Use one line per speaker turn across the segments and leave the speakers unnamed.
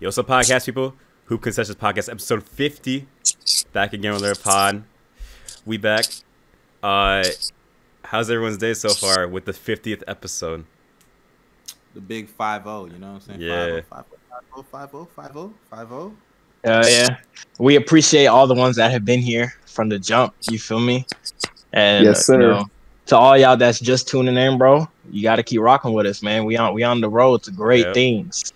Yo, what's up, podcast people? Hoop Concessions Podcast, episode 50. Back again with our pod. We back. Uh, how's everyone's day so far with the 50th episode?
the big five zero. You know what I'm saying?
Yeah.
Five zero, five zero, five zero, five zero.
Oh yeah, we appreciate all the ones that have been here from the jump. You feel me? And
Yes,
uh, you
sir.
know, to all y'all that's just tuning in, bro, you got to keep rocking with us, man. We on we on the road to great
Yep.
things,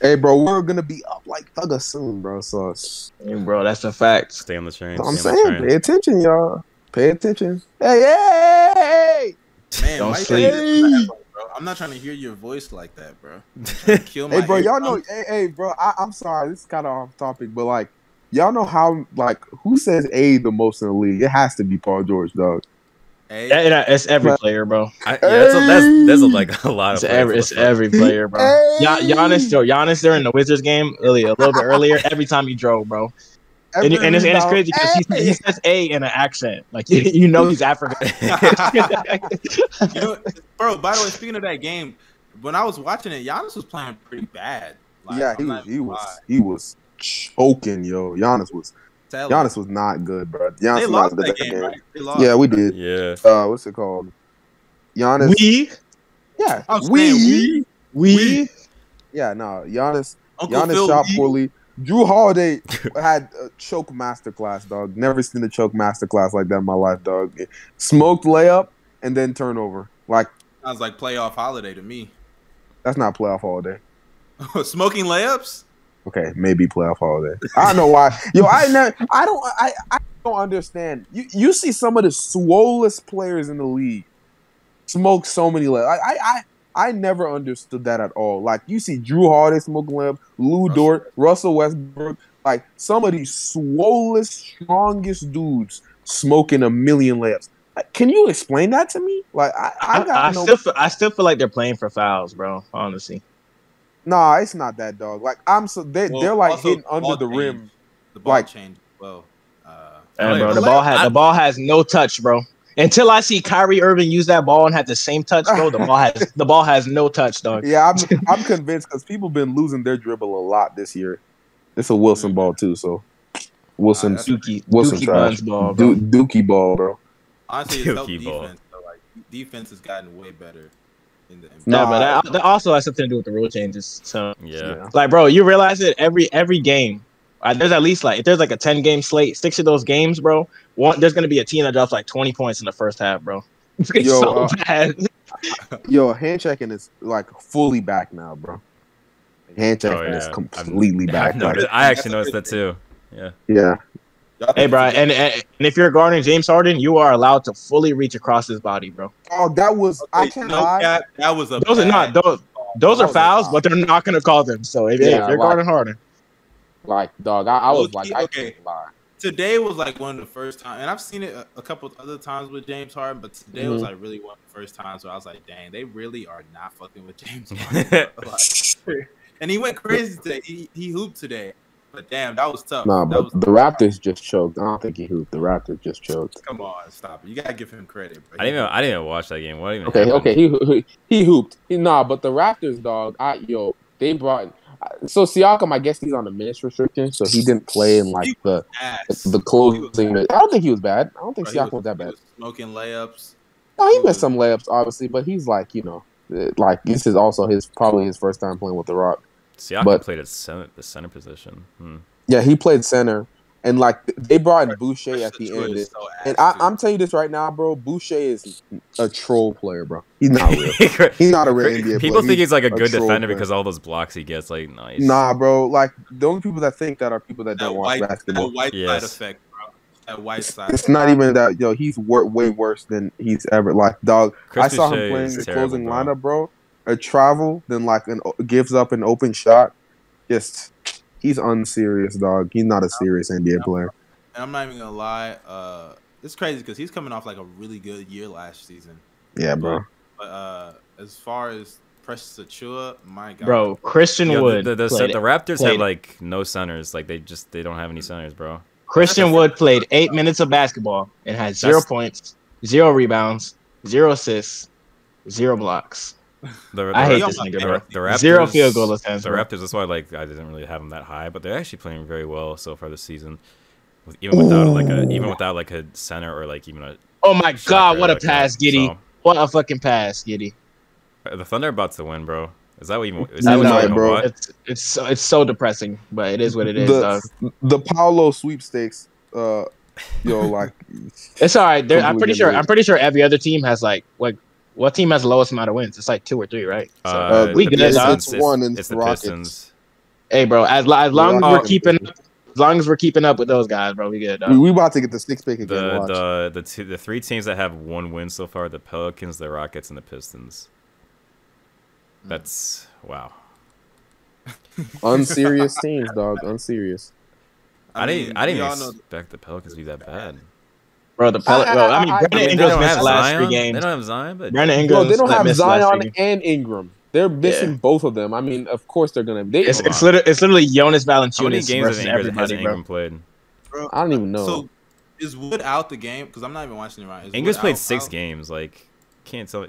Hey, bro, we're gonna be up like Thugger soon, bro. So, so
And, bro. That's a fact.
Stay on the train.
I'm
stay on
saying, pay attention, y'all. Pay attention. Hey, hey, hey,
Man,
Don't
why you
sleep.
gotta do that, bro? I'm not trying to hear your voice like that, bro.
the train.
Kill my
hey, hey, bro,
ear-
y'all know.
I'm-
Hey, hey, bro, I, I'm sorry, this is kind of off topic, but like, y'all know how like who says A the most in the league? It has to be Paul George, dog.
Hey,
That- that- it's every player, bro.
I, yeah, that's, a, that's, that's a, like a lot of
It's every
players.
it's every player, bro.
Hey!
Ya- Giannis, yo, Giannis during the Wizards game, really a little bit earlier. Every time he drove, bro, and, and, it's, and it's crazy because he, he says "a" in an accent, like you, you know he's African.
you know, bro. By the way, speaking of that game, when I was watching it, Giannis was playing pretty bad.
yeah, he
I'm
was,
not
he
gonna
was,
lie.
he was choking, yo. Giannis was,
Tell him.
Giannis was not good, bro. Giannis
They
was
lost
not
that
good
game, right? They lost.
Yeah, we did.
yeah.
Uh, what's it called? Giannis.
we
yeah,
I'm saying
we,
we.
we
Yeah, no, Giannis.
Uncle
Giannis
Phil,
shot
we.
poorly. Drew Holiday had a choke masterclass, dog. Never seen a choke masterclass like that in my life, dog. Smoked layup and then turnover. Like
Sounds like playoff holiday to me.
that's not playoff holiday.
Smoking layups.
Okay, maybe playoff holiday. I don't know why. Yo, I never, I don't, I, I don't understand. You, you see some of the swollest players in the league smoke so many layups. I, I, I, I never understood that at all. Like you see Drew Holiday smoking layup, Lou
Russell.
Dort, Russell Westbrook, like some of these swollest, strongest dudes smoking a million layups. Like, Can you explain that to me? Like I, I
I,
got
I
no.
still feel, I still feel like they're playing for fouls, bro. Honestly,
nah, it's not that dog. Like I'm so they,
Well,
they're like
also,
hitting under
ball
the
change.
rim.
The ball
Like-
changed. Well, uh,
Oh,
Hey, bro,
Like,
the
I-
ball has
I-
the ball has no touch, bro. Until I see Kyrie Irving use that ball and have the same touch, bro, the ball has the ball has no touch, dog.
Yeah, I'm I'm convinced because people been losing their dribble a lot this year. It's a Wilson ball too, so Wilson
Uh,
Dookie,
Wilson
Dookie
trash.
Buns ball, bro.
du- Dookie ball, bro.
Honestly, it's helped
Dookie ball.
defense. Though. Like defense has gotten way better in the NBA.
No, but
Nah.
that, that also has something to do with the rule changes. So,
Yeah.
like, bro, you realize that every every game, uh, there's at least like if there's like a ten game slate, six of those games, bro. One, there's gonna be a team that drops like twenty points in the first half, bro. It's
Yo,
so
uh,
bad.
Yo, hand checking is like fully back now, bro. Hand checking
Oh,
is
yeah.
completely back.
I've noticed-
Like,
I actually noticed that too. Yeah.
yeah,
Y'all
Hey,
think
bro,
it's a-
and, and and if you're guarding James Harden, you are allowed to fully reach across his body, bro.
oh, that was I
Wait,
can't
no,
lie.
That, that was a
Those are not
bad
those.
call.
Those
That
are
was a
fouls,
foul.
but they're not gonna call them. So if,
Yeah,
if you're
like-
guarding Harden,
Like, dog, I, I was like, I
Okay.
can't lie.
Today was like one of the first time, and I've seen it a, a couple other times with James Harden, but today was
Mhm.
like really one of the first times where I was like, "Dang, they really are not fucking with James Harden." bro. Like, and he went crazy today. He, he hooped today, but damn, that was tough.
Nah,
That
but
was-
the Raptors just choked. I don't think he hooped. The Raptors just choked.
Come on, stop it. You gotta give him credit. Bro.
I didn't even, I didn't even watch that game. What even
Okay,
happened?
okay, he he, he hooped. He, nah, but the Raptors, dog. I yo, they brought. So Siakam, I guess he's on the minutes restriction, so he didn't play in like the
Ass.
the closing. I don't think he was bad. I don't think
Bro, he
Siakam was that
he
bad.
was Smoking layups.
No, he missed some layups, obviously, but he's like you know, eh, like this is also his probably his first time playing with the Rock.
Siakam
But-
played at center, the center position. Hmm.
Yeah, he played center, and like th- they brought in Boucher at the
Joy
end.
is so ass,
And I,
dude.
I'm telling you this right now, bro. Boucher is a troll player, bro. He's not real. He's not a real NBA player.
People
He's-
think he's like a
a
good
troll,
defender
man.
because all those blocks he gets. Like, nice.
Nah, bro. Like the only people that think that are people that,
that
don't watch
white,
basketball.
that white
Yes.
side effect, bro. That white side.
It's not even that. Yo, he's wor- way worse than he's ever. Like dog,
Chris
I saw
Boucher
him playing
is
the
terrible,
closing
bro.
lineup, bro. A travel, then like an o- gives up an open shot. Just he's unserious, dog. He's not a serious NBA player.
And I'm not even gonna lie. Uh, it's crazy because he's coming off like a really good year last season.
Yeah, bro.
But uh, as far as Precious Achua, my God,
bro, Christian
Yo,
Wood,
the, the, the,
played,
the Raptors
played
have
it.
like no centers. Like they just they don't have any centers, bro.
Christian Wood played eight minutes of basketball and had zero
That's-
points, zero rebounds, zero assists, zero blocks.
The,
I hate
Raptors-
this
Y'all
nigga,
my
bro.
The Raptors,
Zero field goal attempts.
The
bro.
Raptors. That's why, like, I didn't really have them that high, but they're actually playing very well so far this season. With, even without like a even without like a center or like even a
Oh my god, what a
like that,
pass, Giddy!
so.
What a fucking pass, Giddy!
Uh, The Thunder are about to win, bro. Is that what you? Is
I
that what
know,
you
bro.
bro?
It's it's so, it's so depressing, but it is what it is. dog.
the the Paolo sweepstakes. Uh, yo, like
It's all right. They're- I'm
Completely
pretty sure.
agree.
I'm pretty sure every other team has like like what team has the lowest amount of wins? It's like two or three, right? So,
Uh,
we
the
good, dog.
Pistons, it's,
One and
it's the
Rockets.
Pistons.
hey, bro. As, li- as long as
Yeah.
we're keeping, up, as long as we're keeping up with those guys, bro, we good.
we,
Dog.
we about to get the six pick
The
again. watch.
the the, two, the three teams that have one win so far: the Pelicans, the Rockets, and the Pistons.
Hmm.
That's wow.
Unserious teams, dog. Unserious.
I,
mean,
didn't I
we
didn't
all know-
expect the Pelicans to be that bad.
Bro, the pellet.
I- I-
Bro, I
I-
mean,
I- I
Brandon
mean,
they
Ingram's
don't
missed
have
last
Zion.
three
They
games.
don't have Zion, but
Brandon
No,
Ingram's
they don't
like,
have
missed last three
Zion
games.
and Ingram. They're missing both of them. I mean, of course they're gonna. They,
It's
Hold
it's
on.
literally, it's literally Jonas
how many games
Valanciunas
has
versus
Ingram, has
everybody, bro.
Ingram played?
Bro,
I don't even know.
So is Wood out the game? Because I'm not even watching it right. Is
Ingram's
Wood
played
out-
six
out?
games. Like can't tell.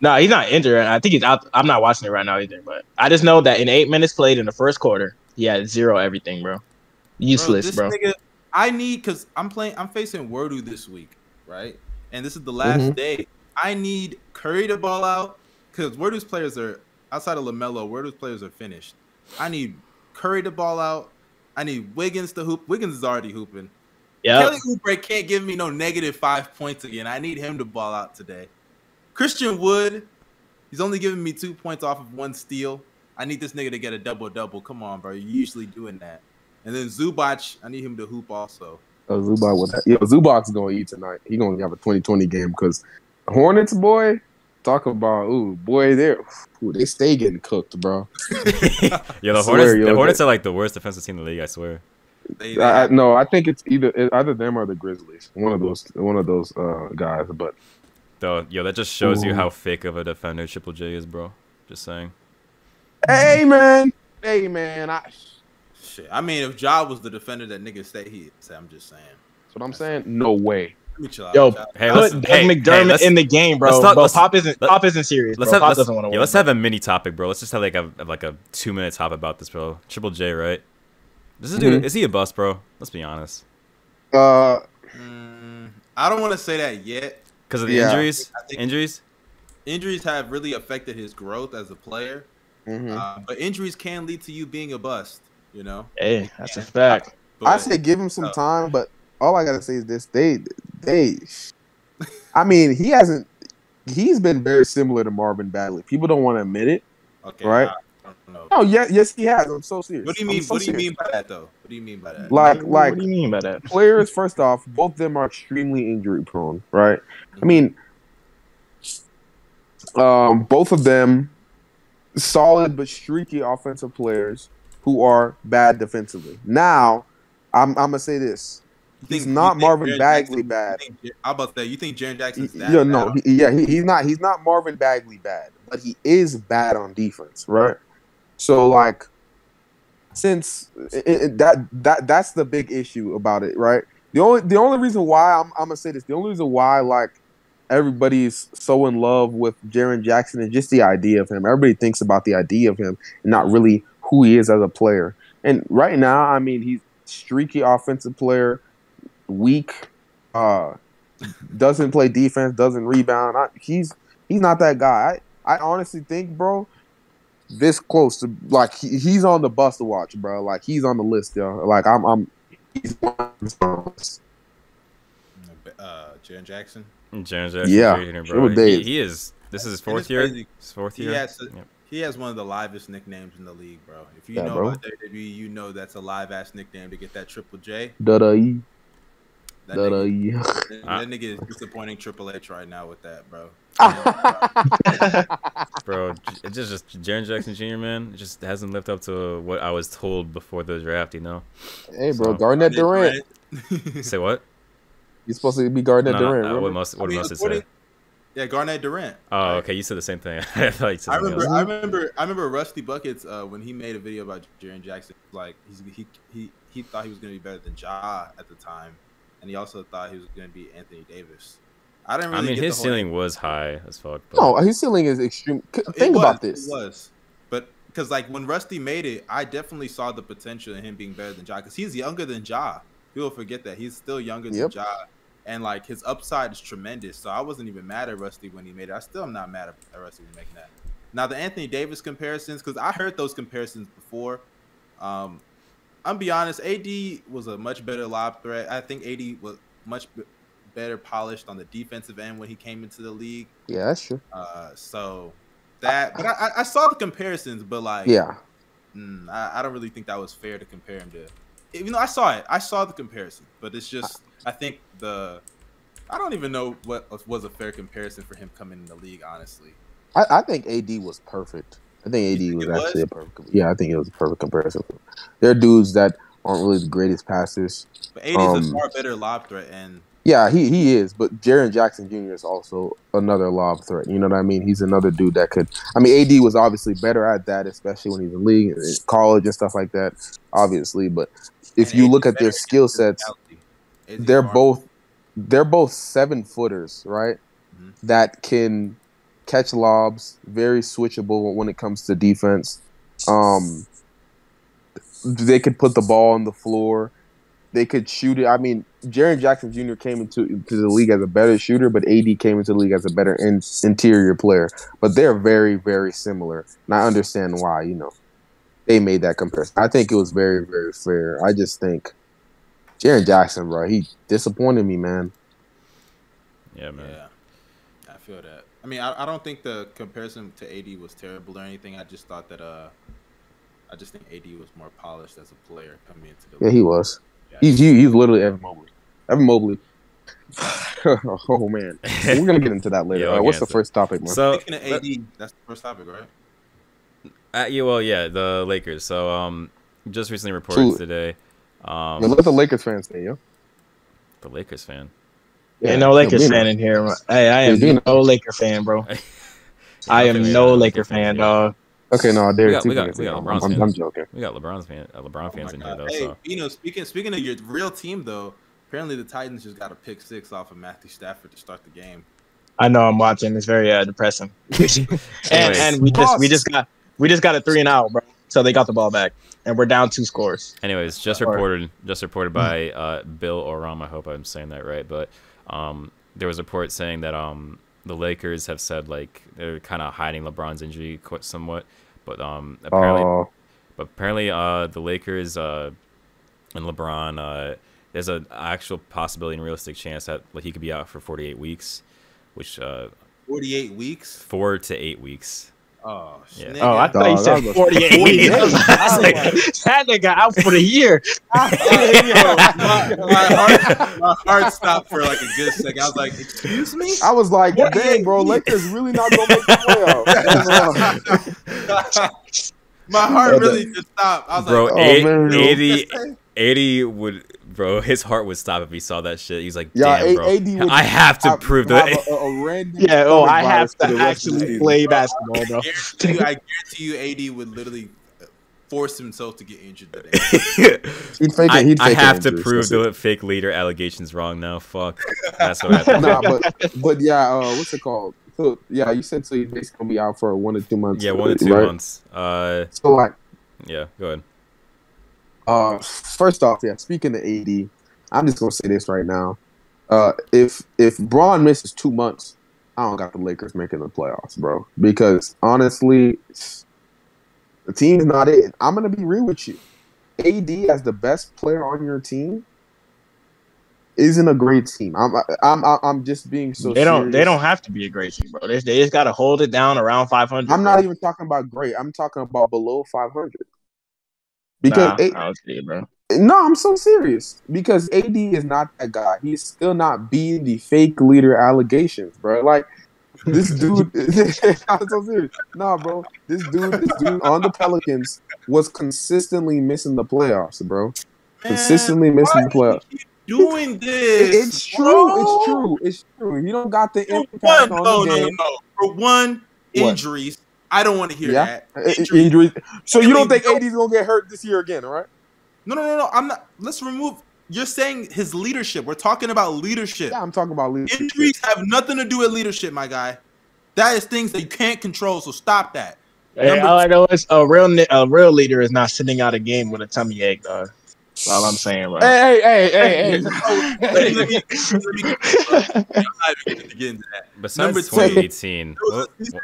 No, he's not injured. I think he's out. I'm not watching it right now either, but I just know that in eight minutes played in the first quarter, he had zero everything, bro. Useless,
this
bro.
nigga- I need because I'm playing. I'm facing Wordu this week, right? And this is the last
Mm-hmm.
Mhm.
day. I need Curry to ball out because Wordu's players are outside of Lamelo. Wordu's players are finished. I need Curry to ball out. I need Wiggins to hoop. Wiggins is already hooping.
Yeah,
Kelly Oubre can't give me no negative five points again. I need him to ball out today. Christian Wood, he's only giving me two points off of one steal. I need this nigga to get a double double. Come on, bro. You're usually doing that. And then Zubac, I need him to hoop also.
Oh, Zubac was yo, Zubac's gonna eat tonight. He gonna have a 20-20 game because Hornets boy, talk about ooh boy they ooh, they stay getting cooked, bro.
Yeah, the
I swear,
Hornets.
yo,
the
they-
Hornets are like the worst defensive team in the league. I swear.
They, they
I, I, no, I think it's either it, either them or the Grizzlies. One of those one of those uh, guys. But
Though, yo, that just shows you
Ooh.
how fake of a defender Triple J is, bro. Just saying.
hey man, hey man, I, that's
shit. I mean, if Ja was the defender that niggas say he is, I'm just saying.
what I'm saying. No way.
Let me chill out.
Yo,
Ja.
Hey, let's,
put Doug
hey, hey,
McDermott
let's-
in the game, bro.
let's talk-
Bro,
let's-
Pop isn't
let-
Pop isn't serious.
Let's
bro.
have
Pop
let's,
doesn't want to
yeah,
win.
let's
bro.
have a mini topic, bro. Let's just have like a like a two minute top about this, bro. Triple J, right? This is dude.
Mm-hmm.
Mhm.
Is he a bust, bro? Let's be honest.
Uh,
Mm, I don't want to say that yet.
Because of the
Yeah.
injuries,
I think-
injuries.
Injuries have really affected his growth as a player,
mhm.
uh, but injuries can lead to you being a bust. You know,
Hey, that's a fact.
I
But-
say give him
Uh,
some time, but all I gotta say is this: they, they. I mean, he hasn't. He's been very similar to Marvin Bagley. People don't want to admit it.
Okay,
Right?
I don't know.
No, yeah, yes, he has. I'm so serious.
What do you
I'm
mean?
so
what do you
serious.
mean by that, though? What do you mean by that?
Like,
what
like
do you mean by that?
players. First off, both them are extremely injury prone, right? I mean, um, both of them solid but streaky offensive players who are bad defensively. Now, I'm, I'm gonna say this:
You
he's
think-
not
you think
Marvin
Jaren
Bagley
Jackson-
bad.
you think J- How about that? You think Jaron Jackson's that?
Yeah,
bad?
no, he, yeah, he, he's not. He's not Marvin Bagley bad, but he is bad on defense, right? So like, since it, it, that that that's the big issue about it, right? The only the only reason why I'm I'm gonna say this, the only reason why like everybody's so in love with Jaron Jackson is just the idea of him. Everybody thinks about the idea of him, and not really who he is as a player. And right now, I mean, he's streaky offensive player, weak. Uh, doesn't play defense, doesn't rebound. I, he's he's not that guy. I, I honestly think, bro, this close to like he, he's on the bus to watch, bro. Like he's on the list, yo. Like I'm, I'm. He's on the list.
uh, Jaron Jackson.
James Jackson,
Yeah,
Jr.,
Triple
bro.
J.
He, he is. This is his
And
fourth
it's
year.
crazy.
His fourth
He
year.
has to-
Yep.
He has one of the livest nicknames in the league, bro. If you
Yeah,
know
bro.
about WWE, you know that's a live ass nickname to get that Triple J.
Da da e,
That,
da da
nigga,
e.
that,
Ah.
nigga is disappointing Triple H right now with that, bro.
Ah.
bro. j- It's just, just Jaron Jackson Jr. Man, it just hasn't lived up to what I was told before the draft. You know,
Hey, bro,
So-
Garnett Durant.
say what?
You're supposed to be Garnett
No, no,
Durant.
uh,
remember?
what must what
I mean,
must it
according-
say?
yeah, Garnett Durant.
Oh, okay. You said the same thing. I thought you said
I
something
remember,
else.
I remember, I remember Rusty Buckets uh, when he made a video about Jaron Jackson. Like he's, he he he thought he was going to be better than Ja at the time, and he also thought he was going to be Anthony Davis. I didn't
I
really.
mean,
get
his
the whole-
ceiling was high as fuck. But
No, his ceiling is extreme. C-
It
Think
was,
about this.
It was, but because like when Rusty made it, I definitely saw the potential in him being better than Ja because he's younger than Ja. People forget that he's still younger than
Yep.
Ja, and like his upside is tremendous. So I wasn't even mad at Rusty when he made it. I still am not mad at Rusty when making that. Now the Anthony Davis comparisons, because I heard those comparisons before. Um, I'm be honest, AD was a much better lob threat. I think AD was much b- better polished on the defensive end when he came into the league.
Yeah, that's true.
Uh, so that, but I, I- I saw the comparisons, but like,
Yeah,
mm, I, I don't really think that was fair to compare him to. You know, I saw it, I saw the comparison, but it's just, I think the, I don't even know what was- was a fair comparison for him coming in the league, honestly.
I, I think AD was perfect. I think AD
think
was
it was?
actually a perfect. Yeah, I think it was a perfect comparison. There are dudes that aren't really the greatest passers.
But 80 is a
Um,
far better lob threat, and
Yeah, he, he is, but Jaron Jackson Jr. is also another lob threat. You know what I mean? He's another dude that could. I mean, AD was obviously better at that, especially when he's in league, in college, and stuff like that. Obviously, but if
and
you
AD
look at
better
their
in
skill sets,
physicality. AD
they're
far-
both they're both seven footers, right?
Mhm.
That can catch lobs, very switchable when it comes to defense. Um, they could put the ball on the floor. They could shoot it. I mean, Jaron Jackson Jr. came into to the league as a better shooter, but AD came into the league as a better in, interior player. But they're very, very similar, and I understand why. You know, they made that comparison. I think it was very, very fair. I just think Jaron Jackson, bro, he disappointed me, man.
yeah, man.
Yeah, I feel that. I mean, I, I don't think the comparison to AD was terrible or anything. I just thought that uh, I just think AD was more polished as a player coming into the
Yeah, he was. He's he, he's literally Evan Mobley. Evan Mobley. oh man, we're gonna get into that later.
Yeah,
All right, what's the
okay, so-
first topic, man?
Uh,
So
Speaking of AD, that's the first topic, right?
Uh, yeah, well, yeah, the Lakers. So, um, just recently reported
Who-
today, um,
Man, let the Lakers fans say, yo.
the Lakers fan.
Yeah, no Lakers
being-
fan in here. bro. Hey, I
Yeah,
am
being-
no Laker fan, bro. I
think
am
we
no
got-
Laker fan, dog.
Okay, no, there
We
are
got-
two
we got-
fans
we
in
got
here.
LeBron's
I'm, I'm,
fans.
I'm joking.
We got LeBron's fan, uh, LeBron fans
Oh
in
my
here
God.
though.
hey,
So
you know, speaking speaking of your real team though, apparently the Titans just got a pick six off of Matthew Stafford to start the game.
I know I'm watching. It's very uh, depressing. and
Anyways.
and we just we just got we just got a three and out, bro. So they got the ball back, and we're down two scores.
Anyways, just
Or-
reported, just reported by uh, Bill Oram. I hope I'm saying that right, but um, there was a report saying that um, the Lakers have said like they're kind of hiding LeBron's injury quite somewhat, but um, apparently,
Oh,
but apparently, uh, the Lakers uh, and LeBron, uh, there's an actual possibility and realistic chance that like, he could be out for 48 weeks, which uh,
Forty eight weeks.
four to eight weeks.
Oh,
Yeah.
snap.
Oh, I thought
Dog,
you
I
said
was-
48 weeks. I was like,
I
that nigga out for the year.
my, my heart, my heart stopped for like a good second. I was like, "Excuse me."
I was like,
What?
dang, bro, Lakers really not gonna make the playoffs.
My heart really just stopped. I was
Bro,
like,
oh,
eight-
man, yo.
80,
Just say-
80 would bro his heart would stop if he saw that shit he's like
Yeah,
damn
A-
bro
AD would
i have to
I
prove
have
that
a, a random
Yeah, oh,
stomach
I have
virus for
to
the rest of the
actually
season.
play basketball, bro.
guarantee you, I guarantee you, AD would literally force himself to get injured today.
He'd fake
I,
it, he'd
I
fake it
have
in
to
juice,
prove
that's it.
the fake leader allegations wrong now fuck that's what happened
nah, but but yeah, uh, what's it called? So yeah, you said so you basically gonna be out for one to two months.
yeah one to two
right?
months uh
So like,
yeah go ahead
uh, first off, yeah. Speaking of AD, I'm just gonna say this right now. Uh, if if Braun misses two months, I don't got the Lakers making the playoffs, bro. Because honestly, the team's not it. I'm gonna be real with you. AD as the best player on your team isn't a great team. I'm I'm I'm- I'm just being so.
they don't they
serious.
don't have to be a great team, bro. They, they just gotta hold it down around 500.
I'm
bro.
not even talking about great. I'm talking about below 500.
Nah,
Because
I don't see it, bro.
it- no, I'm so serious. Because AD is not that guy. He's still not being the fake leader allegations, bro. Like this dude. I'm so serious. Nah, bro. This dude, this dude on the Pelicans was consistently missing the playoffs, bro. Consistently missing the playoffs.
Doing this.
It's true. It's true. It's true. You don't got the
For
impact
one,
on
no,
the
no,
game.
no. For one,
What?
injuries. I don't want to hear
Yeah.
that.
I- I- Injuries. So you don't think AD's gonna get hurt this year again, all right?
No, no, no, no. I'm not. Let's remove You're saying his leadership. We're talking about leadership.
Yeah, I'm talking about leadership.
Injuries have nothing to do with leadership, my guy. That is things that you can't control. So stop that.
Hey, all I know is a real ni- a real leader is not sitting out a game with a tummy ache, dog. That's all I'm saying, bro.
Hey, hey, hey, hey,
Oh, let me- let me- let me- I'm not even gonna get into that.
Besides
Number two.
2018,
There was
what-
a season-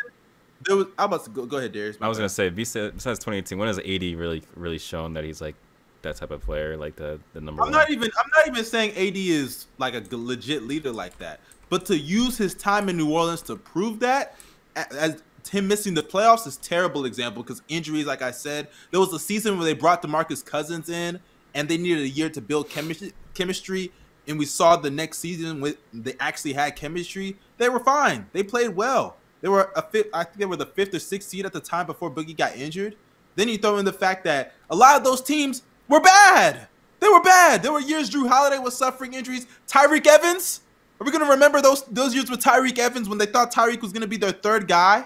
there was- I'm about to go, go ahead, Darius.
I was gonna say besides besides 2018, when has AD really really shown that he's like that type of player, like the the number
I'm
one?
not e-, even. I'm not even saying AD is like a g- legit leader like that. But to use his time in New Orleans to prove that, a- as him missing the playoffs is terrible example because injuries, like I said, there was a season where they brought DeMarcus Cousins in and they needed a year to build chemistry. Chemistry, and we saw the next season when they actually had chemistry, they were fine. They played well. They were a fifth. I think they were the fifth or sixth seed at the time before Boogie got injured. Then you throw in the fact that a lot of those teams were bad. They were bad. There were years Drew Holiday was suffering injuries. Tyreek Evans. Are we gonna remember those those years with Tyreek Evans when they thought Tyreek was gonna be their third guy?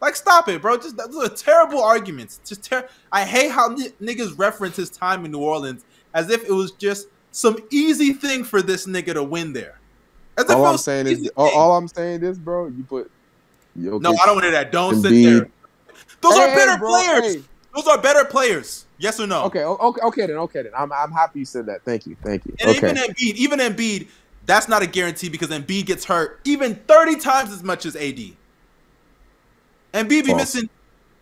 Like, stop it, bro. Just those are terrible arguments. Just ter- I hate how n- niggas reference his time in New Orleans as if it was just some easy thing for this nigga to win there. As if
hey. All
it
I'm
was
saying
an
is,
easy
all,
thing.
all I'm saying is, bro, you put. Jokic-
no, I don't want to hear that. Don't sit
Embiid.
there. Those are
Hey,
better
bro,
players.
hey.
Those are better players. Yes or no?
Okay, o- okay, okay then, okay then. I'm, I'm happy you said that. Thank you, thank you.
And
okay.
even Embiid, even Embiid, that's not a guarantee because Embiid gets hurt even 30 times as much as AD. Embiid be
False.
missing,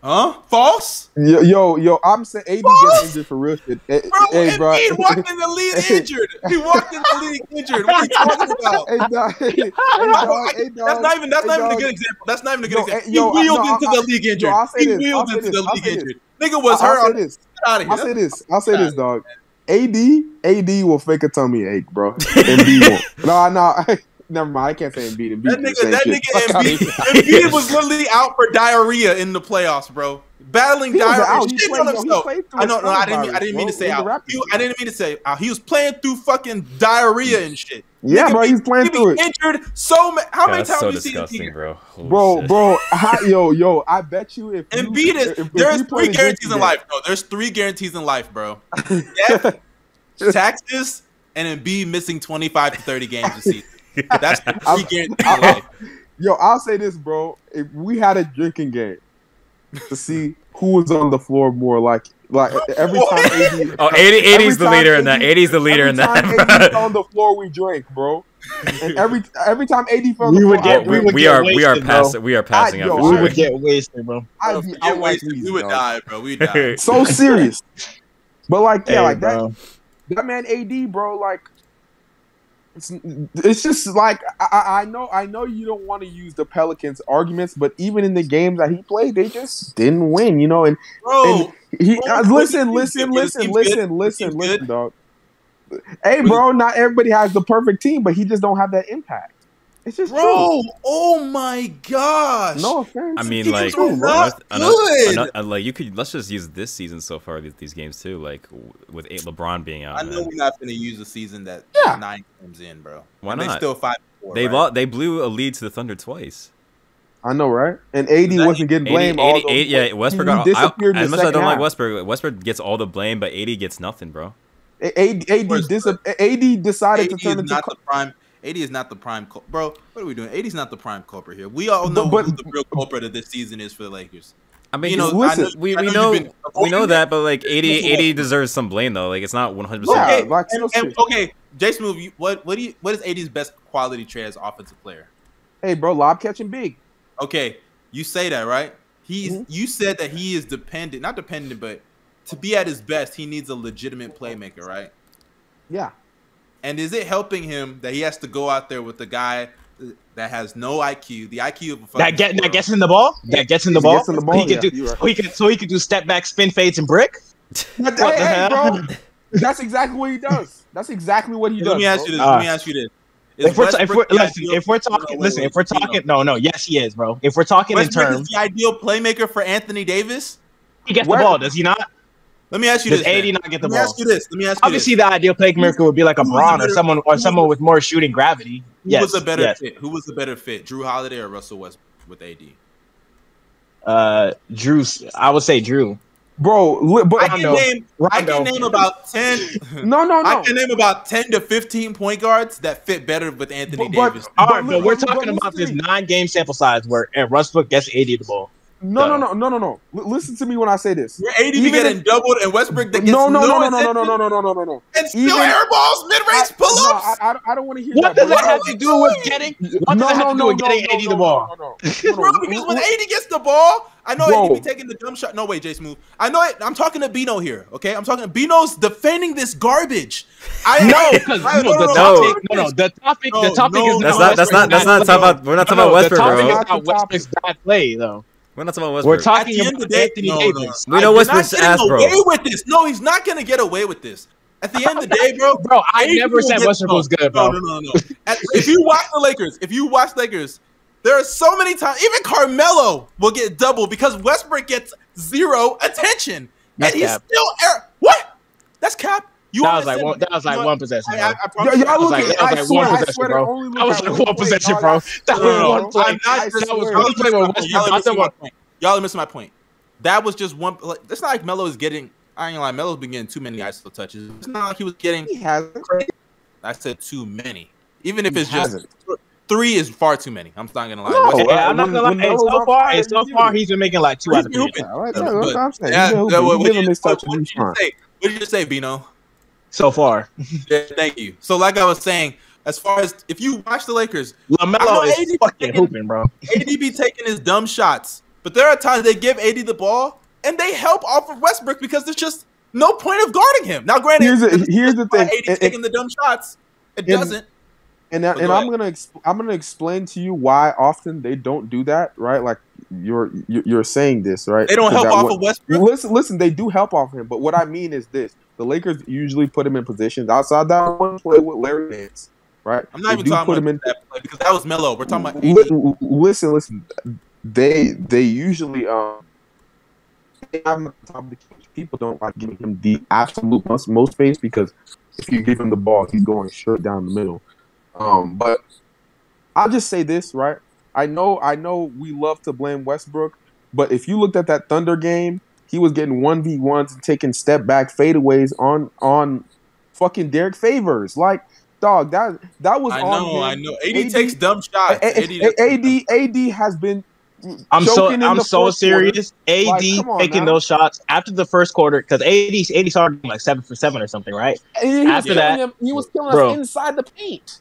huh? False?
Yo, yo, yo, I'm saying AD
What?
gets injured for real shit. Hey,
Bro,
hey,
Embiid
bro.
walked in the league
Hey.
injured. He walked in the league injured. What are you talking about?
Hey, dog. Hey, dog. Hey, dog.
That's not even that's
Hey,
not even a
dog.
good example. That's not even a good
Yo,
example.
eh, yo,
he
I-
wheeled
no, I-
into
I-
the league injured.
I'll say
he
this,
wheeled
I'll say
into
this,
the
I'll
league
say this.
injured. Nigga was
I'll
hurt
say
on
this.
out of
I'll
here.
say this. I'll say this, dog. AD, AD will fake a tummy ache, bro. Embiid won't. No, no. Never mind. I can't say Embiid. Embiid
That
do the
nigga,
same
that
shit.
nigga
Fuck outta
Embiid,
here.
Embiid was literally out for diarrhea in the playoffs, bro. Battling
He was
diarrhea,
out. He
shitting on
played- he
himself.
played through
I know,
a
no, I didn't, mean, I
coronavirus,
didn't mean to
bro,
say
with the
out.
Raptors.
He- I didn't mean to say out. He was playing through fucking diarrhea and shit.
Yeah,
Nigga
bro.
be-
He's playing
he be
through it.
injured so many. How
God,
many
that's
times
so
have you seen E
disgusting,
this?
bro. Holy
Bro,
shit.
bro, I, yo, yo, I bet you if
And
you,
Embiid is
if- if
there's
you play
three
the
guarantees
Yankee
in life, bro. There's three guarantees in life, bro. Death, taxes, and Embiid missing 25 to 30 games this season. That's the three
I'm-
guarantees in life.
Yo, I'll say this, bro. If we had a drinking game to see who was on the floor more, like like every time
What?
AD,
Oh, 80, 80's
every
the
time
leader in that.
80
80's the leader
every
in that.
time AD was
bro.
on the floor, we drank, bro. And every every time AD fell on
We
the
would
floor,
get-
I
we,
drank.
would
we
get
are we are
wasted, bro.
passing we are passing out
yo,
for
we
sure.
would get wasted, bro.
I'd
If
be
you
out like
wasted,
these,
we would
dog.
die, bro. We would die.
So serious, but like yeah,
Hey,
like that.
bro.
that man AD, bro, like it's it's just like I- I, I know I know you don't want to use the Pelicans arguments, but even in the games that he played, they just didn't win, you know. And
Bro,
And he
Bro,
uh,
what
listen,
is he
listen,
good?
listen,
What is he good?
listen,
Is he
listen,
good?
listen, dog. Hey, bro, not everybody has the perfect team, but he just don't have that impact. It's just true.
Bro, oh my gosh.
No offense.
I mean,
These
like,
are not
another-
good.
another- uh, like you could let's just use this season so far these, these games too. Like w- with eight, LeBron being out,
I know
man.
we're not going to use a season that
Yeah.
nine games in, bro.
Why
And They
not?
still five. and Four,
they
right?
lost, they blew a lead to the Thunder twice.
I know, right? And AD
That-
wasn't getting
80,
blamed.
80
although-
80 yeah, Westbrook.
he
Got,
disappeared
I,
in
as
the
much as I don't
second
like
half.
Westbrook, Westbrook gets all the blame, but AD gets nothing, bro.
AD, AD, dis- AD decided
AD
to
is
turn into
not the prime. AD is not the prime, cul- bro. What are we doing? AD is not the prime culprit here. We all
But-
know
but-
who the real culprit of this season is for the Lakers.
I mean,
you know,
he's-
listen,
I know,
we
I
we
you've
know
been-
we know that, but like 80, 80 deserves some blame though. Like it's not one hundred percent.
Yeah, like,
and,
real
and-
shit.
okay, Jason, Move, you- what what do you what is AD's best quality trait as offensive player?
hey, bro, lob catching big.
Okay, you say that right? He's
Mm-hmm.
Mhm.
you said that he is dependent, not dependent, but to be at his best, he needs a legitimate playmaker, right?
Yeah,
And is it helping him that he has to go out there with a guy that has no IQ, the IQ of a fucking
That get that
squirrel?
gets in the ball. That gets in the
He
ball.
gets in the ball,
he can
yeah,
do.
you're right.
He can so he can do step back, spin fades, and brick.
But
What
hey,
the
hey,
hell?
bro, that's exactly what he does. That's exactly what he does.
Let me ask you
bro.
this.
Ah.
Let me ask you this. Is
If we're, ta- if we're
Westbrook the
listen,
ideal-
if we're
No, no,
talking,
wait,
listen,
wait,
if we're
you know.
talking, no, no, yes, he is, bro. If we're talking in
Westbrook is
terms,
the ideal playmaker for Anthony Davis.
he gets the
Where-
ball, does he not?
Let me ask you
Does
this. then.
AD not get the
Let me
ball?
ask you this. Let me ask you
Obviously, the ideal playmaker would be like a
Who's
Braun
the
or
better-
someone or
who's the-
someone with more shooting gravity.
this.
Yes,
Who was a better
yes.
fit? Who was the better fit? Drew Holiday or Russell Westbrook with AD?
Uh, Drew, I would say Drew.
bro. li- But
I can name. I can name about ten.
no, no, no.
I can name about ten to fifteen point guards that fit better with Anthony
But- but-
Davis.
All right,
But
but
look-
we're
but
talking
listen
about
to
this
me.
nine-game sample size where and Westbrook gets 80 the ball.
no, no,
No.
no, no, no, no. L- listen to me when I say this.
Where AD be
Even
getting
if-
doubled and Westbrook that gets
No, no, no, no, no, no,
attention
no, no, no, no, no, no, no.
and still
Even-
airballs mid range pull
No,
ups.
I, I, I don't want to hear
What
that.
does that
bro.
have to do with getting? What does that have to do with getting 80 the ball?
No, no, no, no,
Bro,
no.
because when AD gets the ball, I know
Bro.
AD be taking the jump shot. No, wait, Jace, move. I know it. I'm talking to Bino here, okay? I'm talking to Bino's defending this garbage. I
No, because no, the
no.
topic, no, no, the topic,
No,
the topic
no,
is
That's
no,
not. That's not. That's
Westbrook's
not
bad
talking about. We're not
play.
talking about
No, the
Westbrook,
topic
bro.
is not Westbrook's bad play, though.
We're not talking about
We're
Westbrook.
At
talking
the end
about
of the day,
Anthony
no, no.
Davis.
We know
You're not
Westbrook's
getting
ass, bro.
away with this. No, he's not gonna get away with this. At the end of the day, bro.
Bro, I
AD
never
will
said
get-
Westbrook was good,
No,
bro.
no, no, no. At- if you watch the Lakers, if you watch Lakers, there are so many times. Even Carmelo will get double because Westbrook gets zero attention,
That's
and he's
cap.
still air. What? That's cap. You
That was like
understand-
one. That was
you
like
know
one
what?
possession.
I,
bro.
I, I promise.
Y'all- y'all
I was
look
like,
at-
that was
I
like
swear-
one
I
possession,
swear to
bro.
only look
That was
at
like
one
one
play,
possession,
dog.
bro. That
No,
was
Bro,
one play.
I'm not
I
just-
That was
swear.
one play
Y'all
where Westbrook
are
got the
missing my
one.
point. Y'all are missing my point. That was just one. Like, it's not like Melo is getting. I ain't gonna lie. Melo's been getting too many ISO touches. It's not like he was getting.
He hasn't.
I said too many. Even if
He
it's just
hasn't.
three is far too many. I'm not gonna lie.
No,
Westbrook-
Hey, I'm not
when-
gonna lie.
when
Hey,
Melo's
so
on
far,
fire,
hey, so
he's
far,
hooping.
he's been making like two out of
He's
three.
hooping.
All right,
Yeah,
that's what
but-
I'm saying.
yeah,
You know,
yeah, what-
you
what
give
you-
him his
what-
touch and
what
he's
you
fine.
say? What did you say, Bino?
So far,
Yeah, thank you. So, like I was saying, as far as if you watch the Lakers,
Lamelo
I know
is
80
fucking hooping, bro.
AD be taking his dumb shots, but there are times they give AD the ball and they help off of Westbrook because there's just no point of guarding him. Now, granted,
Here's the-
that's
here's the
why
thing.
AD
And-
taking the dumb shots. It
and-
doesn't.
and
But
and
go
I'm
ahead.
gonna exp- I'm gonna explain to you why often they don't do that, right? Like you're you're you're saying this, right?
They don't help
That
off
what-
of Westbrook.
Listen, listen, they do help off him, but what I mean is this: the Lakers usually put him in positions outside that one play with Larry Nance, right?
I'm not
They
even
do
talking
put him
about
in.
that play because that was Melo. We're talking about AD.
Li- listen, listen. They they usually um. they have him at the top of the key. People don't like giving him the absolute most, most space because if you give him the ball, he's going straight down the middle. Um, but I'll just say this, right? I know, I know, we love to blame Westbrook, but if you looked at that Thunder game, he was getting one v ones and taking step back fadeaways on on fucking Derek Favors. Like, dog, that that was
I
on
know,
him.
I know. AD,
AD
takes dumb shots.
A- A- A- AD AD has been.
I'm so
choking in
I'm
the
so
fourth quarter.
serious. AD
Like, come on
taking
now.
those shots after the first quarter because AD 's- AD started like seven for seven or something, right?
And he was
After that,
killing him- he was killing
bro.
us inside the paint.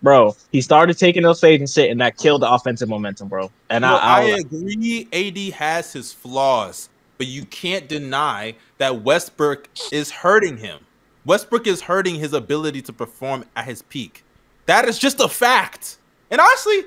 Bro, he started taking those fades and shit, and that killed the offensive momentum, bro. And
No,
I, I,
I,
was like,
agree. AD has his flaws, but you can't deny that Westbrook is hurting him. Westbrook is hurting his ability to perform at his peak. That is just a fact. And honestly,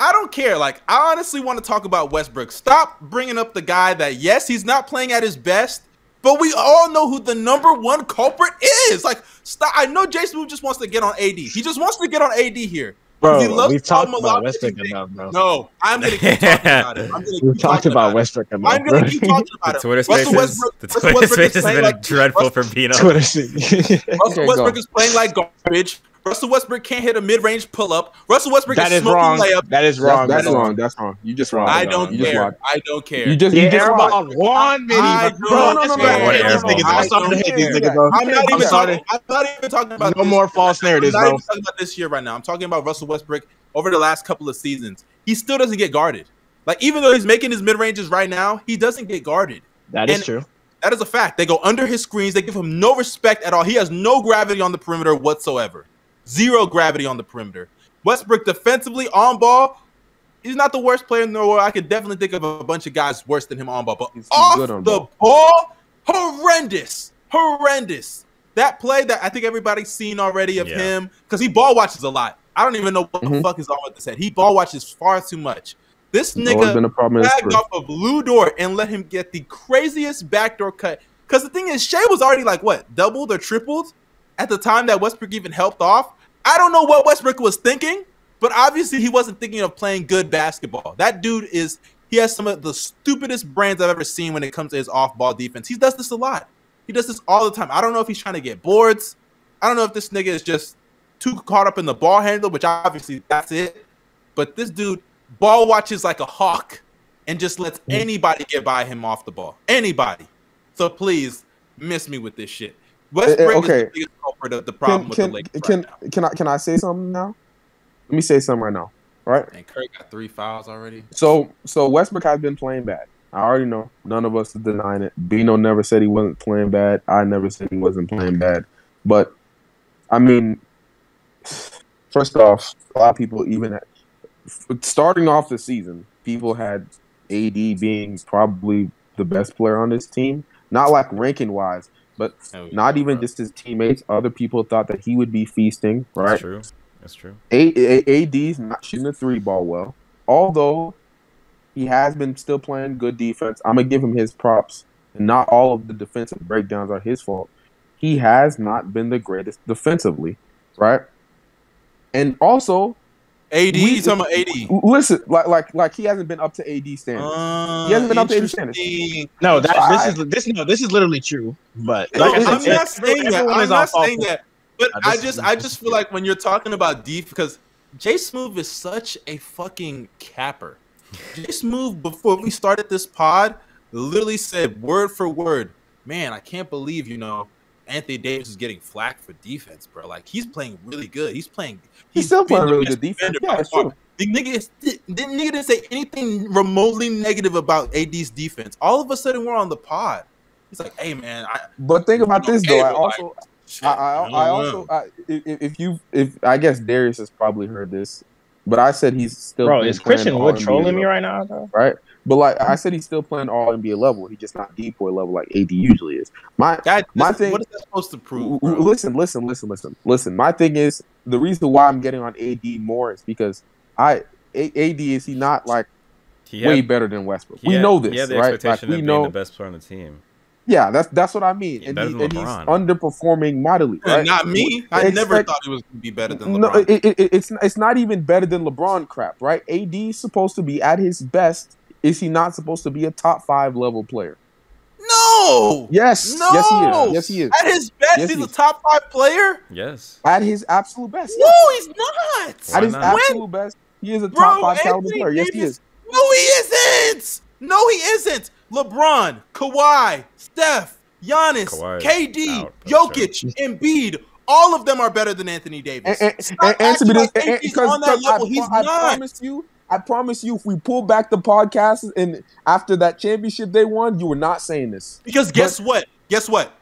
I don't care. Like, I honestly want to talk about Westbrook. Stop bringing up the guy that, yes, he's not playing at his best, but we all know who the number one culprit is. Like, stop. I know Jason Wu just wants to get on AD. He just wants to get on AD here. he
bro,
loves
we've
Paul
talked about
Milano
Westbrook
today.
enough, bro.
No, I'm gonna keep talking about it. I'm gonna keep
We've talked
talking
about
about it.
Westbrook enough,
I'm
bro.
gonna keep talking
The
about it.
Twitter
Russell
spaces.
Westbrook-
The
Russell
Twitter
Westbrook is
spaces have
playing
been
like-
dreadful for
Russell-
Bino.
Twitter scene.
Russell
Okay,
Westbrook
go.
is playing like garbage. Russell Westbrook can't hit a mid-range pull-up. Russell Westbrook
that
is
is
smoking
wrong.
layup.
That is wrong.
That's, that's
bro.
wrong. That's wrong. You just wrong.
I
dog.
don't
you just
care.
lied.
I don't care.
You just
Yeah,
you just lied.
airball one
I
mini,
don't
bro.
care.
That's
No, no, no,
why I hate
no,
these
no, no,
niggas.
no,
I'm
I
starting to
don't
hate these
care.
niggas, bro.
I'm not
I'm
even
sorry.
talking. I'm not even talking about
No
this
more
year.
false narratives,
I'm not
bro.
even talking about this year right now. I'm talking about Russell Westbrook over the last couple of seasons. He still doesn't get guarded. Like even though he's making his mid ranges right now, he doesn't get guarded.
That is
And-
true.
That is a fact. They go under his screens. They give him no respect at all. He has no gravity on the perimeter whatsoever. Zero gravity on the perimeter. Westbrook defensively on ball, he's not the worst player in the world. I could definitely think of a bunch of guys worse than him on ball. But
He's
off
good on
the ball. horrendous, horrendous. That play that I think everybody's seen already of
Yeah.
him because he ball watches a lot. I don't even know what the
Mhm.
fuck is on with this head. He ball watches far too much. This
It's always
nigga
been a problem. in his
dragged
career.
off of Lou Dort and let him get the craziest backdoor cut. Because the thing is, Shea was already like what doubled or tripled at the time that Westbrook even helped off. I don't know what Westbrook was thinking, but obviously he wasn't thinking of playing good basketball. That dude is he has some of the stupidest brains I've ever seen when it comes to his off-ball defense. He does this a lot. He does this all the time. I don't know if he's trying to get boards. I don't know if this nigga is just too caught up in the ball handle, which obviously that's it. But this dude ball watches like a hawk and just lets anybody get by him off the ball. Anybody. So please miss me with this shit. Westbrook
okay.
is the biggest culprit of the problem
Can
with
can,
the Lakers.
can,
right
can I can I say something now? Let me say something right now. All right.
now. And Kirk got three fouls already.
So so Westbrook has been playing bad. I already know. None of us is denying it. Bino never said he wasn't playing bad. I never said he wasn't playing bad. But I mean, first off, a lot of people even at, starting off the season, people had AD being probably the best player on this team. Not like ranking wise, but
And we-
not even just his teammates. Other people thought that he would be feasting,
That's
right?
true. That's true.
A- A- AD's not shooting the three ball well, although he has been still playing good defense. I'm gonna give him his props. Not all of the defensive breakdowns are his fault. He has not been the greatest defensively, right? And also,
AD,
we-
you talking about AD?
l- listen, like like like he hasn't been up to AD standards.
Uh,
He hasn't been up to AD standards.
interesting.
No, that,
I-
this is this no, this is literally true. But
No,
like I said,
I'm not saying that.
everyone
I'm
is on
not
fault
saying
for it.
that. But
Nah,
I
this
just,
is-
I just feel like when you're talking about defense, because Jay Smooth is such a fucking capper. Jay Smooth, before we started this pod, literally said word for word, "Man, I can't believe you know Anthony Davis is getting flack for defense, bro. Like he's playing really good. He's playing.
He's still
been
playing
the
really
best
good defense.
defender
Yeah,
by
it's
far.
true.
The nigga, is, the, the nigga didn't say anything remotely negative about AD's defense. All of a sudden, we're on the pod. He's like, "Hey, man, I,
But think about this though. I also
shit,
I, I,
don't
I
know."
also uh, I, if, if you if I guess Darius has probably heard this, but I said he's still
Bro,
been
is
playing
Christian
all
Wood
NBA
trolling me
level,
right now? Though?
right? But like I said, he's still playing all NBA level. He's just not deep boy level like AD usually is. My
That,
My
my
thing-
what is that supposed to prove?
w-
bro?
w- listen, listen, listen, listen, listen. My thing is the reason why I'm getting on AD more is because I A- AD is he not like
He had-
way better than Westbrook.
he
we
had-
know this,
He had the
right? Like,
expectation
we
of being
know,
the best player on the team.
yeah. That's that's what I mean.
Yeah,
And,
better
he-
than
and he's
LeBron.
underperforming mightily.
Yeah,
Right?
Not me. I never
Expect-
thought it was going to be better than LeBron.
No, it, it, it- it's it's not even better than LeBron crap, right? AD is supposed to be at his best. Is he not supposed to be a top five level player?
no!
Yes,
No!
yes he is. Yes he is.
At his best,
Yes,
he's
he
a
is.
top five player.
Yes.
At his absolute best.
No,
yes.
he's not.
Why
At his
not?
absolute best, he is a
Bro,
top five caliber
Anthony
player. Yes, he
Davis-
is.
No, he isn't. No, he isn't. LeBron, Kawhi, Steph, Giannis,
Kawhi's
KD,
out, but
Jokic, Embiid. All of them are better than Anthony Davis.
And, and,
Stop
and answer me
acting
this,
like
and- and-
he's
because
on that
because
level.
I,
He's
I
not.
promise you, I promise you, if we pull back the podcast and after that championship they won, you were not saying this.
Because guess what? Guess what?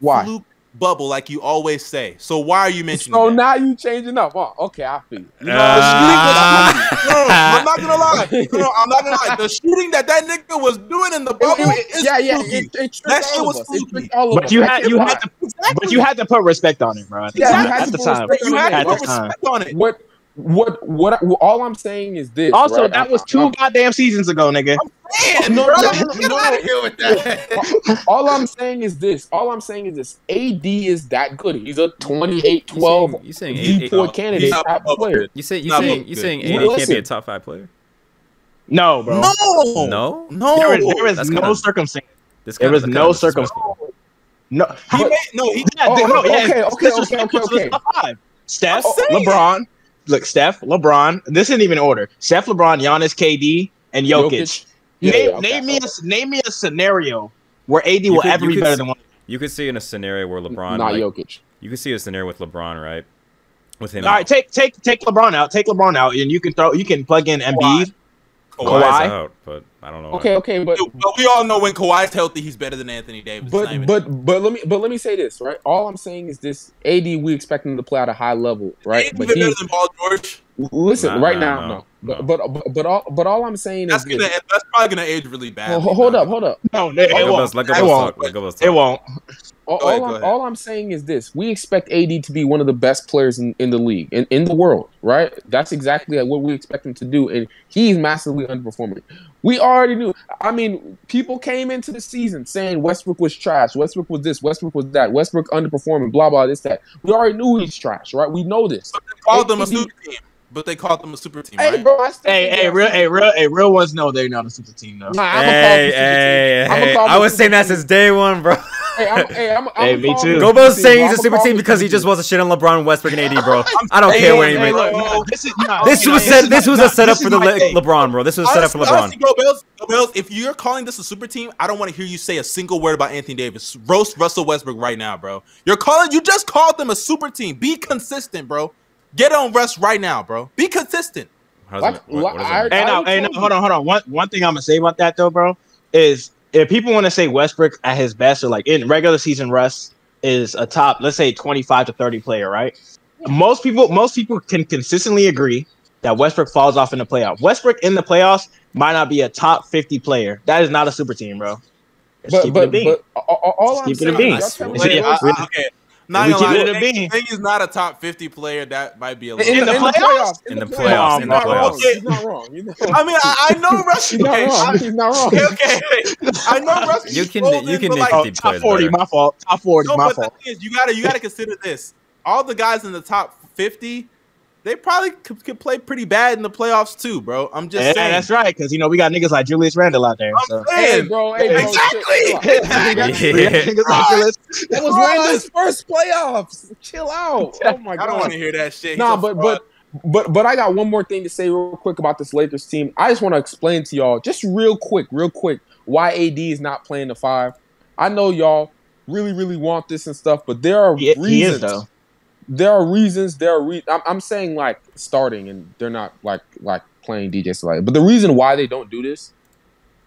Why?
Fluke bubble, like you always say. So why are you mentioning
So
that?
now you changing up? Oh, okay, I feel. you. You know,
Ah.
No, no, I'm not gonna lie. No, no, I'm not gonna lie. The shooting that that nigga was doing in the
It-
bubble
it- it-
Oh, is
yeah, yeah,
fluky.
it, it tricked
That
all
shit
of
was
us. It
fluky.
tricked all of
But
us.
you
I
had
can't
you
lie.
had to
Exactly.
but you had to put respect on it, bro. At the
Yeah,
time-
you had
at
to
the
put
time.
respect
You
on
had
it.
to
At
put
the time.
respect on it.
what what what I- well, all I'm saying is this.
Also,
right?
that
I-
was
I-
two
I'm-
goddamn seasons ago, nigga.
Man,
No,
bro,
no,
get
no.
out of here with that.
all I'm saying is this. All I'm saying is this. AD is that good. He's a 28 12
You saying you saying
deep
AD?
four
no,
candidate
he's not
type
above
player.
it.
You saying you
Nah,
saying
but-
you saying
Well,
AD can't be
listen.
a top five player?
No, bro.
No,
No,
no.
There is, there is
That's
no
kinda-
circumstance.
This
There
kinda-
is
that
no
kinda disrespectful.
circumstance. No.
He
But-
made, no, he,
Yeah,
Oh,
they- no,
okay,
yeah,
okay,
it's
okay,
disrespectful
okay,
to the
okay.
top five. Steph,
I'm saying
Oh, LeBron. Look, Steph, LeBron. This isn't even order. Steph, LeBron, Giannis, KD, and Jokic.
Yeah,
name,
yeah, okay,
name me a name me a scenario where AD will
could-
ever
you
be
could
better
s-
than one.
You could see in a scenario where LeBron,
Not
like,
Jokic.
you could see a scenario with LeBron, right? With him,
All right, take take take LeBron out. Take LeBron out, and you can throw you can plug in Embiid.
Kawhi's
Kawhi.
out, but I don't know. why.
Okay, okay, but
but we all know when Kawhi's healthy, he's better than Anthony Davis. It's not
but
even-
but but let me but let me say this, right? All I'm saying is this AD we expect him to play at a high level, right?
Ain't
But
even
he
better than Paul George.
listen
Nah,
right
nah,
now,
no,
no.
no.
But, but but but all but all I'm saying
That's
is
gonna
this.
that's probably gonna age really bad.
Well, ho- hold up, hold up.
No, it,
Let
it
Gobos-
won't.
let
It
Gobos
won't.
talk. Let Gobos
It
talk.
won't.
All,
Go ahead,
all
go
I'm,
ahead.
all I'm saying is this: we expect AD to be one of the best players in, in the league in, in the world, right? That's exactly what we expect him to do, and he's massively underperforming. We already knew. I mean, people came into the season saying Westbrook was trash, Westbrook was this, Westbrook was that, Westbrook underperforming, blah blah this that. We already knew he's trash, right? We know this.
They called them a
AD.
super team, but they called them a super team.
Hey,
right?
bro, I still
Hey,
think
hey,
that-
real, hey, real, hey, real ones know they're not a super team though.
Nah, I'ma call
Hey,
him super team.
hey,
I'ma
hey!
call
I
him
was
super
saying that
team.
since day one, bro.
Hey, I'm, hey, I'm, I'm
Hey, me
calling
too.
the
Gobo's
team.
saying he's a
I'm
super
calling
team
the
because he
team.
just wants to shit on LeBron, Westbrook, and AD, bro. I don't
Hey,
care what
hey,
anybody.
hey, look, no, this is not.
This
okay,
was
no,
set.
is
This was a
not-
setup
this
for
is
the
my
Le-
take.
LeBron, bro. This was a setup for
Honestly, honestly,
LeBron.
Go Bills, go Bills. If you're calling this a super team, I don't want to hear you say a single word about Anthony Davis. Roast Russell Westbrook right now, bro. You're calling. You just called them a super team. Be consistent, bro. Get on rest right now, bro. Be consistent.
How does
Like,
it, what, what does it mean?
Hey,
I
no,
would
hey, no,
tell you.
hold on, hold on. One, one thing I'm gonna say about that though, bro, is if people want to say Westbrook at his best or like in regular season, Russ is a top, let's say 25 to 30 player, right? Most people, most people can consistently agree that Westbrook falls off in the playoffs. Westbrook in the playoffs might not be a top 50 player. That is not a super team, bro. Just
But
keep
but,
it a bean.
but a- a- all I'm
Keep it a
saying,
bean.
y'all telling
It's
me
a-
that-
I-
I- okay. Not
We
gonna
keep it
lie.
a bean.
Think he's not a top fifty player. That might be a little.
in, the, in the playoffs,
In the
playoffs, in
he's
the
not wrong.
playoffs.
He's not wrong. He's not wrong.
I mean, I, I know Russ.
He's not
okay,
wrong.
I-
He's not wrong.
okay, okay. I know Russ.
You can-
trolling,
you can
but,
make
like,
Oh,
Keep
top
players
40,
better.
my fault. Top 40,
No,
my
but the
fault.
thing is, you gotta you gotta consider this. All the guys in the top fifty, they probably could, could play pretty bad in the playoffs too, bro. I'm just
Yeah,
saying.
that's right, because you know we got niggas like Julius Randle out there.
I'm
So.
Hey,
saying.
bro. Hey, bro. shit,
Exactly.
chill out.
We got
Yeah.
niggas like Julius.
That was Randall's first playoffs. Chill out. Oh my god.
I don't want to hear that shit. He's
Nah,
a
but
fraud.
but but but I got one more thing to say real quick about this Lakers team. I just want to explain to y'all, just real quick, real quick, why AD is not playing the five. I know y'all really really want this and stuff, but there are
He,
reasons.
he is though.
There are reasons. There are re- I'm, I'm saying like starting, and they're not like like playing DJ Select. But the reason why they don't do this,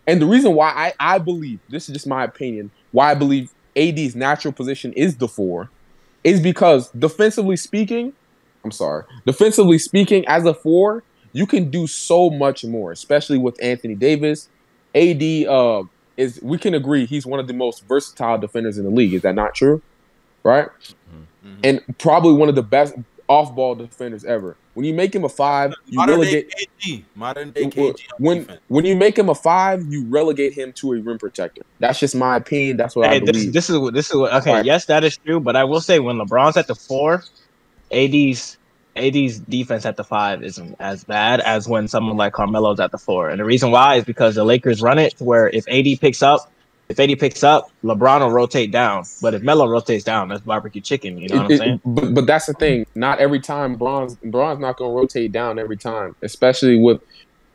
and the reason why I I believe this is just my opinion, why I believe AD's natural position is the four, is because defensively speaking, I'm sorry. Defensively speaking, as a four, you can do so much more, especially with Anthony Davis. AD uh, is we can agree he's one of the most versatile defenders in the league. Is that not true? Right?
Mhm.
And probably one of the best off-ball defenders ever. When you make him a five, you
modern day
relegate
KG, modern day KG.
w-
on
when
defense.
when you make him a five, you relegate him to a rim protector. That's just my opinion. That's what I
Hey, this,
believe.
this is what this is what. Okay,
Alright.
yes, that is true. But I will say when LeBron's at the four, AD's AD's defense at the five isn't as bad as when someone like Carmelo's at the four. And the reason why is because the Lakers run it to where if AD picks up, if AD picks up, LeBron will rotate down. But if Melo rotates down, that's barbecue chicken. You know what I'm
It- it-
saying?
but but that's the thing. Not every time Bron's Bron's not going to rotate down every time, especially with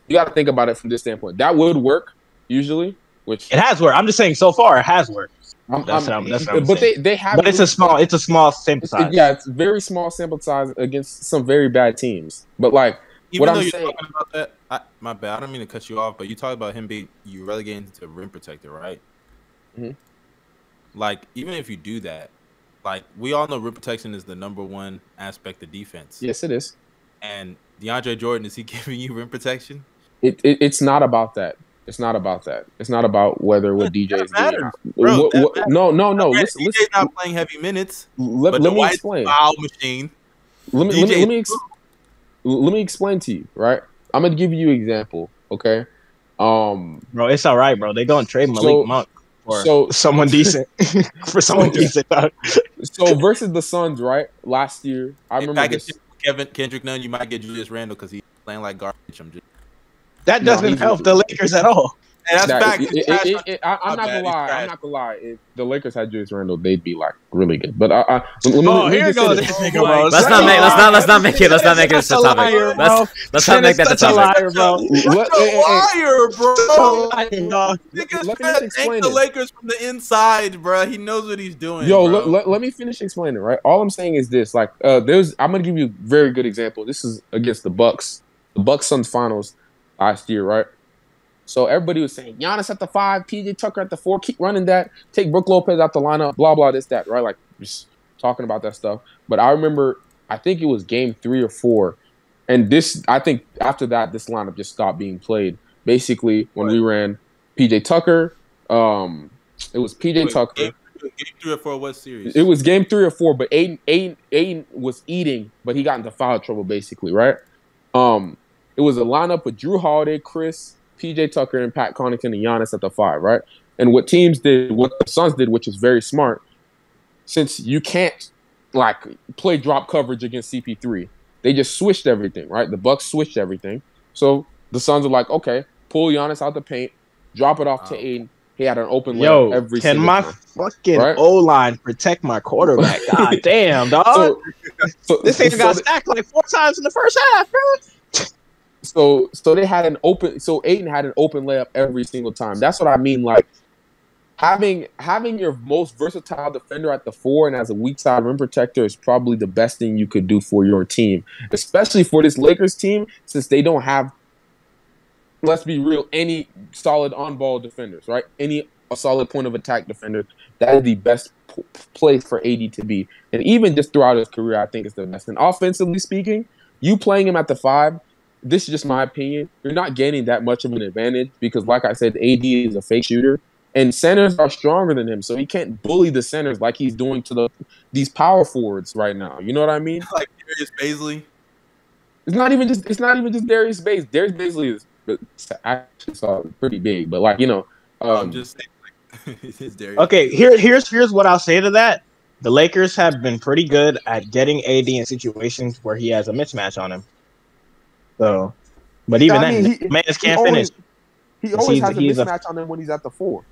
you got to think about it from this standpoint. That would work usually, which
It has worked. I'm just saying so far it has worked.
I'm,
That's
I'm-
what I'm- that's what I'm
but
saying.
they they have
But it's a small it's a small sample
it's-
size.
yeah, it's very small sample size against some very bad teams. But like
Even
what
though
I'm
you're
saying-
talking about that, I, my bad. I don't mean to cut you off, but you talk about him being you relegating to rim protector, right?
Mhm.
Like even if you do that, like we all know, rim protection is the number one aspect of defense.
yes, it is.
And DeAndre Jordan is he giving you rim protection?
It, it it's not about that. It's not about that. It's not about whether what DJ is doing.
matter,
or not.
bro.
What-
That
what-
matters.
no, no, no.
Yeah,
Listen,
DJ's
listen,
not playing heavy minutes.
let,
but
let
the
me
White
explain.
Foul machine.
let me, let me,
DJ
let me, ex- let me explain to you, right? I'm gonna give you an example, okay? Um,
Bro, it's all right, bro. They gonna trade Malik
So-
Monk for
so-
someone decent. for someone
So-
decent. dog.
so versus the Suns, right? Last year, I
Hey,
remember
package
this.
him with Kevin Kendrick Nunn. You might get Julius Randle because he's playing like garbage. I'm just,
That
No,
doesn't
he's-
help the Lakers at all.
and that's
that-
back.
it- it- it- it- I,
My
am not
bad,
gonna
it's
lie.
trash.
I'm not gonna lie. If the Lakers had Julius Randle, they'd be like really good. But I, I let me,
Oh,
let me
here
just
goes
say
this
this.
nigga, bro.
Let's not make let's not let's not make it let's not make it a topic. Let's let's not make that the
such a
topic.
liar, bro.
Let- hey, hey, hey,
liar, bro.
Let me
Niggas
just
trying to
explain
tank the
it.
Lakers from the inside, bro. He knows what he's doing.
Yo,
bro.
let, let, let me finish explaining, right? All I'm saying is this: like, uh, there's I'm gonna give you a very good example. This is against the Bucks, the Bucks Suns finals last year, right? So everybody was saying Giannis at the five, PJ Tucker at the four, keep running that, take Brooke Lopez out the lineup, blah blah this that, right? Like just talking about that stuff. But I remember, I think it was game three or four, and this I think after that this lineup just stopped being played. Basically, when we ran PJ Tucker, um, it was PJ
Wait,
Tucker.
Game, game three or four West series.
It was game three or four, but Aiden, Aiden, Aiden was eating, but he got into foul trouble basically, right? Um, it was a lineup with Drew Holiday, Chris, PJ Tucker, and Pat Connaughton and Giannis at the five, right? And what teams did, what the Suns did, which is very smart, since you can't like play drop coverage against CP3, they just switched everything, right? The Bucks switched everything, so the Suns are like, okay, pull Giannis out the paint, drop it off to
Wow.
Aiden, He had an open layup
Yo,
every
can
single
my
time.
fucking
Right?
O line protect my quarterback? God damn, dog.
So, so
this nigga
so
got
they-
sacked like four times in the first half, bro.
so so they had an open so Aiden had an open layup every single time. That's what I mean like having having your most versatile defender at the four and as a weak side rim protector is probably the best thing you could do for your team, especially for this Lakers team since they don't have let's be real any solid on-ball defenders, right? Any solid point of attack defender. That is the best p- place for AD to be. And even just throughout his career, I think it's the best. And offensively speaking, you playing him at the 5 this is just my opinion. You're not gaining that much of an advantage because, like I said, AD is a fake shooter, and centers are stronger than him, so he can't bully the centers like he's doing to the these power forwards right now. You know what I mean?
like Darius Baisley.
It's not even just it's not even just Darius Bays. Darius Baisley is actually saw it pretty big, but like you know, um,
I'm just saying, like, it's Darius.
Okay, here, here's here's what I'll say to that. The Lakers have been pretty good at getting AD in situations where he has a mismatch on him. So, but even
I mean,
then,
he-
man just can't
he
finish.
always, he always
He's-
has a
he's a-
mismatch on him when he's at the four.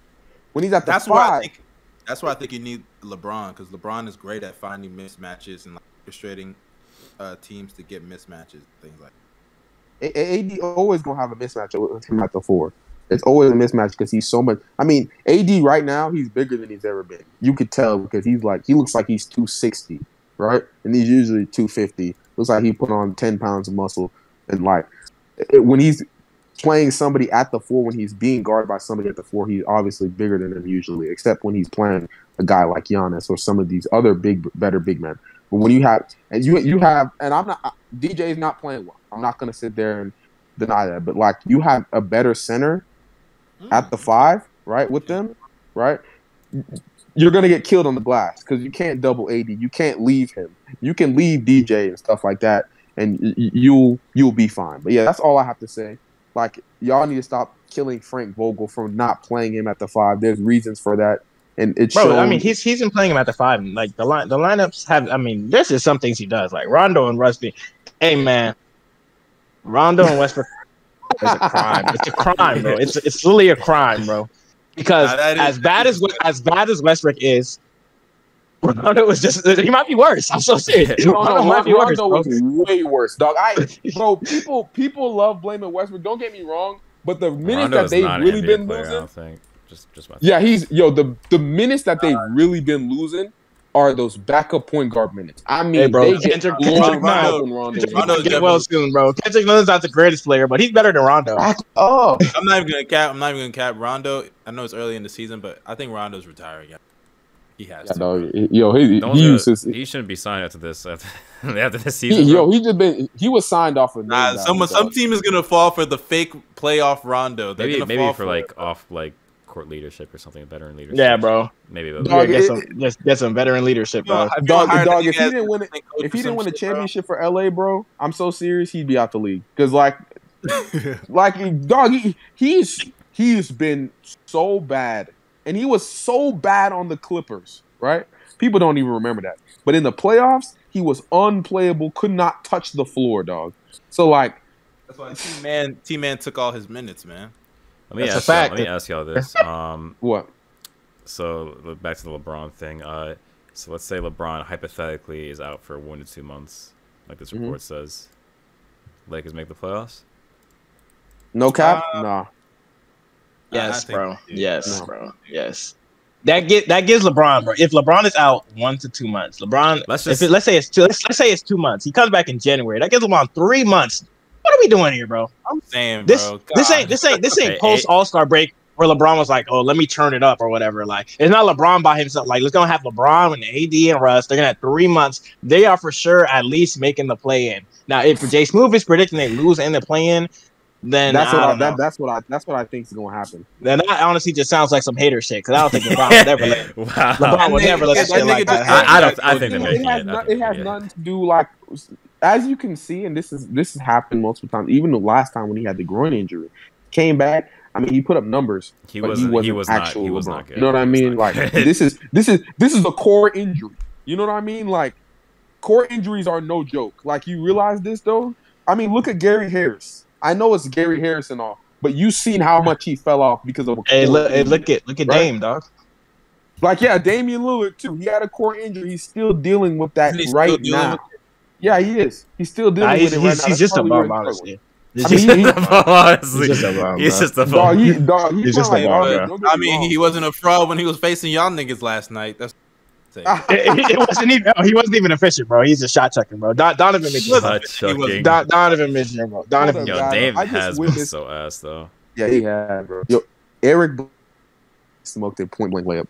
When he's at the
that's why I
five,
think that's why I think you need LeBron because LeBron is great at finding mismatches and like, frustrating uh, teams to get mismatches things like.
A- A- AD always gonna have a mismatch with- with him at the four. It's always a mismatch because he's so much. I mean, AD right now he's bigger than he's ever been. You could tell because he's like he looks like he's two sixty, right? And he's usually two fifty. Looks like he put on ten pounds of muscle and like it, when he's playing somebody at the four when he's being guarded by somebody at the four, he's obviously bigger than him usually. Except when he's playing a guy like Giannis or some of these other big, better big men. But when you have and you you have and I'm not DJ's not playing well. I'm not gonna sit there and deny that. But like you have a better center at
Mm.
the five, right, with them, right? You're gonna get killed on the glass because you can't double AD. You can't leave him. You can leave DJ and stuff like that, and y- y- you'll you'll be fine. But yeah, that's all I have to say. Like y'all need to stop killing Frank Vogel for not playing him at the five. There's reasons for that, and it's
Bro,
shown-
I mean, he's he's been playing him at the five. and, Like the line, the lineups have. I mean, this is some things he does. Like Rondo and Rusty. Hey man, Rondo and Westbrook. it's a crime. It's a crime, bro. It's it's literally a crime, bro. Because
Nah, that is-
as bad as what as bad as Westbrook is, Rondo was just he might be worse. I'm so serious.
No,
Rondo
no,
might be
Rondo,
worse. bro.
was way worse, dog. I bro, people people love blaming Westbrook. Don't get me wrong, but the minutes
Rondo
that
is
they've
not an
really
NBA
been
player, I
losing,
don't think. Just, just my
yeah, he's yo the the minutes that they've really been losing are those backup point guard minutes. I mean,
Hey, bro,
they get
Kendrick-
blown
Kendrick
out
Nunn.
when Rondo.
Kendrick
leaves.
Rondo-
Nunn Get well soon, bro. Kendrick Nunn's not the greatest player, but he's better than Rondo.
Oh,
I'm not even gonna cap. I'm not even gonna cap Rondo. I know it's early in the season, but I think Rondo's retiring. Yeah. He has
yeah,
to.
dog. Yo, he,
Don't
he
do
used
it.
his,
he shouldn't be signed after this after, after this
he,
season.
yo,
bro.
he just been he was signed off of
Nah, someone, some team is gonna fall for the fake playoff Rondo. They're
maybe
gonna
maybe
fall
for
it.
like off like court leadership or something, veteran leadership.
Yeah, bro.
Maybe. But
Yeah,
Dog,
get
it-
some just get some veteran leadership,
You know,
bro.
if you
Dog,
hired
dog,
that
if he
nigga as
didn't win it-
assistant coach or
If he
some
didn't win a
shit, bro.
championship for LA, bro, I'm so serious he'd be out the league. Cause like, like dog, he, he's he's been so bad, and he was so bad on the Clippers, right? People don't even remember that. But in the playoffs, he was unplayable, could not touch the floor, dog. So like,
that's why T Man T Man took all his minutes, man.
let me
That's a
ask y'all,
fact.
let me ask y'all this. Um,
what?
so look back to the LeBron thing. Uh, so let's say LeBron hypothetically is out for one to two months, like this
Mhm.
report says. Lakers make the playoffs.
No cap? nah.
Yes,
I think-
bro. Yes,
No.
bro. Yes. That get that gives LeBron, bro. If LeBron is out one to two months, LeBron.
Let's
Let's
just-
if it, let's say it's two. Let's, let's say it's two months. He comes back in January. That gives LeBron three months. What are we doing here, bro?
I'm saying,
This
bro.
this
God.
ain't this ain't this
Hey,
ain't post
hey.
All Star break where LeBron was like, oh, let me turn it up or whatever. Like it's not LeBron by himself. Like let's gonna have LeBron and AD and Russ. They're gonna have three months. They are for sure at least making the play in. Now, if Jay Smooth is predicting they lose in the play in, then
that's
I
what I,
don't know.
that, that's what I that's what I think is gonna happen.
Then that honestly just sounds like some hater shit because I don't think LeBron would ever let
wow.
LeBron would
That
never let
nigga-
that
that
shit like
nigga
that.
just-
happen.
I, I don't. I think they're
it,
making
has,
it. I
no-
think
it
they're
has
making
nothing to do like as you can see and this is this has happened multiple times even the last time when he had the groin injury came back i mean he put up numbers
He
but
was.
he wasn't
He was not.
actual
He was
LeBron.
not good.
you know what i
He was
mean
not
like
good.
this is this is this is a core injury you know what i mean like core injuries are no joke like you realize this though i mean look at gary harris i know it's gary harris and all But you seen how much he fell off because of a
Hey,
core
look, hey,
injury.
look at look at
Right.
Dame, dog.
like yeah, Damian Lillard too. He had a core injury. He's still dealing with that
Isn't he still
right
dealing
now.
with
yeah, he is. He's still dealing
Nah, he's
with it right
he's,
now.
he's
That's
just a
probably where
bum,
it's
honestly.
I
He's
mean,
just a
he-
Bum, honestly.
He's just a bum,
He's
bro.
just a bum.
Dog, he, dog, he
He's just
felt
a
like-
bum, bro.
don't get me
I mean,
wrong.
he wasn't a fraud when he was facing y'all niggas last night. That's
Ah,
it, it- it wasn't even oh, he wasn't even efficient, bro. He's a shot chucking, bro. Don, Donovan
Look,
Mitchell.
Listen,
Hot
he was
chucking.
Don, Donovan Mitchell, bro. Donovan.
Hold
Yo,
up, God,
Dave
I just
has been
witnessed-
so ass though.
Yeah, he had, bro. Yo, Eric B- smoked it point blank layup.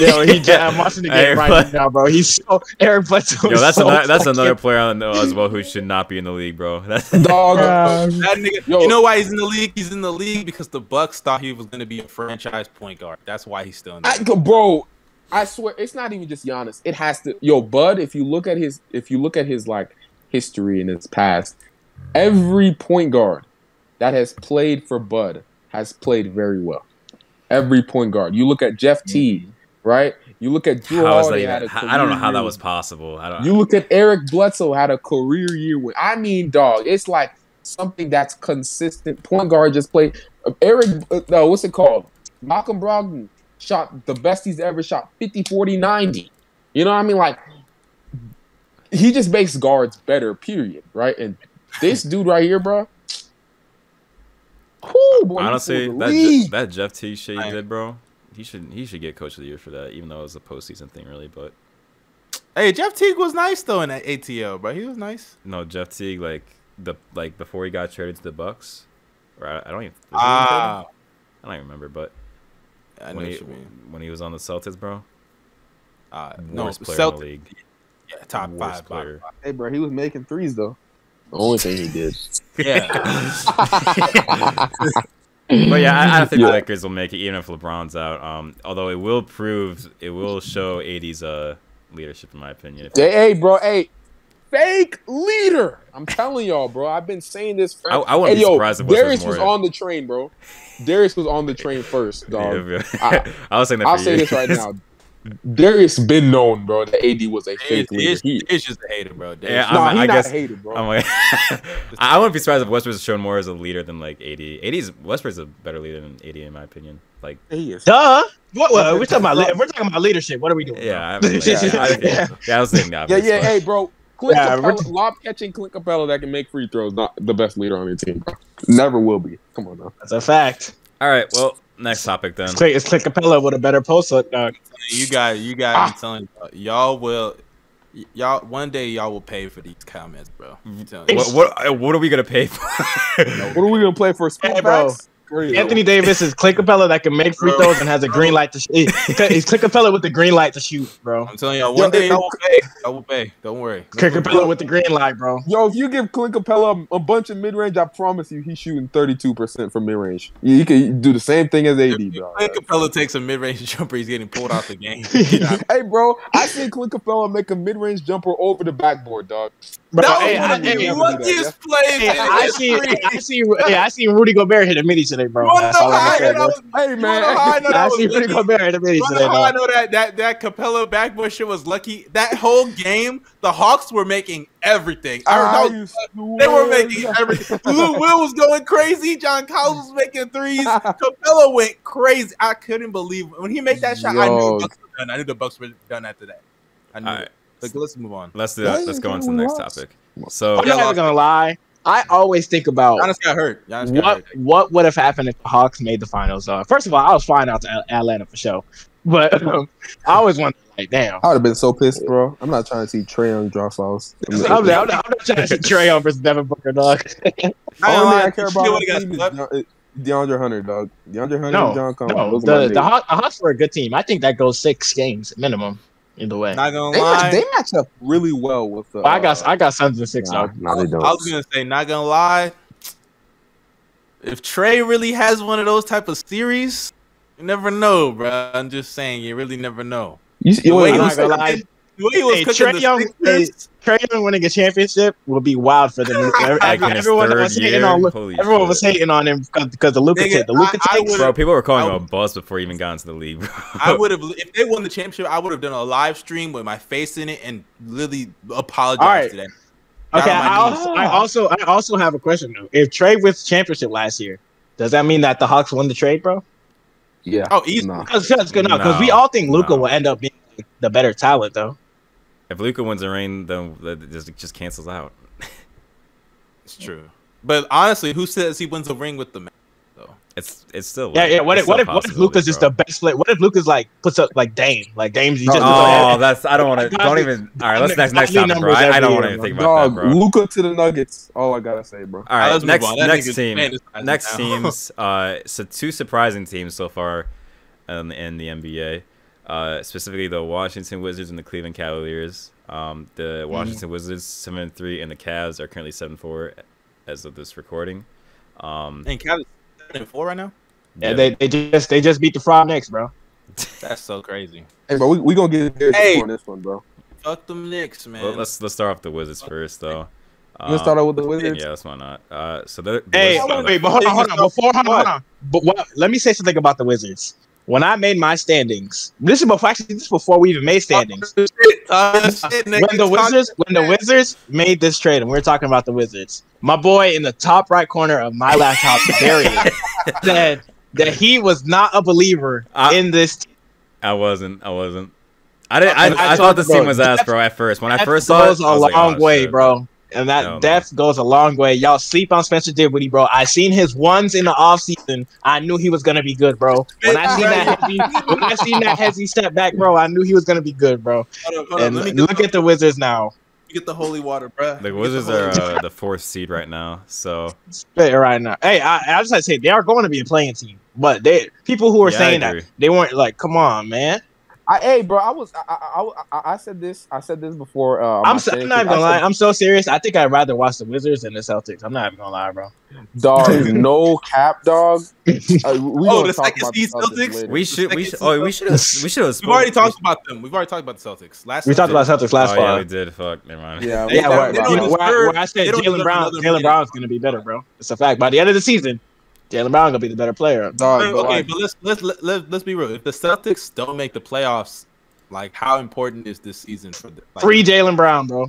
Yo, he, I'm watching the game
Eric
right
Bledsoe.
now, bro. He's so Eric Bledsoe.
Yo,
is
that's
so
another that's
fucking-
another player on the as well who should not be in the league, bro. That's
Dog,
that nigga.
Yo.
You know why he's in the league? He's in the league because the Bucks thought he was gonna be a franchise point guard. That's why he's still in. The
I,
league.
bro, I swear it's not even just Giannis. It has to. Yo, Bud, if you look at his, if you look at his like history and his past, every point guard that has played for Bud has played very well. Every point guard. You look at Jeff Teague, right? You look at Drew
Mm-hmm. how is that
Holiday had
even,
a
how- I don't know
career
how that
year.
was possible. I don't
You look at Eric Bledsoe had a career year with. I mean, dog, it's like something that's consistent. Point guard just played. Eric, uh, no, what's it called? Malcolm Brogdon shot the best he's ever shot 50, 40, 90. You know what I mean? Like, he just makes guards better, period. Right? And this dude right here, bro. Whew, boy, he
honestly
pulled the
that Je-
lead.
that Jeff T shit he
I-
did, bro. He should he should get coach of the year for that, even though it was a postseason thing, really. But
Hey, Jeff Teague was nice though in that ATL, bro. He was nice.
no, Jeff Teague like the like before he got traded to the Bucks, or I, I don't even was he even traded?
Ah,
I don't even remember, but
I know
when
what
he
you mean.
when he was on the Celtics, bro,
Uh, no,
worst player in the
Celtic
league,
yeah, top
worst
five. Player.
Hey, bro, he was making threes, though. The only thing he did.
Yeah. but yeah, I, I don't think the Lakers will make it, even if LeBron's out. Um, although it will prove, it will show 80's uh leadership, in my opinion.
Hey, hey, bro, hey, fake leader. I'm telling y'all, bro. I've been saying this. For,
I- I wouldn't
Hey,
be
yo,
surprised if Westbrook
Darius was
Morris-
on the train, bro. Darius was on the train first, dog. I-
I, was saying that.
I'll
for
say this right
years.
now. Darius been known, bro. That AD was a fake
It's,
leader.
it's,
He,
it's just a hater, bro. It's
Yeah,
just-
nah,
I'm-
he
I
not
guess-
a hater, bro.
I'm like, I I wouldn't be surprised if Westbrook's shown more as a leader than like 80. 80's Westbrook's a better leader than 80 in my opinion. Like,
he is.
Duh. What, what, we're talking about. le- We're talking about leadership. What are we doing? bro?
yeah, I mean, like, I,
Yeah.
yeah. I was saying that.
Yeah, yeah. Hey, bro. Clint
Yeah,
Capella,
we're-
lob catching Clint Capella that can make free throws. Not the best leader on your team, bro. Never will be. Come on now.
That's a fact.
All right, well, next topic then.
It's Clint, it's Clint Capella with a better post uh, hook, dog.
you got, you got. I'm telling you, y'all will, y- y'all one day y'all will pay for these comments, bro. I'm telling you.
What, what uh, what are we gonna pay for?
What are we gonna play for?
Hey, bro.
Spillbacks? Great.
Anthony Davis is Clint Capella that can make free
Bro.
throws and has a green light to shoot. He's Clint Capella with the green light to shoot, bro.
I'm telling y'all, one day
hey,
y'all will pay. Y'all will pay. Don't worry.
Clint Capella with the green light, bro.
Yo, if you give Clint Capella a bunch of mid range, I promise you he's shooting 32% from mid range. You you can do the same thing as AD,
If
bro.
Clint Capella takes a mid-range jumper, he's getting pulled out the game.
hey, bro, I seen Clint Capella make a mid range jumper over the backboard, dog.
Bro,
that
hey,
was one
I-
of
hey,
the
hey,
luckiest plays
Hey,
in
I see,
history.
I see, yeah, I see Rudy Gobert hit a mini today, bro.
You wanna
That's
know
all I
how
can
I
say,
know
bro.
that was- you wanna know how I know
I
that
see
was
Rudy
lucky?
Gobert hit a mini
You wanna
today,
know how I
dog.
know that that that Capella backboard shit was lucky. That whole game, the Hawks were making everything. I don't know.
know.
They were making everything. Lou Will was going crazy. John Collins was making threes. Capella went crazy. I couldn't believe when he made that shot. I knew
Yo.
the Bucks were done. I knew the Bucks were done after that. I knew.
All right.
it. Like, let's move on.
Let's do
Why
that.
you
Let's go on to the
getting
next
lost?
topic. So
I'm not even gonna lie. I always think about
Giannis got hurt. Giannis got
what
hurt.
what would have happened if the Hawks made the finals? Uh, first of all, I was flying out to Al- Atlanta for sure, but um, I always wondered, like, damn.
I would have been so pissed, bro. I'm not trying to see Trey Young draw fouls.
I'm, not- I'm, not- I'm not trying to see Trey Young versus Devin Booker, dog.
I ain't
Only
lying.
I care
He
about
still
on
would've got
the team is
swept.
De- DeAndre Hunter, dog. DeAndre Hunter
No,
and John Collins.
no,
Those are my
the,
niggas.
the Haw- the Hawks were a good team. I think that goes six games minimum either way.
Not gonna
they, match,
lie.
they match up really well with the.
But I got I got Suns in six.
Nah,
dog.
nah, they don't.
I was gonna say, not gonna lie. If Trey really has one of those type of series, you never know, bro. I'm just saying, you really never know.
You,
The way
wait,
he
I'm
was
not gonna
cooking,
lie.
the way he was
Hey,
cooking
Trae
the
Young
Sixers,
Trey Young winning a championship will be wild for them. Every-
Like in his
everyone
third
was hating
year?
on
Holy
everyone was
shit.
hating on him because the Luka
Nigga,
take. The Luka
I- I
take.
would've-
Bro, people were calling him
I
a bust before he even got into the league. Bro.
I would have if they won the championship, I would have done a live stream with my face in it and literally apologized
All right.
to that.
Okay,
Down on my
I also,
knees.
I also I also have a question though. If Trey with championship last year, Does that mean that the Hawks won the trade, bro?
Yeah.
Oh, easy.
Nah.
Because good now, because we
No,
all think Luca
no.
will end up being the better talent, though.
If Luca wins the ring, then that just just cancels out.
It's true. But honestly, who says he wins a ring with the man? Though
It's it's still
Yeah,
like-
yeah. What
it's
if what if
still a
what if Luca's just the
possibility,
best player? What if Luca's like puts up like Dame, like Dame's you just
No,
Oh, that's I don't want to.
Godly-
Don't even. All right, let's next
godly
next topic, bro.
numbers
I, I
every
don't
year,
want to
bro.
think about that,
Dog,
bro.
Luca to the Nuggets. All I gotta say, bro.
All
Alright,
right,
let's move
next
on. That
next
nigga's
team.
fantasizing
next
now.
teams. Uh, so two surprising teams so far, um, in the NBA. Uh, specifically the Washington Wizards and the Cleveland Cavaliers. Um, the Washington Wizards seven and three, and the Cavs are currently seven four, as of this recording. Um,
and Cavs seven and four right now.
Yeah, they, they just they just beat the Frog Knicks, bro.
That's so crazy.
Hey, bro, we, we gonna get serious
Hey.
on this one, bro.
Fuck them Knicks, man.
well, let's let's start off the Wizards first, though. Um,
Let's start out with the Wizards.
Yeah, that's why not. Uh, so the, the
Hey,
Wizards are
wait, but hold on, hold on. Before, hold on,
What?
hold on. But what, let me say something about the Wizards. When I made my standings, this is before actually this is before we even made standings.
Shit, uh, shit, nigga,
When the
talk-
Wizards, when the Wizards made this trade, and we are talking about the Wizards, my boy in the top right corner of my laptop, Darian, said that he was not a believer
I-
in this. team.
I wasn't. I wasn't. I didn't.
And I
I, I, thought
told
this
you, bro,
team was ass, bro. At first, when I
That
first saw it,
goes
I
a
was like,
long
"Oh,
way,
shit."
bro. And that
No, no.
depth goes a long way. Y'all sleep on Spencer Dinwiddie, bro. I seen his ones in the offseason. I knew he was gonna be good, bro. When I seen that heavy, when I seen that heavy step back, bro, I knew he was gonna be good,
Hold
bro.
up, hold up,
And
let me
look
get,
at the Wizards now.
the, get the holy water, bruh. Get
The Wizards
holy
are
water.
uh, the fourth seed right now, so
Spit right now. Hey, I, I just like to say they are going to be a playing team, but they people who are
Yeah, I
saying that
agree.
they weren't like, come on, man.
I, hey, bro, I was, I, I, I, I said this, I said this before.
I'm,
Uh, my
so, I'm
standings.
not even gonna
I
lie.
said,
I'm so serious. I think I'd rather watch the Wizards than the Celtics. I'm not even gonna lie, bro.
Dog, no cap, dog. Uh, we
Oh,
gonna
the
talk
second
about
seed
the Celtics
Celtics?
later.
we should. We
second
should.
seed,
Oh,
though.
we should have. We should have.
We've already talked about them. We've already talked about the Celtics. Last
We talked about Celtics last
Oh
fall.
yeah, we did. Fuck. Never mind.
Yeah,
Yeah,
They-
where,
they don't
you know, where, I,
deserve-
where I
they
said
don't
Jalen
deserve
Brown,
another
Jalen
minute.
Brown's gonna be better, bro. It's a fact. By the end of the season, Jalen Brown gonna be the better player.
Dog,
Wait,
but
okay,
like,
but let's let's let, let, let's be real. If the Celtics don't make the playoffs, like how important is this season for them? Like,
Free Jalen Brown, bro.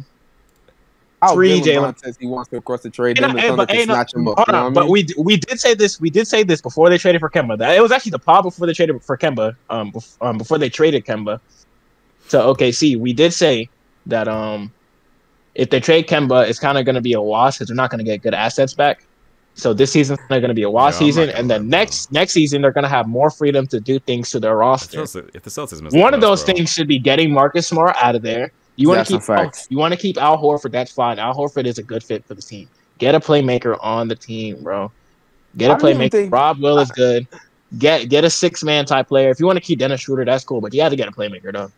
out
three,
Jalen
Jalen.
says he wants to cross the trade,
And
then the
I- hey,
Thunder
but-
can
hey, no,
snatch him up.
Hold
you know
on,
what I
but
mean?
we d- we did say this. We did say this before they traded for Kemba. That it was actually the problem before they traded for Kemba. Um, bef- um before they traded Kemba to OKC, we did say that um, if they trade Kemba, it's kind of gonna be a wash because they're not gonna get good assets back. So this season's not gonna be a wash
Yeah, I'm not
season,
gonna
and
lie,
then
bro.
next next season they're gonna have more freedom to do things to their
If
roster.
the Celtics, if the Celtics miss the
One of
playoffs,
those
bro.
things should be getting Marcus Smart out of there. You want
That's
to
a
keep Al,
fact.
you want to keep Al Horford. That's fine. Al Horford is a good fit for the team. Get a playmaker on the team, bro. Get a
I don't even
playmaker.
think-
Rob Will is good. Get get a six man type player. If you want to keep Dennis Schroeder, that's cool. But you have to get a playmaker, though.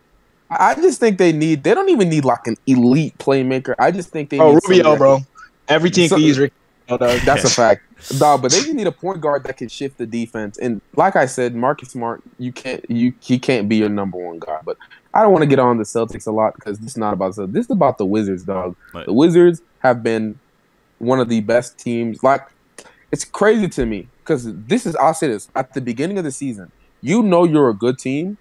I I just think they need. They don't even need like an elite playmaker. I just think they.
Oh,
need
Rubio,
somebody
bro. Every team
So-
can use Rick. Oh,
that-
dog.
That's a fact. Nah, but they just need a point guard that can shift the defense. And like I said, Marcus Smart, you can't, you he can't be your number one guy. But I don't want to get on the Celtics a lot because this is not about the This is about the Wizards, dog.
Right.
The Wizards have been one of the best teams. Like it's crazy to me because this is I'll say this at the beginning of the season, you know you're a good team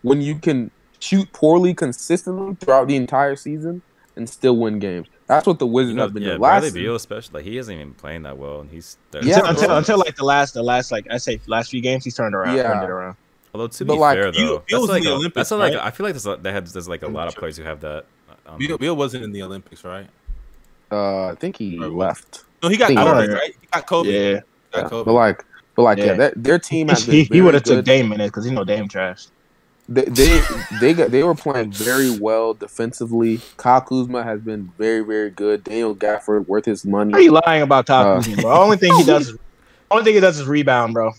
when you can shoot poorly consistently throughout the entire season and still win games. That's what the Wizards
You know,
have been
yeah,
doing last.
Bradley
season.
Beal, especially, like he isn't even playing that well, and he's third.
Yeah,
until, until,
bro.
until like the last the last like I say last few games he's turned around
Yeah.
turned it around.
Although to
But,
be
like,
fair
Beal-
though,
Beal's
that's like
in the
a,
Olympics,
that's a, like
right?
I feel like there's a- they have there's like a lot of players who have that. Um,
Beal, Beal wasn't in the Olympics, right?
Uh, I think he left.
No, he got
Think-
COVID,
Yeah.
right? He got COVID.
Yeah,
He got
Yeah.
COVID.
But like, but like, yeah,
Yeah.
that, their team has been
he, he
very
would have took
good.
Dame minutes because he know Dame trash.
They they they, got, they were playing very well defensively. Kyle Kuzma has been very very good. Daniel Gafford worth his
Are
money.
you lying about
Uh,
Kyle Kuzma, bro? Only thing he does, is, only thing he does is rebound, bro.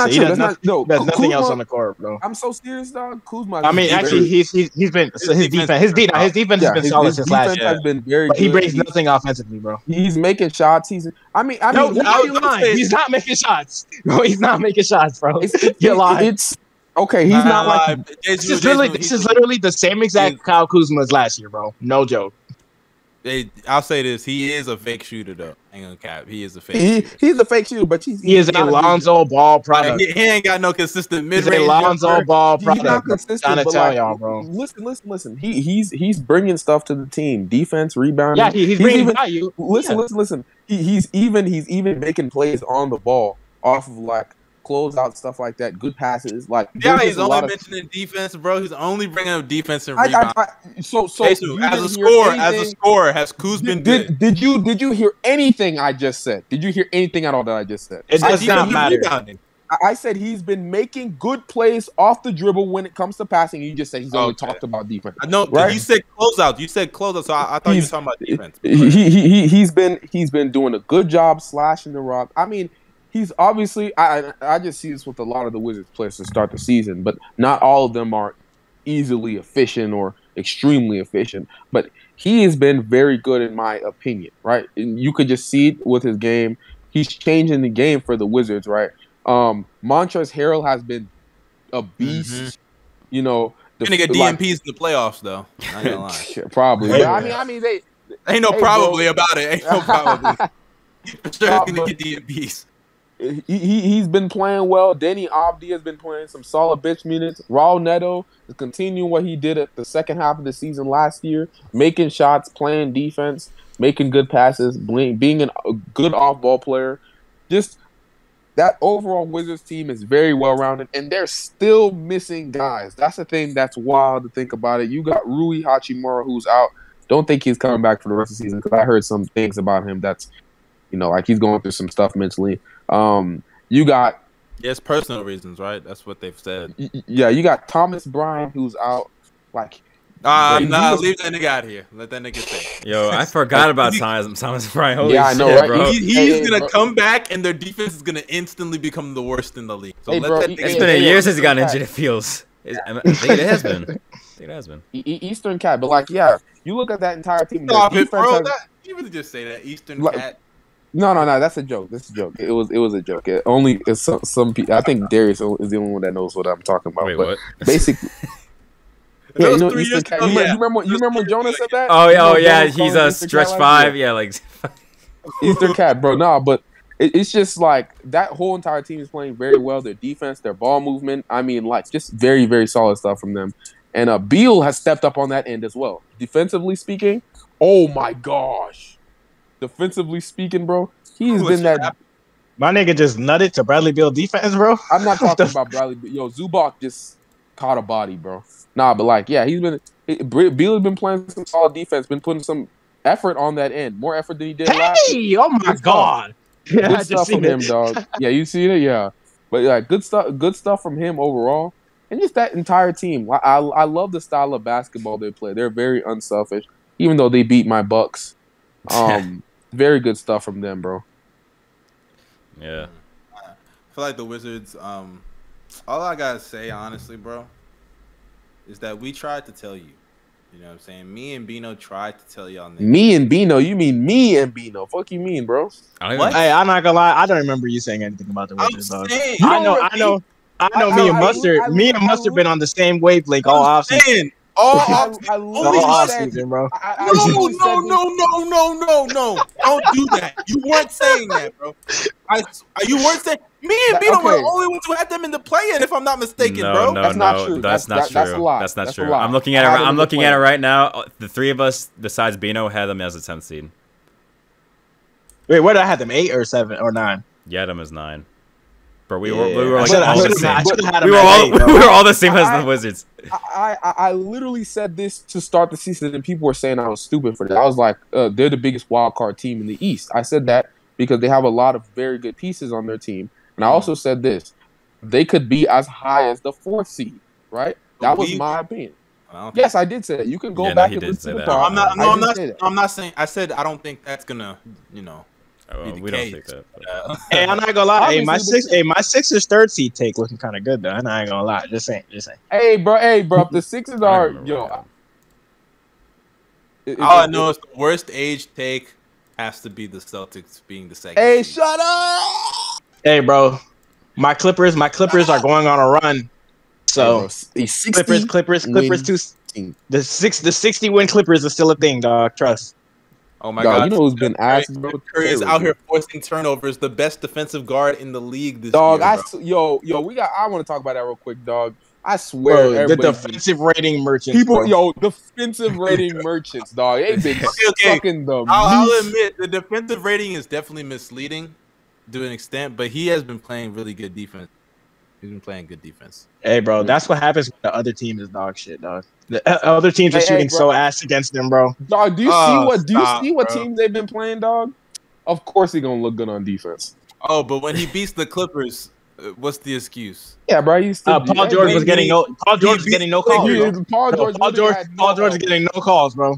That's
not
it. He
true.
does
That's not no.
There's
Ku-
nothing else
Kuzma-
on the court, bro.
I'm so serious, dog. Kuzma.
I mean,
has been
actually,
very-
he's he's, he's been so his
defense-
defense, his defense, his defense
yeah,
has been
his,
solid
his
since last
defense
year.
has been very
But
good.
he brings
He-
nothing offensively, bro.
he's making shots. He's. I mean, I
No,
mean,
no,
I
you're
was gonna
lying.
say-
He's not making shots. No, he's not making shots, bro.
it's, it's,
You're lying.
it's okay. He's not like
Jay-Z
This is
Jay-Z-
literally
he-
this is literally the same exact Kyle Kuzma as last year, bro. No joke.
They, I'll say this: he is a fake shooter, though. Hang on, cap. He is a fake.
He,
shooter.
he's a fake shooter, but he's,
He is a
not good-
Lonzo Ball
Like,
product.
he, he ain't got no consistent
He's
mid
a
range.
Lonzo Ball
He's not
product.
consistent.
Trying to
but,
tell
like, um,
y'all, bro.
Listen, listen, listen. He he's he's bringing stuff to the team: defense, rebounding.
Yeah, he, he's bringing
even,
value.
listen,
yeah.
listen, listen. He, he's even he's even making plays on the ball off of like closeout stuff like that. Good passes, like
Yeah,
there's
he's
just a
only
lot of-
mentioning defense, bro. He's only bringing up defense and
I, I,
rebound.
I, so so
Jason,
you
as a
didn't hear
scorer, as a
anything-
scorer, has Kuzmin did?
Did, did did you did you hear anything I just said? Did you hear anything at all that I just said?
It
I
does
think
not
he's
matter.
rebounding.
I- I said he's been making good plays off the dribble when it comes to passing. You just said he's only
Okay.
talked about defense.
I know, 'cause
Right.
you said closeout. You said closeout, so I, I thought you were
He's-
talking about defense.
He, he he he's been he's been doing a good job slashing the rock. I mean, he's obviously I I- I just see this with a lot of the Wizards players to start the season, but not all of them are easily efficient or extremely efficient. But he has been very good in my opinion, right? And you could just see it with his game. He's changing the game for the Wizards, right? Um Montrezl Harrell has been a beast,
Mm-hmm.
you know. the-
Gonna get
like-
DMPs in the playoffs, though. Not gonna lie.
probably. But I mean, I mean, they
Ain't no
Hey, bro.
probably about it. Ain't no probably. For sure, he's gonna get DMPs.
he, he he's been playing well. Danny Abdi has been playing some solid bench minutes. Raul Neto is continuing what he did at the second half of the season last year, making shots, playing defense, making good passes, being, being an, a good off ball player. Just that overall Wizards team is very well rounded, and they're still missing guys. That's the thing that's wild to think about it. You got Rui Hachimura who's out. Don't think he's coming back for the rest of the season because I heard some things about him that's, you know, like he's going through some stuff mentally. Um, you got
Yes, personal reasons, right? That's what they've said.
y- y- yeah, you got Thomas Bryan who's out. Like
Ah,
Wait,
nah,
you know-
leave that nigga out here. Let that nigga stay.
Yo, I forgot about Thomas Thomas Bryant. Holy
Yeah, I know,
shit,
right?
bro.
He, he's
Hey,
gonna
bro.
come back, and their defense is gonna instantly become the worst in the league. So
Hey,
let
bro,
that
he-
nigga
hey,
It's been a
hey,
year
yo,
since he got
back.
into the feels. It's- I mean, I think it has been. I think it has been.
E- E- Eastern Cat, but like yeah, you look at that entire team. their
Stop it,
defense
bro.
has-
That, you really just say that Eastern
Like-
cat.
no, no, no, that's a joke. That's a joke. It was it was a joke. It only it's some some people. I think Darius is the only one that knows what I'm talking about.
Wait,
but
what?
Basically,
That
yeah, you
was
know
three
Eastern
years
Cat.
ago,
you, remember-
yeah.
you remember you
Those
remember when
three years
Jonas
ago,
said that?
Oh
You
yeah,
know
oh yeah.
Jonas
He's
calling
a
Eastern Cat
stretch
last year?
five. Yeah, like
Eastern Cat, bro. Nah, but it, it's just like that whole entire team is playing very well. Their defense, their ball movement. I mean, like just very, very solid stuff from them. And uh, Beal has stepped up on that end as well. Defensively speaking, oh my gosh. Defensively speaking, bro, he's
Who is
been that.
trapped?
My nigga just nutted to Bradley Beal defense, bro.
I'm not talking about Bradley. Beal. Yo, Zubac just caught a body, bro. Nah, but like, yeah, he's been. it- Bre- Beal has been playing some solid defense, been putting some effort on that end, more effort than he did last.
Hey, oh my
Good stuff.
god. Yeah,
good
I just
stuff
seen
from him,
it.
dog. yeah, you see it, yeah. But yeah, good stuff. Good stuff from him overall, and just that entire team. I, I I love the style of basketball they play. They're very unselfish, even though they beat my Bucks. Um, very good stuff from them, bro.
yeah.
I feel like the Wizards. Um, all I gotta say, honestly, bro, is that we tried to tell you. You know what I'm saying? Me and Bino tried to tell y'all. niggas.
Me and Bino, you mean me and Bino? Fuck you, mean, bro.
I don't
What?
even-
Hey, I'm not gonna lie. I don't remember you saying anything about the Wizards,
I'm
dog.
saying.
I know, I know, I know.
I-
me
I-
and
I-
Mustard,
I-
me and
I-
Mustard been on the same wavelength all
I'm
offseason.
saying, all
I,
off.
Oh, I
The
only
whole
literally said,
offseason, bro.
I, I
No,
literally
no,
said this-
no, no, no, no, no! Don't do that. You weren't saying that, bro. I, you weren't saying. Me and
That-
Bino were
okay.
the only ones who had them in the play-in, if I'm not mistaken,
no,
bro.
no,
That's
no,
not true.
That's,
That's-
not
that- that's
true.
a lie.
That's not
That's a
true.
lie.
I'm looking at it. ri-
I had them
I'm
in the
looking at it
plan.
right now. The three of us, besides Bino, had them as a 10th seed.
Wait, where did I have them? Eight or seven or nine?
You had them as nine. But we were we
Yeah.
were
I
like
should
all the
have
same.
had them.
We were
at
all
eight,
we
bro.
were all the same as
I-
the Wizards.
I, I I literally said this to start the season, and people were saying I was stupid for that. I was like, uh, they're the biggest wild card team in the East. I said that because they have a lot of very good pieces on their team, and
Mm-hmm.
I also said this: they could be as high as the fourth seed, right? That was
We-
my opinion.
I don't think-
Yes, I did say that. You can go
Yeah, no,
back
he
and
did say
listen to the
that.
pod.
I'm not.
I
No, I'm
did
not.
say that.
I'm not saying. I said I don't think that's gonna. You know.
Oh,
the
we don't
case.
think that. but-
Uh,
Hey, I'm not gonna lie. Hey, my
Obviously,
six, hey, my Sixers third seed take looking kind of good though. I'm not gonna lie. Just saying, just saying.
Hey, bro. Hey, bro. If the Sixers
I
are
don't remember
yo,
what happened.
it- it-
All Oh, I
it-
know is the worst age take has to be the Celtics being the second.
Hey,
seed.
shut up.
Hey, bro, my Clippers, my Clippers are going on a run. So
oh
Clippers, Clippers, Clippers,
win
two. The six, the sixty win Clippers is still a thing, dog. Trust.
Oh my
Dog,
god,
you know who's been
Curry,
ass, bro?
Curry is
Taylor,
out
bro.
here forcing turnovers. The best defensive guard in the league this
Dog,
year.
I
bro.
s- yo yo, we got. I want to talk about that real quick, dog. I
Bro,
swear,
the
everybody-
defensive rating merchant.
people,
bro.
yo, defensive rating merchants, dog. They been
okay.
fucking the
I'll, I'll
least-
admit the defensive rating is definitely misleading to an extent, but he has been playing really good defense. He's been playing good defense.
Hey, bro, that's what happens when the other team is dog shit, dog. The uh, other teams are
Hey, hey,
shooting
bro.
so ass against them, bro.
Dog, do you
Oh,
see what? Do you
stop,
see what
bro.
teams they've been playing, dog? Of course, he gonna look good on defense.
Oh, but when he beats the Clippers, uh, what's the excuse?
Yeah, bro. You still
Uh, Paul
hey,
George
they-
was getting no. Paul George was
beat
getting no
they-
calls.
you-
Bro.
Paul
No,
George.
Paul
really
George,
had no
Paul George is
help.
getting no calls, bro.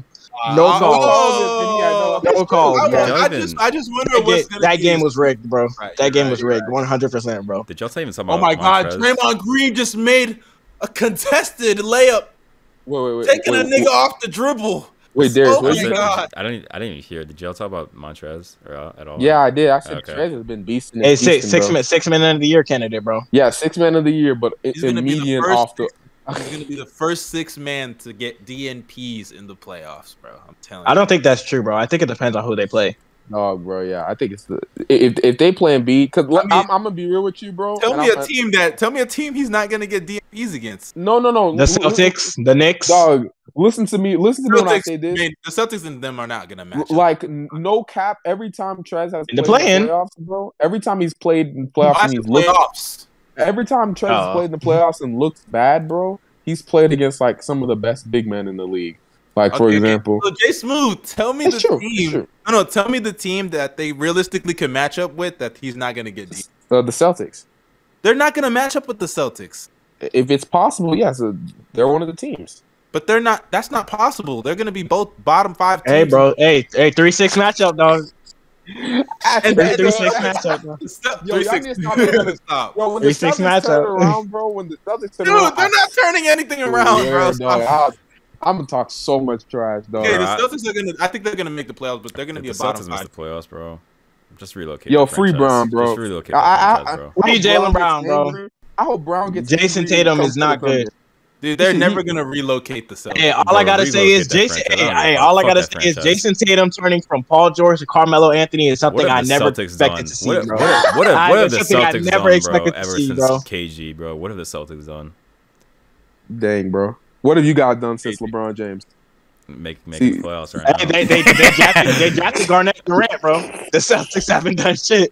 Uh,
No
I-
calls.
oh,
No calls,
I,
bro.
I
Donovan.
just, I just wonder
That,
what's
ga-
gonna
that
be
game
his-
was rigged, bro.
Right,
That game
right,
was
right.
rigged, one hundred percent, bro.
Did y'all tell even something
Oh my God,
Montrez?
Draymond Green just made a contested layup,
Wait, wait, wait.
taking
wait,
a nigga off the dribble.
Wait, Darius,
Oh
what
I,
you
my
saying?
God.
didn't- I don't. even- I didn't even hear. Did y'all talk about Montrez or, uh, at all?
Yeah, I did. I said
Okay.
Trez has been beasting.
Hey,
and
six
feasting,
six
bro.
minutes six minute of the year candidate, bro.
Yeah, six man of the year, but i-
He's
in
gonna be the
median
first
off the.
He's gonna be the first six man to get DNPs in the playoffs, bro. I'm telling you.
I don't think that's true, bro. I think it depends on who they play.
Dog, bro. Yeah, I think it's the if if they playing B because
I
I
mean-
am I'm gonna be real with you, bro.
Tell
and
me
I'm-
a team that. Tell me a team he's not gonna get DNPs against.
No, no, no.
The
L- l-
Celtics, the Knicks.
dog. Listen to me. Listen to me when I
Celtics,
say this.
man, the Celtics and them are not gonna match.
L-
up.
Like n- no cap. Every time Trez has
In the
played
play-in.
in the playoffs, bro. Every time he's played in
Well,
playoffs,
that's
and he's
the
looked,
playoffs.
every time Trez has
Uh.
played in the playoffs and looks bad, bro. He's played against like some of the best big men in the league. Like for
Okay,
example,
So Jay Smooth, tell me
it's
the
true. It's
team.
true.
No, no, tell me the team that they realistically can match up with that he's not gonna get. DNPs.
Uh, the Celtics.
They're not gonna match up with the Celtics,
If it's possible, yes, uh, they're one of the teams.
but they're not. That's not possible. They're gonna be both bottom five. Teams.
Hey, bro. Hey, hey, three six matchup, dog.
And
Three
then-
three six matchup. Dog.
Stop.
Yo,
Three,
y'all
six.
need to stop doing that.
Stop.
Bro, when the
Three-six
Celtics turn
matchup.
around, bro, when the Celtics turn
Dude,
around,
they're not turning anything around, bro. Stop.
I'm gonna talk so much trash, dog.
Okay, the
I-
Celtics are gonna. I think they're gonna make the playoffs, but they're gonna
If
be
the
a bottom
Celtics miss
five.
the playoffs, bro. Just relocate.
Yo,
the
free Brown,
franchise.
bro.
Just relocate the
I- I-
franchise,
I-
bro.
We need Jalen Brown,
gets
bro.
angry. I hope Brown gets.
Jason
angry and
Tatum
comes
is
to
not
the Thunder.
good.
Dude, they're
He-
never gonna relocate the Celtics.
Hey, all
Bro,
I gotta say is
relocate that
Jason. Hey,
franchise. I don't
hey,
give a
all I
fuck
gotta
that
say is
franchise.
Jason Tatum turning from Paul George to Carmelo Anthony is something
have
I
the
never
Celtics
expected
done?
to see,
What have,
bro.
what have, what have,
I-
what have the
that's something I
Celtics
never
done,
expected
bro?
to
Ever
see,
since
bro.
KG, bro, what have the Celtics done?
Dang, bro. What have you got done since LeBron James?
Make make
See,
the playoffs right
Hey,
now.
they, they, they, drafted, they drafted Garnett Durant, bro. The Celtics haven't done shit.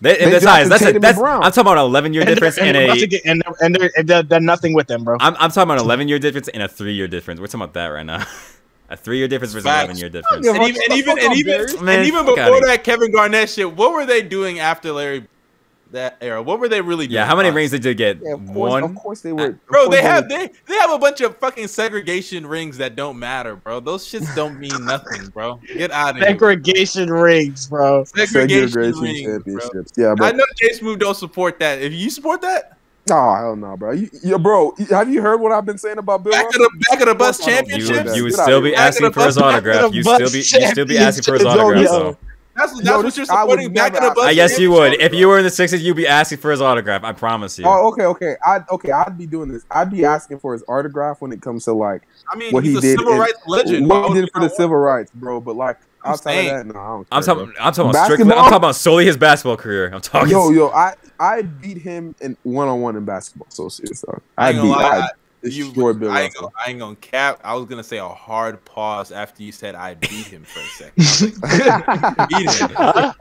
They- and
they
that's not-
drafted
that's, a-
Tatum and
that's-
Brown.
I'm talking about an 11 year
And they're-
difference
and
and
they're about to
a.
get- and they're- and they're- and they're done nothing with them, bro.
I'm, I'm talking about an 11 year difference and a three year difference. We're talking about that right now. a three year difference versus an 11
Facts.
year difference.
give
And even and even and even,
Man,
and even
fuck
before
outta
that Kevin Garnett shit, what were they doing after Larry that era? What were they really doing?
Yeah, how many rings did you get?
Yeah, of course, of
One.
course they were. of
Bro,
course
they have
were-
they they have a bunch of fucking segregation rings that don't matter, bro. Those shits don't mean nothing, bro. Get out of here.
Segregation rings, bro.
Segregation,
segregation
rings, bro.
championships. Yeah, bro.
I know Chase Move don't support that. If you support that,
Oh hell no, bro. You, yeah, bro. Have you heard what I've been saying about Bill?
back of
Russell?
the back of the bus
Fuck all them.
You would,
championships.
you would
Get out
still
of
be
here.
asking for his
Back of the
autograph. You still be you still be asking for his
Yo,
autograph.
yo.
though.
That's, that's
Yo,
what
this-
you're
I would
supporting. Back of
never
the bus.
I yes, you would. If
championships,
you were in the Sixers, you'd be asking for his autograph. I promise you.
Oh, okay, okay. I okay. I'd be doing this. I'd be asking for his autograph when it comes to like
I mean,
what
he's
he
a
did
civil
in-
rights legend. Why
what he
would
did
you not
for the
want-
civil rights, bro. But like
I'm
outside
saying-
of that, no, I don't care,
I'm talking.
bro.
I'm talking about strictly. I'm
Basketball?
talking about solely his basketball career. I'm talking.
Yo, yo, I I beat him in one on one in basketball. So serious, dog.
I
I
ain't
beat.
gonna lie,
I
You-
destroyed Bill
I ain't,
Russell.
gonna, I ain't gonna cap. I was gonna say a hard pause after you said I beat him for a second. I was like, beat him. 'Cause I,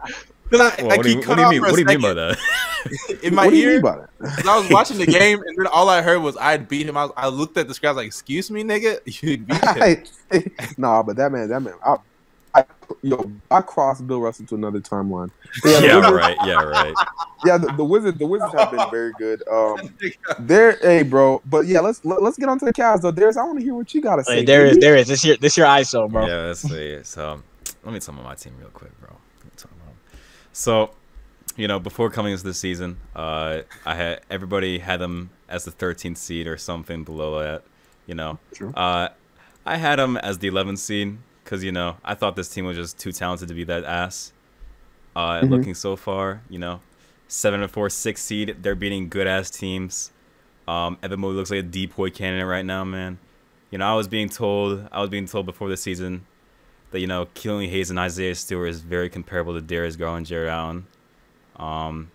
Well,
I
what, do
keep
you, what
cut
do you
off
mean?
for a
What do you mean by
second
that?
in my
what do you
ear.
mean by that?
'cause I was watching the game, and then all I heard was I beat him. I, was, I looked at the script. I was like, "Excuse me, nigga, you beat him."
nah, but that man, that man, I, I, yo, I crossed Bill Russell to another timeline.
Yeah,
the Wizards-
right. Yeah, right.
yeah. The, the Wizards, the Wizards have been very good. Um, they're hey, bro, but yeah, let's let, let's get onto the Cavs though. There's, I want to hear what you gotta say.
Hey, there is,
baby.
there is. This your, this your ISO, bro.
Yeah, let's see. So, let me talk about my team real quick, bro. Let me talk about 'em. So, you know, before coming into this season, uh, I had everybody had them as the 13th seed or something below that. You know,
True.
uh, I had them as the 11th seed because you know I thought this team was just too talented to be that ass. Uh,
Mhm.
Looking so far, you know, seven and four, six seed. They're beating good ass teams. Um, Evan Mobley looks like a deep boy candidate right now, man. You know, I was being told, I was being told before the season that you know Keelan Hayes and Isaiah Stewart is very comparable to Darius Garland, Jared Allen. Um,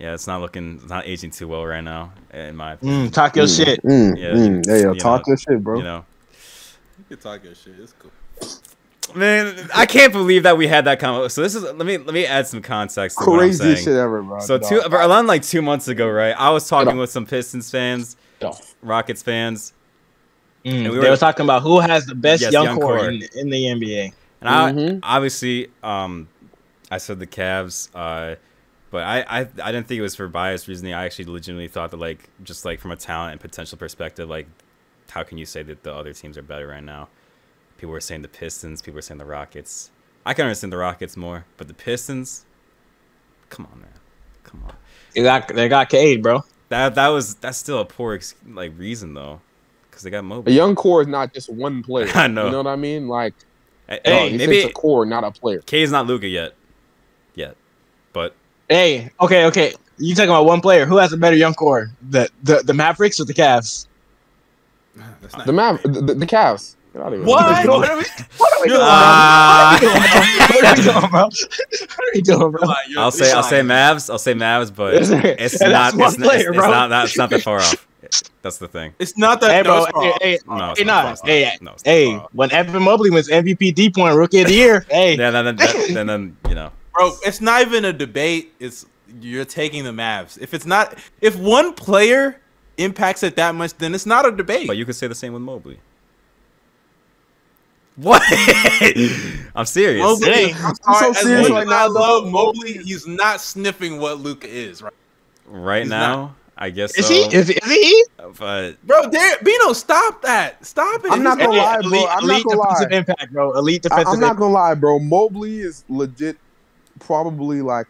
yeah, it's not looking, it's not aging too well right now, in my opinion.
Mm, talk your shit.
Mm,
Yeah,
mm. Hey, yo,
you
talk
know,
your shit, bro.
You know,
You can talk your shit. It's cool.
man, I can't believe that we had that convo. So this is let me let me add some context. To what I'm
Craziest
saying.
shit ever, bro.
So
dog.
two bro, around like two months ago, right? I was talking with some Pistons fans,
Dog.
Rockets fans,
Mm,
And we
they
were-
were talking about who has the best
Yes,
young,
young
core
core.
in, in the NBA.
and I
Mhm.
obviously um, I said the Cavs, uh, but I, I I didn't think it was for bias reasoning. I actually legitimately thought that like just like from a talent and potential perspective, like how can you say that the other teams are better right now? People were saying the Pistons, people were saying the Rockets. I can understand the Rockets more, but the Pistons, come on, man, come on.
They got they got Cade, bro.
That that was that's still a poor ex- like reason though, because they got
a
Mobley.
young core is not just one player.
I know.
You know what I mean? Like,
Hey,
hey,
hey, Eh, maybe
it's a core, not a player.
K is not Luca yet, yet, but
Hey, okay, okay. You talking about one player who has a better young core? The the, the Mavericks or the Cavs?
That's not
The Mav, the, the, the Cavs. Get out of here.
What? what are we, what are we doing?
ah,
what are we doing, bro? What are we doing, bro?
You're-
I'll say I'll say
you're lying.
Mavs. I'll say Mavs, but it's not it's,
That's one
it's,
player,
it's
bro.
not that it's not that far off. That's the thing.
It's not that.
Hey, bro.
no, it's
Hey, hey,
wrong.
No, it's
hey,
not,
nah,
it's not,
hey,
no, it's not
hey,
far off.
when Evan Mobley wins MVP D point Rookie of the Year, hey,
Yeah, then, then, that- then, then you know.
bro. It's not even a debate. It's you're taking the Mavs. If it's not, if one player impacts it that much, then it's not a debate.
But you could say the same with Mobley. What? I'm serious.
Mobley,
Dang.
I'm sorry,
so
as
serious
much
right
as
now,
I
though.
love Mobley. He's not sniffing what Luca is, right?
Right
He's
now, I guess
is
so.
he is, is he?
but
Bro, there, Bino, stop that. Stop it.
I'm not
He's-
gonna
Hey,
lie, bro.
Elite,
I'm not
elite
gonna lie.
defensive impact, bro. Elite
I,
defensive.
I'm not gonna lie, bro. Mobley is legit, probably like,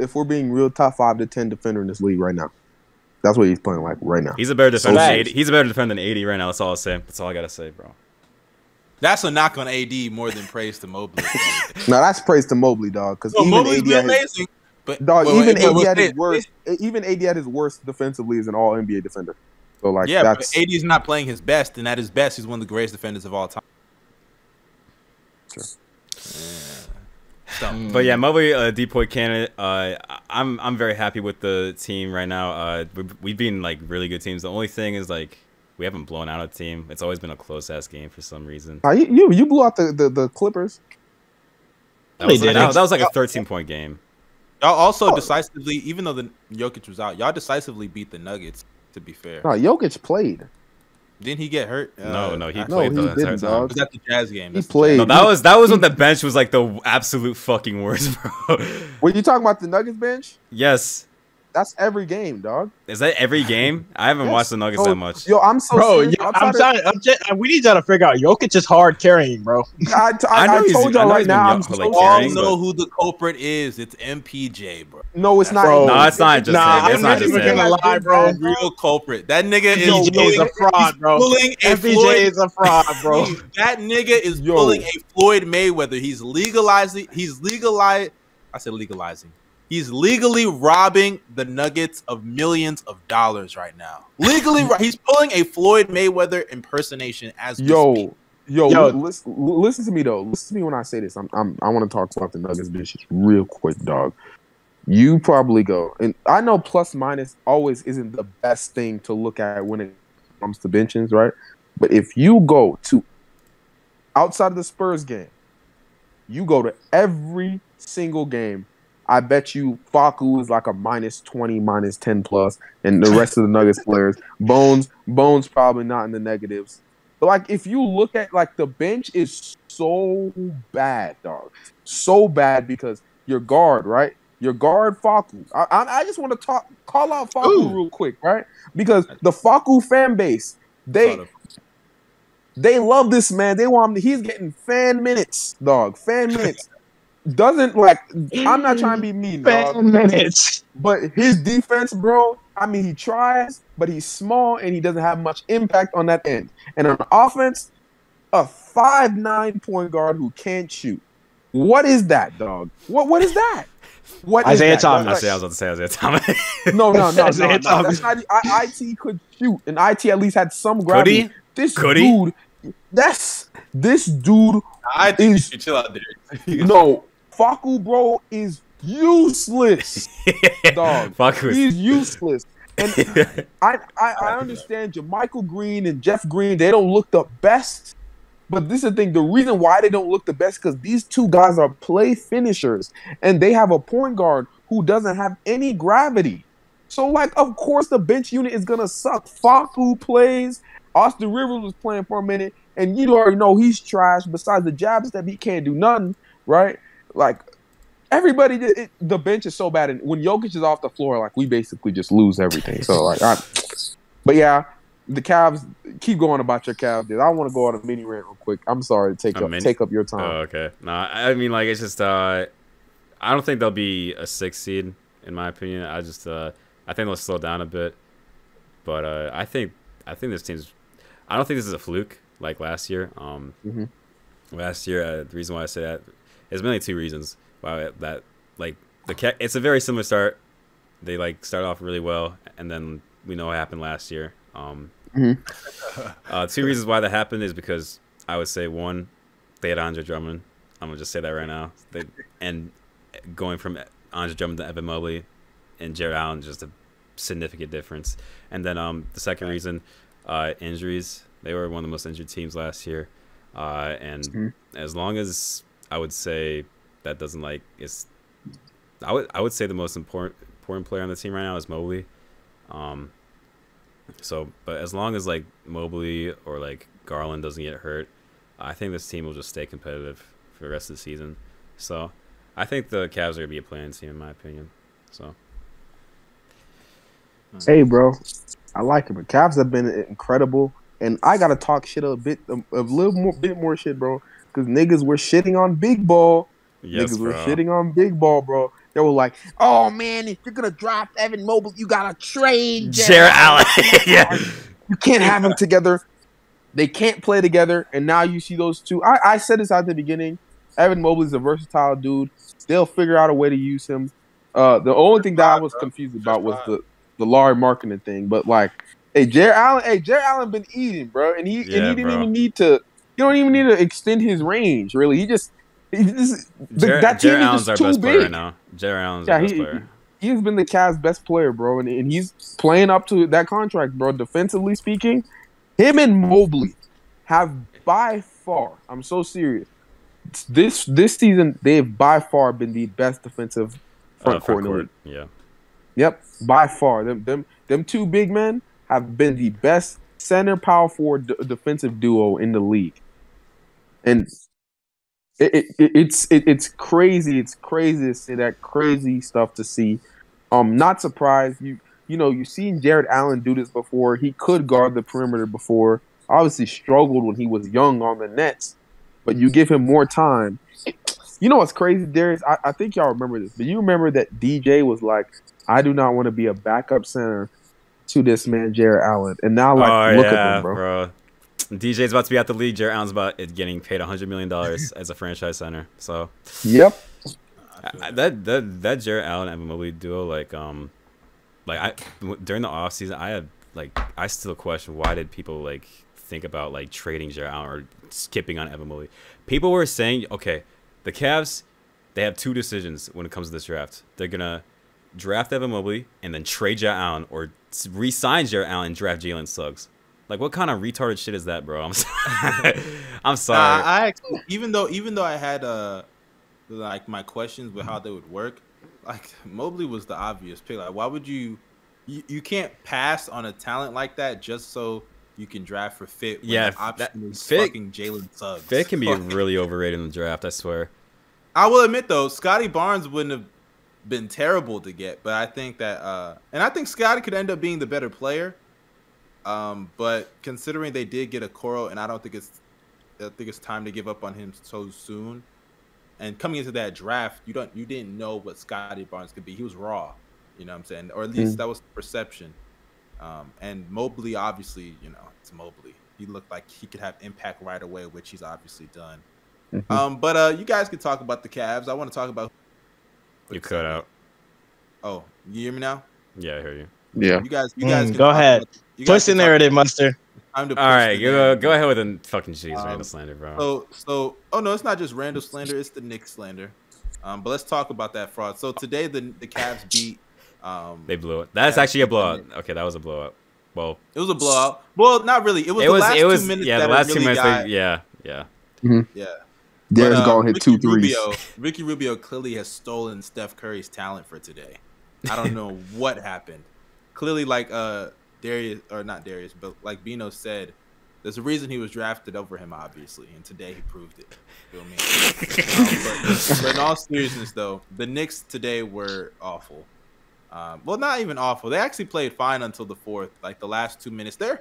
if we're being real, top five to ten defender in this league right now. That's what he's playing like right now.
he's a better defender. than
Facts.
80. He's a better defender than 80 right now. That's all I'll say. That's all I gotta say, bro.
That's a knock on AD more than praise to Mobley.
Now that's praise to Mobley, dog. Because
no,
even
Mobley's
AD, at
been
his,
amazing. But
dog,
but-
even
but-
AD
but-
at his worst, even AD at his worst defensively is an All NBA defender. So like,
yeah, but
that's
AD is not playing his best, and at his best, he's one of the greatest defenders of all time. Yeah. So,
Mm.
But yeah, Mobley, uh, Depoy Cannon. Uh, I- I'm I'm very happy with the team right now. Uh, we, we've been like really good teams. The only thing is like we haven't blown out a team. It's always been a close ass game for some reason.
Nah, you, you you blew out the, the, the Clippers.
That was,
They
that,
didn't.
that was like a 13 point game.
y'all also
Oh.
decisively, even though the Jokic was out, y'all decisively beat the Nuggets. To be fair,
No, Jokic played.
didn't he get hurt? Uh,
No, no, he
I-
no,
played
he
the entire
didn't,
time.
dog.
was at the Jazz game.
He
That's the
played.
No, that was that was when the bench was like the absolute fucking worst, bro.
Were you talking about the Nuggets bench?
yes,
That's every game, dog.
is that every game? I haven't
Yes.
watched the Nuggets
Oh,
that much.
Yo, I'm so
Bro,
serious.
yo,
I'm
I'm
trying
trying. I'm just, we need y'all to figure out. Jokic is hard carrying, bro.
to- I, I,
I know
I
he's-
told
I
y'all
know
right
he's been
now.
young
I'm
for,
so
like,
We all
Caring, but-
know who the culprit is. It's MPJ, bro.
no, it's not.
Bro.
him.
No, it's not just
Nah,
him. It's
I'm
not
not
just
even
him.
gonna lie, bro.
The real culprit. That nigga is
MPJ is a
pulling,
fraud, bro.
pulling a
MPJ
Floyd.
is a fraud, bro.
That nigga is
Yo.
pulling a Floyd Mayweather. He's legalizing. He's legalized. I said legalizing. He's legally robbing the Nuggets of millions of dollars right now. Legally, ro- he's pulling a Floyd Mayweather impersonation as we speak.
Yo, yo,
Yo.
Listen, listen to me though. Listen to me when I say this. I'm, I'm I want to talk about the Nuggets bitches real quick, dog. You probably go, and I know plus minus always isn't the best thing to look at when it comes to benchings, right? But if you go to outside of the Spurs game, you go to every single game. I bet you Faku is like a minus 20, minus 10 plus, and the rest of the Nuggets players. Bones, Bones probably not in the negatives. But like if you look at like the bench is so bad, dog. So bad because your guard, right? Your guard Faku. I, I, I just want to talk call out Faku
Ooh.
real quick, right? Because the Faku fan base, they
Thought of-
they love this man. They want him. To, he's getting fan minutes, dog. Fan minutes. Doesn't like. I'm not trying to be mean, dog.
Ten minutes.
But his defense, bro, I mean, he tries, but he's small and he doesn't have much impact on that end. And on offense, a five nine point guard who can't shoot. What is that, dog? What what is that? What is
Isaiah
that, dog?
Thomas.
I say I was about to say Isaiah Thomas.
No, no, no, no.
Isaiah
no.
Thomas.
That's not, e, I, IT could shoot, and IT at least had some
Could
gravity.
he?
This
Could he?
dude, that's This dude
I think
He's-
you should chill out, Derek.
no, Faku, bro, is useless. Dog.
Fuck with.
He's useless. And I, I, I understand you. Michael Green and Jeff Green, they don't look the best. But this is the thing. The reason why they don't look the best because these two guys are play finishers, and they have a point guard who doesn't have any gravity. So, like, of course, the bench unit is gonna suck. Faku plays. Austin Rivers was playing for a minute, and you already know he's trash. Besides the jab step, he can't do nothing. Right? Like, everybody just- it, the bench is so bad and when Jokic is off the floor like we basically just lose everything so like I, but yeah the Cavs keep going about your Cavs dude I want to go on a mini rant real quick I'm sorry to take
A
up
mini-
take up your
Oh,
time
okay. No, I I mean, like, it's just, uh, I don't think they'll be a six seed, in my opinion. I just, uh, I think they'll slow down a bit. But, uh, I think, I think this team's, I don't think this is a fluke like last year. Um,
Mhm.
last year, uh, the reason why I say that is mainly two reasons why that, like, the ca- it's a very similar start. They, like, start off really well, and then we know what happened last year. Um,
Mhm.
uh, two reasons why that happened is because I would say one, they had Andre Drummond. I'm gonna just say that right now. They, and going from Andre Drummond to Evan Mobley and Jared Allen is just a significant difference. And then um, the second reason, uh, injuries. They were one of the most injured teams last year. Uh, and
Mhm.
as long as I would say that doesn't like it's, I would I would say the most important important player on the team right now is Mobley. Um, so, but as long as like Mobley or like Garland doesn't get hurt, I think this team will just stay competitive for the rest of the season. So, I think the Cavs are gonna be a playing team in my opinion. So,
hey bro I like it but Cavs have been incredible and I gotta talk shit a bit a little more bit more shit bro because niggas were shitting on big ball
yes,
Niggas were
bro.
shitting on Big Ball, bro. They were like, "Oh man, if you're gonna draft Evan Mobley, you gotta trade
Jared Allen. yeah.
You can't have them together. They can't play together." And now you see those two. I, I said this at the beginning. Evan Mobley's a versatile dude. They'll figure out a way to use him. Uh, the only thing that I was confused about was the the Larry marketing thing, but like, hey, Jared Allen, hey, Jared Allen been eating, bro, and he and
Yeah,
he didn't
bro.
even need to. You don't even need to extend his range, really. He just. He just the-
Jared,
that team
Jared
is
Allen's
just
our
too
best player
big.
right now. Jared Allen's
Yeah,
our best
he-
player.
he's been the Cavs' best player, bro, and, and he's playing up to that contract, bro. Defensively speaking, him and Mobley have by far. I'm so serious. This this season, they've by far been the best defensive front,
Uh,
court. in the league.
Yeah.
Yep, by far. Them them them two big men have been the best center power forward d- defensive duo in the league, and it, it, it- it's it, it's crazy. It's crazy to see that crazy stuff to see. Um, not surprised you you know you've seen Jared Allen do this before. He could guard the perimeter before. Obviously struggled when he was young on the Nets, but you give him more time. You know what's crazy, Darius? I, I think y'all remember this, but you remember that DJ was like, I do not want to be a backup center to this man, Jared Allen. And now, like,
oh
look
yeah,
at him, bro.
DJ's about to be out the league. Jared Allen's about it getting paid hundred million dollars as a franchise center. So
Yep.
I, that that that Jared Allen and Mobley duo, like um, like I w- during the off season, I had like I still question why did people like think about like trading Jared Allen or skipping on Evan Mobley. People were saying, okay, the Cavs, they have two decisions when it comes to this draft. They're gonna draft Evan Mobley and then trade Jared Allen or s- re-sign Jared Allen and draft Jalen Suggs. Like what kind of retarded shit is that, bro? I'm sorry. I'm sorry.
Nah, I actually, even though even though I had uh like my questions with how they would work, like Mobley was the obvious pick. Like, why would you? You, you can't pass on a talent like that just so you can draft for fit. When
Yeah,
the option
that-
is
Fit-
fucking Jalen Suggs.
Fit can be
Like,
really overrated in the draft, I swear.
I will admit though, Scotty Barnes wouldn't have been terrible to get, but I think that uh and I think Scotty could end up being the better player. Um, but considering they did get a Coro, and I don't think it's I think it's time to give up on him so soon. And coming into that draft, you don't you didn't know what Scotty Barnes could be. He was raw, you know what I'm saying? Or at least that was the perception. Um, and Mobley obviously, you know, it's Mobley. He looked like he could have impact right away, which he's obviously done.
Mm.
Um, but uh, you guys can talk about the Cavs. I want to talk about.
You cut out.
Oh, you hear me now?
Yeah, I hear you.
Yeah.
You guys, you guys
Mm,
can
go
talk
ahead.
about- you guys
Twist the
can talk-
narrative, Munster.
time to
All
push
right,
the
go,
narrative.
go ahead with the fucking cheese
Um,
Randall slander, bro.
So, so, oh no, it's not just Randall slander; it's the Knicks slander. Um, but let's talk about that fraud. So today, the the Cavs beat. Um,
They blew it.
That's
Yeah.
actually a blowout. Okay, that was a blowout. Well,
it was a blowout. Well, not really. It was
it
the
was
last
it was
two minutes.
yeah
that
the
it
last two
really
minutes.
got-
They, yeah, yeah.
But,
Darren's
uh,
gonna hit two
Ricky
threes.
Rubio, Ricky Rubio clearly has stolen Steph Curry's talent for today. I don't know what happened. Clearly, like uh Darius or not Darius, but like Bino said, there's a reason he was drafted over him, obviously, and today he proved it. You feel me? Um, but, but in all seriousness, though, the Knicks today were awful. Um, well, not even awful. They actually played fine until the fourth, like the last two minutes. They're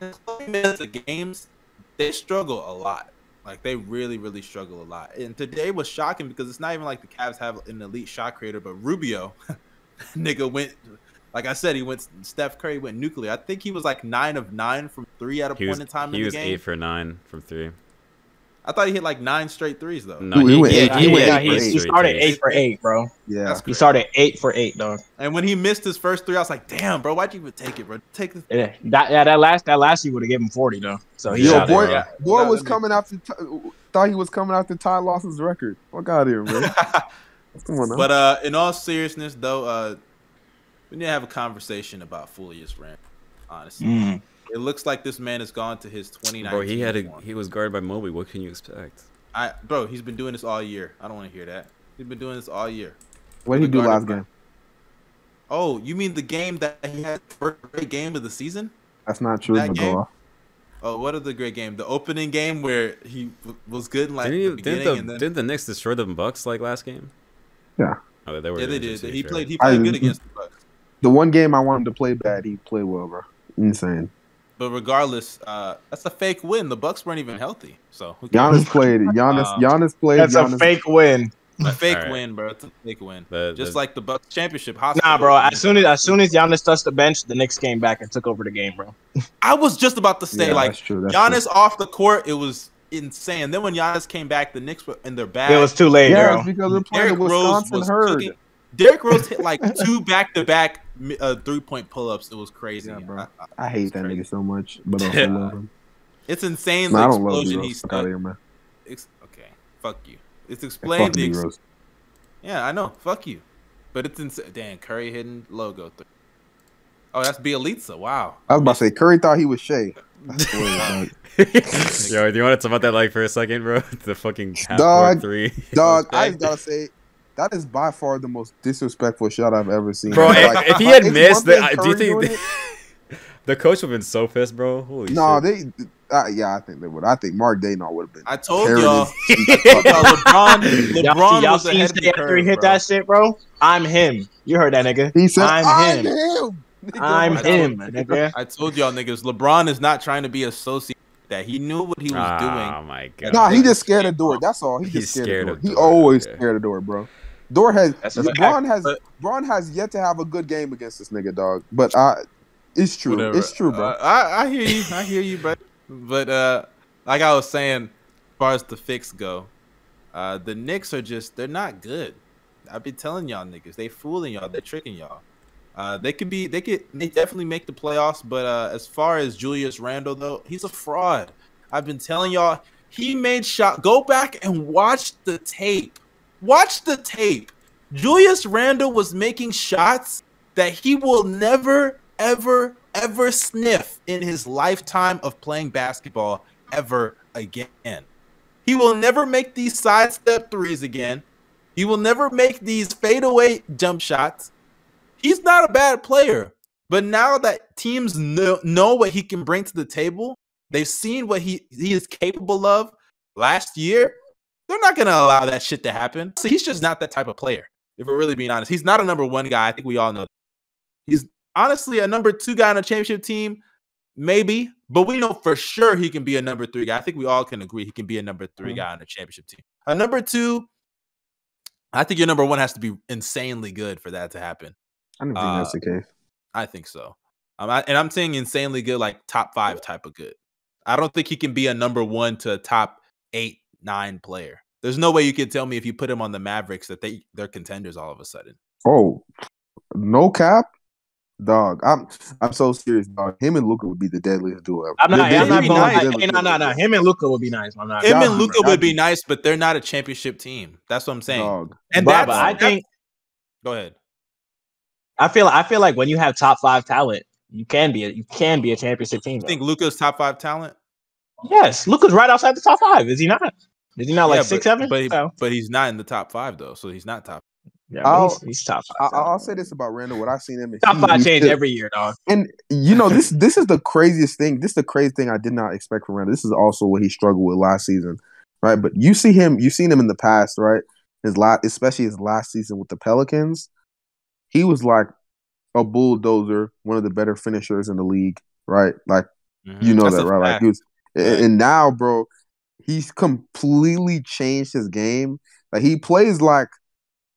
in 20 minutes of games, they struggle a lot. Like they really, really struggle a lot. And today was shocking because it's not even like the Cavs have an elite shot creator, but Rubio, nigga went. Like I said, he went. Steph Curry went nuclear. I think he was like nine of nine from three at a
He
point
was
in time
he
in the
was
game.
eight for nine from three.
I thought he hit like nine straight threes though.
No, he,
Dude, he went
yeah,
eight-
yeah,
he went
yeah,
eight
he's
for eight.
straight
He started
threes.
eight for eight, bro.
Yeah,
That's
He
crazy.
started eight for eight, dog.
And when he missed his first three, I was like, "Damn, bro, why'd you even take it, bro? Take the
Yeah, that yeah, that last that last he would have given forty though. So he
Yeah,
yo,
shot
boy,
it, bro.
boy
Nah,
was
let me-
coming after. Ty- Thought he was coming after Ty Lawson's record. Fuck out of here, man. Come on, now.
But uh, in all seriousness, though, uh, we need to have a conversation about Julius Rand. Honestly,
Mm.
it looks like this man has gone to his 2019.
Bro, he had a,
form.
he was guarded by Mobley. What can you expect?
I, bro, he's been doing this all year. I don't want to hear that. He's been doing this all year.
what did he do
Guarded
last
by-
game?
Oh, you mean the game that he had the first great game of the season?
That's not true.
That
but go
game?
off.
Oh, what are the great game? The opening game where he w- was good in like
didn't,
the
he,
beginning,
didn't, the,
and then
didn't the Knicks destroy the Bucks like last game?
Yeah.
Oh, they were.
yeah, they
injured,
did.
so
He
fair.
played. He
I-
played good against the Bucks.
The one game I wanted to play bad, he played well, bro. Insane.
But regardless, uh, that's a fake win. The Bucks weren't even healthy, so who
Giannis
cares?
played it. Giannis,
Uh,
Giannis played.
That's
Giannis.
a fake win.
A fake
All right.
win, bro. It's a fake win.
The-
Just
the-
like the Bucks championship.
Nah,
hospital.
bro. As soon as as soon as Giannis touched the bench, the Knicks came back and took over the game, bro.
I was just about to say,
Yeah,
like
that's true, that's
Giannis off the court, it was insane. Then when Giannis came back, the Knicks were in their bag.
It was too late,
Yeah,
bro.
it's because they're playing
Derrick
the
Rose
Wisconsin
was
herd.
cooking. Derrick Rose hit like two back-to-back mi- uh, three-point pull-ups. It was crazy.
Yeah, bro.
I- I-
I hate that nigga so much, but I also love him.
It's insane
No,
the
I don't love
explosion
you,
he
Rose. Fuck out
stuck.
of here, man.
Ex- okay, fuck you. It's explained
Fuck
the
you,
ex-
Rose.
Yeah, I know. Fuck you. But it's insane. Dan Curry hidden logo. Th- oh, that's Bielitsa. Wow.
I was about to say Curry thought he was Shea. I swear, dog.
Yo, do you want to talk about that like for a second, bro? The fucking half court
Dog.
three.
Dog, I just gotta say, that is by far the most disrespectful shot I've ever seen.
Bro, if- if he had
it's
missed,
one
then
thing
I- do you
Curry
think
doing
the coach would have been so pissed, bro.
it.
Holy
No,
shit.
they. Uh, yeah, I think they would. I think Mark Daynall would have been.
I told
Terry
y'all.
is-
Yo, LeBron,
Y'all, see-
LeBron
y'all
was
seen
ahead of the
Steph after he
curve,
hit
bro.
that shit, bro? I'm him. You heard that nigga.
He said,
I'm
"I'm
him.
him.
I'm
I
him,
told-
nigga.
I told y'all niggas, LeBron is not trying to be associated with that. He knew what he was
Oh
doing.
my god.
Nah, he just scared of Dort. That's all. He just
He's
scared,
scared
of Dort.
of
He
Dort,
always
okay.
scared of Dort, bro. Dort has
That's a
LeBron has
But-
LeBron has yet to have a good game against this nigga, dog. But I, it's true.
Whatever.
It's true, bro.
Uh, I, I hear you. I hear you, bro. But uh, like I was saying, as far as the fix go, uh, the Knicks are just, they're not good. I be telling y'all niggas, they fooling y'all. They're tricking y'all. Uh, they could be, they could, they definitely make the playoffs. But uh, as far as Julius Randle, though, he's a fraud. I've been telling y'all, he made shot. Go back and watch the tape. Watch the tape. Julius Randle was making shots that he will never, ever, ever sniff in his lifetime of playing basketball ever again. He will never make these sidestep threes again. He will never make these fadeaway jump shots. He's not a bad player, but now that teams know, know what he can bring to the table, they've seen what he, he is capable of last year. They're not going to allow that shit to happen. So he's just not that type of player. If we're really being honest, he's not a number one guy. I think we all know. that. He's honestly a number two guy on a championship team, maybe, but we know for sure he can be a number three guy. I think we all can agree he can be a number 3 guy on a championship team. A number two, I think your number one has to be insanely good for that to happen.
I don't think
uh,
that's the case.
I think so. Um, I, and I'm saying insanely good, like top five type of good. I don't think he can be a number one to a top eight, nine player. There's no way you could tell me if you put him on the Mavericks that they they're contenders all of a sudden.
Oh, no Oh, cap. Dog, I'm I'm so serious, dog. Him and Luca would be the deadliest duo ever.
I'm not.
They-
I'm
they-
not
be
going.
nice.
I- hey, No, no, no. Him and Luca would be nice. I'm not.
It-
Him
Nah,
and Luca
bro.
would be nice, but they're not a championship team. That's what I'm saying.
Dog.
and
But-
that's,
but I think
Go ahead.
I feel. I feel like when you have top five talent, you can be. A, you can be a championship team.
You
though.
think Luca's top five talent?
Yes, Luca's right outside the top five. Is he not? Is he not like
Yeah,
six,
but-
seven?
But, he-
So,
but he's not in the top five though, so he's not top.
yeah,
I'll-
he's, he's top
I,
five.
I'll say this about Randall. What I've seen him in
top five
he's
change
still-
every year, dog.
And you know this this is the craziest thing. This is the craziest thing I did not expect from Randall. This is also what he struggled with last season, right? But you see him, you've seen him in the past, right? His last, especially his last season with the Pelicans, he was like a bulldozer, one of the better finishers in the league, right? Like
Mhm.
you know
That's a
that, right? Like
fact.
he was, and, and now, bro, he's completely changed his game. Like he plays like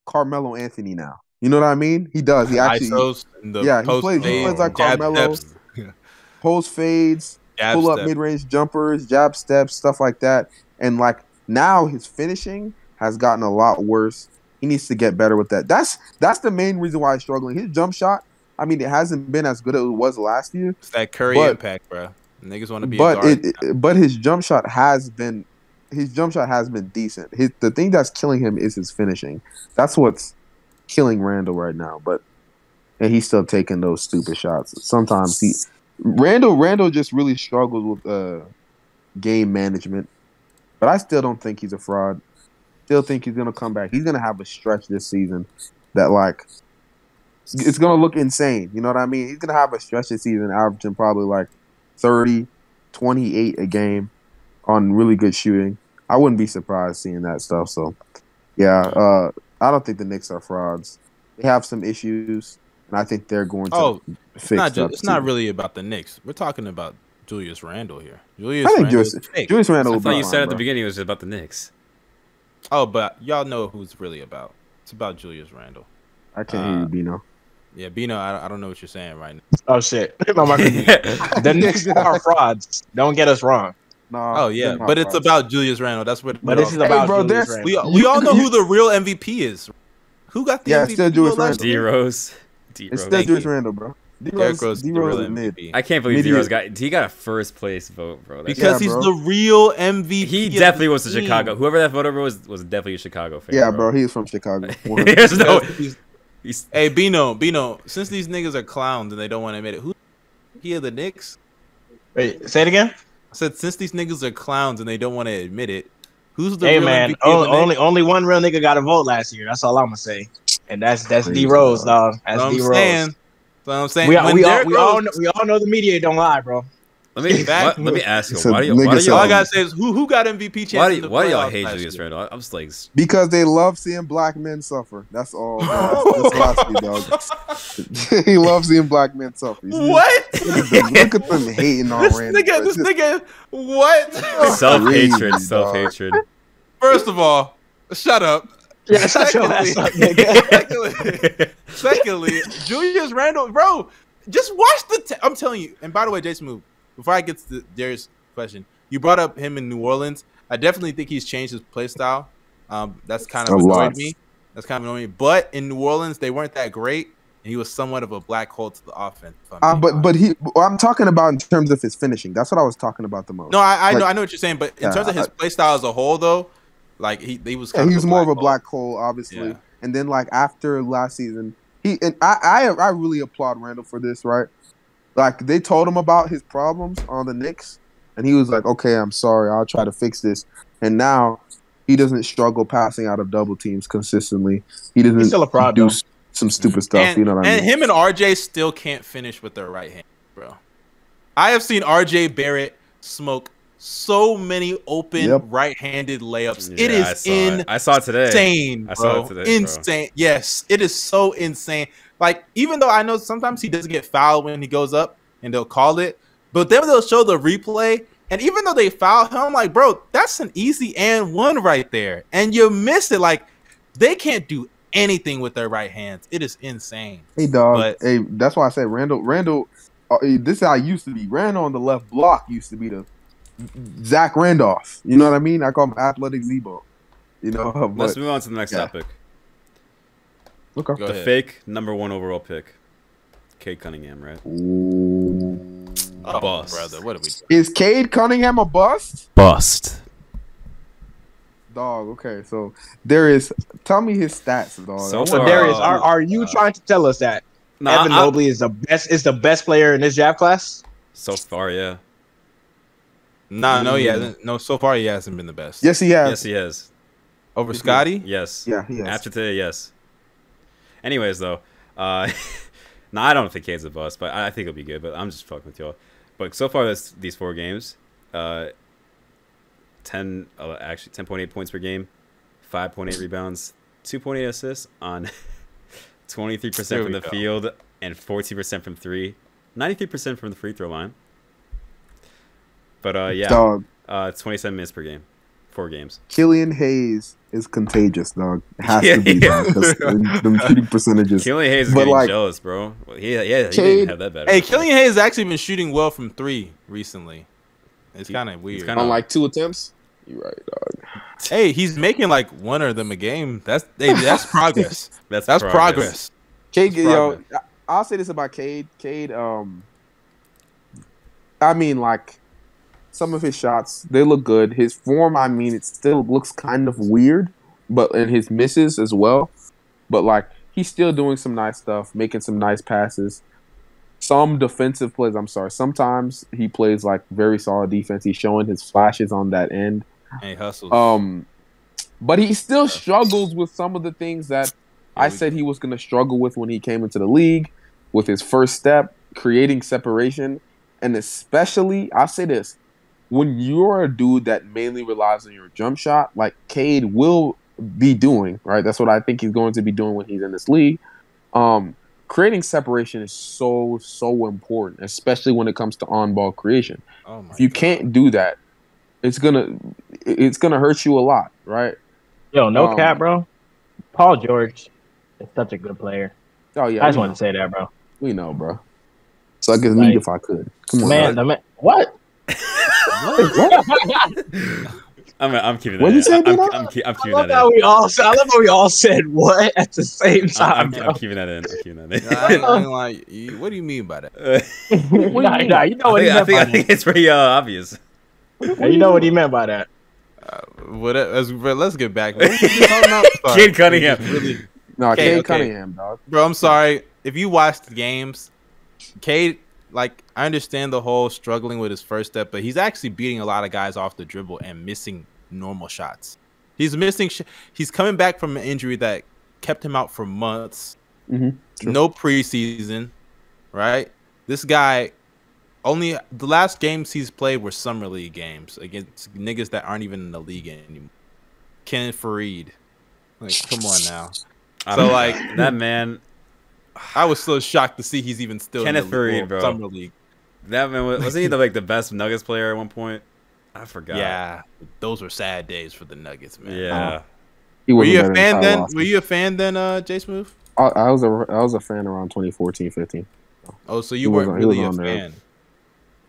Carmelo Anthony now. You know what I mean? He does. He actually
ISOs and the
yeah, he
post
plays- he
fade,
plays like
jab
Carmelo,
steps,
post fades,
jab
pull up
step.
mid range jumpers, jab steps, stuff like that. And like now his finishing has gotten a lot worse. He needs to get better with that. That's that's the main reason why he's struggling. His jump shot, I mean, it hasn't been as good as it was last year,
It's that Curry
But-
impact, bro. Niggas want to be a
but
guard.
it, it- but his jump shot has been his jump shot has been decent. His the thing that's killing him is his finishing. That's what's killing Randall right now. But and he's still taking those stupid shots. Sometimes he Randall Randall just really struggles with uh game management. But I still don't think he's a fraud. Still think he's gonna come back. He's gonna have a stretch this season that like it's gonna look insane. You know what I mean? He's gonna have a stretch this season, averaging probably like 30, 28 a game on really good shooting. I wouldn't be surprised seeing that stuff. So, yeah, uh, I don't think the Knicks are frauds. They have some issues, and I think they're going to
oh, it's
fix
not. Ju-
up.
it's not
too.
really about the Knicks. We're talking about Julius Randle here. Julius.
I think
Randle
Julius-
is fake.
Julius Randle.
I
will
thought
be
you
fine,
said at the
bro.
beginning it was about the Knicks.
Oh, but y'all know who it's really about. It's about Julius Randle.
I can't hear you, Bino.
Yeah, Bino, I, I don't know what you're saying right now.
Oh shit! My microphone- the Knicks are frauds. Don't get us wrong.
Nah,
Oh yeah,
Uh, they're not
but it's
frauds.
about Julius Randle. That's what.
But this is
Hey,
about
bro,
Julius
there's-
we,
Randle.
we all know who the real MVP is. Who got the
Yeah,
MVP?
it's still Julius
last
Randle.
D
year?
Rose. D
It's still
Rose.
Julius Randle, bro. D
Derrick
Rose,
Rose,
D
is the
Rose
real
is mid.
MVP.
I can't believe D
Maybe-
Rose got he got a first place vote, bro. That's-
because
Yeah,
he's
bro.
the real MVP.
he
of the
definitely was to
team.
Chicago. Whoever that voter was was definitely a Chicago fan.
Yeah, bro. He's from Chicago.
There's no.
Because he's-
He's,
Hey Bino, Bino, since these niggas are clowns and they don't want to admit it, who he of the Knicks?
Wait, say it again.
I said since these niggas are clowns and they don't want to admit it, who's the
hey
real
man,
MVP
only,
of the Knicks?
only only one real nigga got a vote last year. That's all I'm gonna say. And that's that's
Crazy,
D Rose,
dog.
dog.
That's
That's
what I'm
D Rose.
saying. That's what I'm saying.
We, all,
When
we, all,
Derrick
we, all,
Rose-
know- we all know the media don't lie, bro.
let me
Back-
why- let me ask
It's a
you. Why do you?
nigga
Why do
said-
all I
y'all?
gotta say is who who got MVP chance?
Why do,
in
you-
the
why do y'all
playoffs
hate
last
Julius
year?
Randle? I'm just like, s-
Because they love seeing black men suffer. That's all. That's, that's me, dog. he loves seeing black men suffer. You see?
What?
Look at them, look at them hating on
this
Randall.
nigga, this
It's just-
nigga, what?
self
Crazy,
hatred,
dog.
self hatred.
First of all, shut up.
Yeah, shut your ass up, nigga.
Secondly, secondly, Julius Randle, bro, just watch the. T- I'm telling you. And by the way, Jason, move before I get to the, Darius' question. You brought up him in New Orleans. I definitely think he's changed his play style. Um, that's kind of
A
annoyed
lot.
me. That's kind of annoying me. But in New Orleans, they weren't that great, and he was somewhat of a black hole to the offense. if I'm
Uh,
being
but
honest.
but he, I'm talking about in terms of his finishing. That's what I was talking about the most.
no, I, I
like-
know, I know what you're saying. But in
Yeah,
terms of his play style as a whole, though, like he, he was.
Yeah,
kind
he was more of
hole.
a black hole, obviously.
Yeah.
And then like after last season, he and I, I I really applaud Randall for this, right? Like they told him about his problems on the Knicks, and he was like, "Okay, I'm sorry, I'll try to fix this." And now he doesn't struggle passing out of double teams consistently. He doesn't
He's still a fraud,
do
though.
s- some stupid stuff.
And,
you know what I
and
mean?
him and RJ still can't finish with their right hand, bro. I have seen RJ Barrett smoke so many open
Yep.
right-handed layups. it
Yeah, I
is
saw it. I saw it today.
insane,
I saw
bro.
it today, bro.
insane. Yes, it is so insane. Like even though I know sometimes he doesn't get fouled when he goes up and they'll call it, but then they'll show the replay. And even though they foul him, I'm like, bro, that's an easy and one right there, and you miss it. Like they can't do anything with their right hands. It is insane.
Hey dog.
But-
hey, that's why I said Randall. Randall. Uh, eh, this is how I used to be. Randall on the left block used to be the Zach Randolph. You know what I mean? I call him Athletic Zebo. You know,
Let's
but
move on to the next
yeah.
topic.
okay.
Go
the
ahead.
fake number one overall pick. Cade Cunningham, right?
Oh,
Bust.
brother, what are we doing?
Is Cade Cunningham a bust?
Bust.
Dog, okay. So there is tell me his stats, dog.
So
So
far- uh,
Darius, are, are you trying to tell us that
Nah,
Evan
I- I-
Mobley is the best is the best player in this draft class?
so far, yeah.
Nah, no, he hasn't. No, so far he hasn't been the best.
yes, he has.
Yes, he is.
Over Scotty?
Yes.
Yeah, he has.
After today, yes. Anyways, though, uh, no, I don't think Cade's a bust, but I I think it'll be good. But I'm just fucking with y'all. But so far, this, these four games, uh, 10, uh, actually 10.8 points per game, 5.8 rebounds, 2.8 assists on 23%
There
from
we
the
go.
field and 40% from three, 93% from the free throw line. But uh, yeah,
Dog,
uh, 27 minutes per game, four games.
Killian Hayes is contagious, dog. It has
Yeah,
to be, dog.
yeah.
'cause them shooting percentages.
Killian Hayes is
But,
getting
like,
jealous, bro. Well, He, yeah, he
Cade-
didn't have that better.
Hey, Killian Hayes has actually been shooting well from three recently. It's
He-
kind of weird.
kinda-
on like two attempts. You're right.
hey, he's making like one of them a game. That's hey, that's progress. That's progress.
Cade,
It's
yo,
progress.
I- I'll say this about Cade. Cade, um, I mean, like some of his shots, they look good. His form, I mean, it still looks kind of weird, but and his misses as well. But like he's still doing some nice stuff, making some nice passes. Some defensive plays. I'm sorry. Sometimes he plays like very solid defense. He's showing his flashes on that end.
Hey, hustle.
Um, but he still struggles with some of the things that I
we
said he was going to struggle with when he came into the league, with his first step, creating separation, and especially I'll say this: when you're a dude that mainly relies on your jump shot, like Cade will be doing, right? That's what I think he's going to be doing when he's in this league. Um, creating separation is so so important, especially when it comes to on-ball creation
oh my
if you
God.
can't do that, it's gonna it's gonna hurt you a lot, right?
Yo, no
Um,
cap, bro. Paul George is such a good player.
Oh yeah,
I just
we,
wanted to say that, bro.
we know, bro. Suck his meat
Like-
if I could. Come on,
Man, the man, what?
What?
I'm, I'm keeping that.
What'd you
in.
say,
I'm,
Dino?
I'm, keep- I'm
I
keeping
love
that in.
how we all. I love how we all said what at the same
I'm,
time.
I'm- I'm keeping that in. I'm keeping that in.
I ain't- I ain't like, you- what do you mean by that?
Uh,
bro.
What do you
nah,
mean?
nah, you know
I
what he
think, I,
meant
think,
by
I
that.
think it's pretty uh, obvious.
You know what he meant by that.
Uh, What? As, but let's get back. What were we just talking about? Sorry.
Kid Cunningham.
Really,
no,
Okay,
Cade
okay.
Cunningham, dog.
bro, I'm sorry. If you watched the games, Cade, like I understand the whole struggling with his first step, but he's actually beating a lot of guys off the dribble and missing normal shots. He's missing. Sh- he's coming back from an injury that kept him out for months.
Mhm, true.
No preseason, right? This guy only the last games he's played were summer league games against niggas that aren't even in the league anymore. Ken Farid, like come on now.
I
So,
don't know.
like-
that man,
I was so shocked to see he's even still
Kenneth
in the
Fareed,
well,
bro.
summer league.
that man was, wasn't he the, like the best Nuggets player at one point? I forgot.
Yeah, those were sad days for the Nuggets, man.
Yeah.
He
Were
wasn't
you a
better than
fan
Ty
then?
Lawson.
Were you a fan then, uh, Jay Smooth?
I, I was a I was a fan around 2014, 15.
Oh, so
He
you weren't
wasn't- he
really a
wasn't on there.
fan.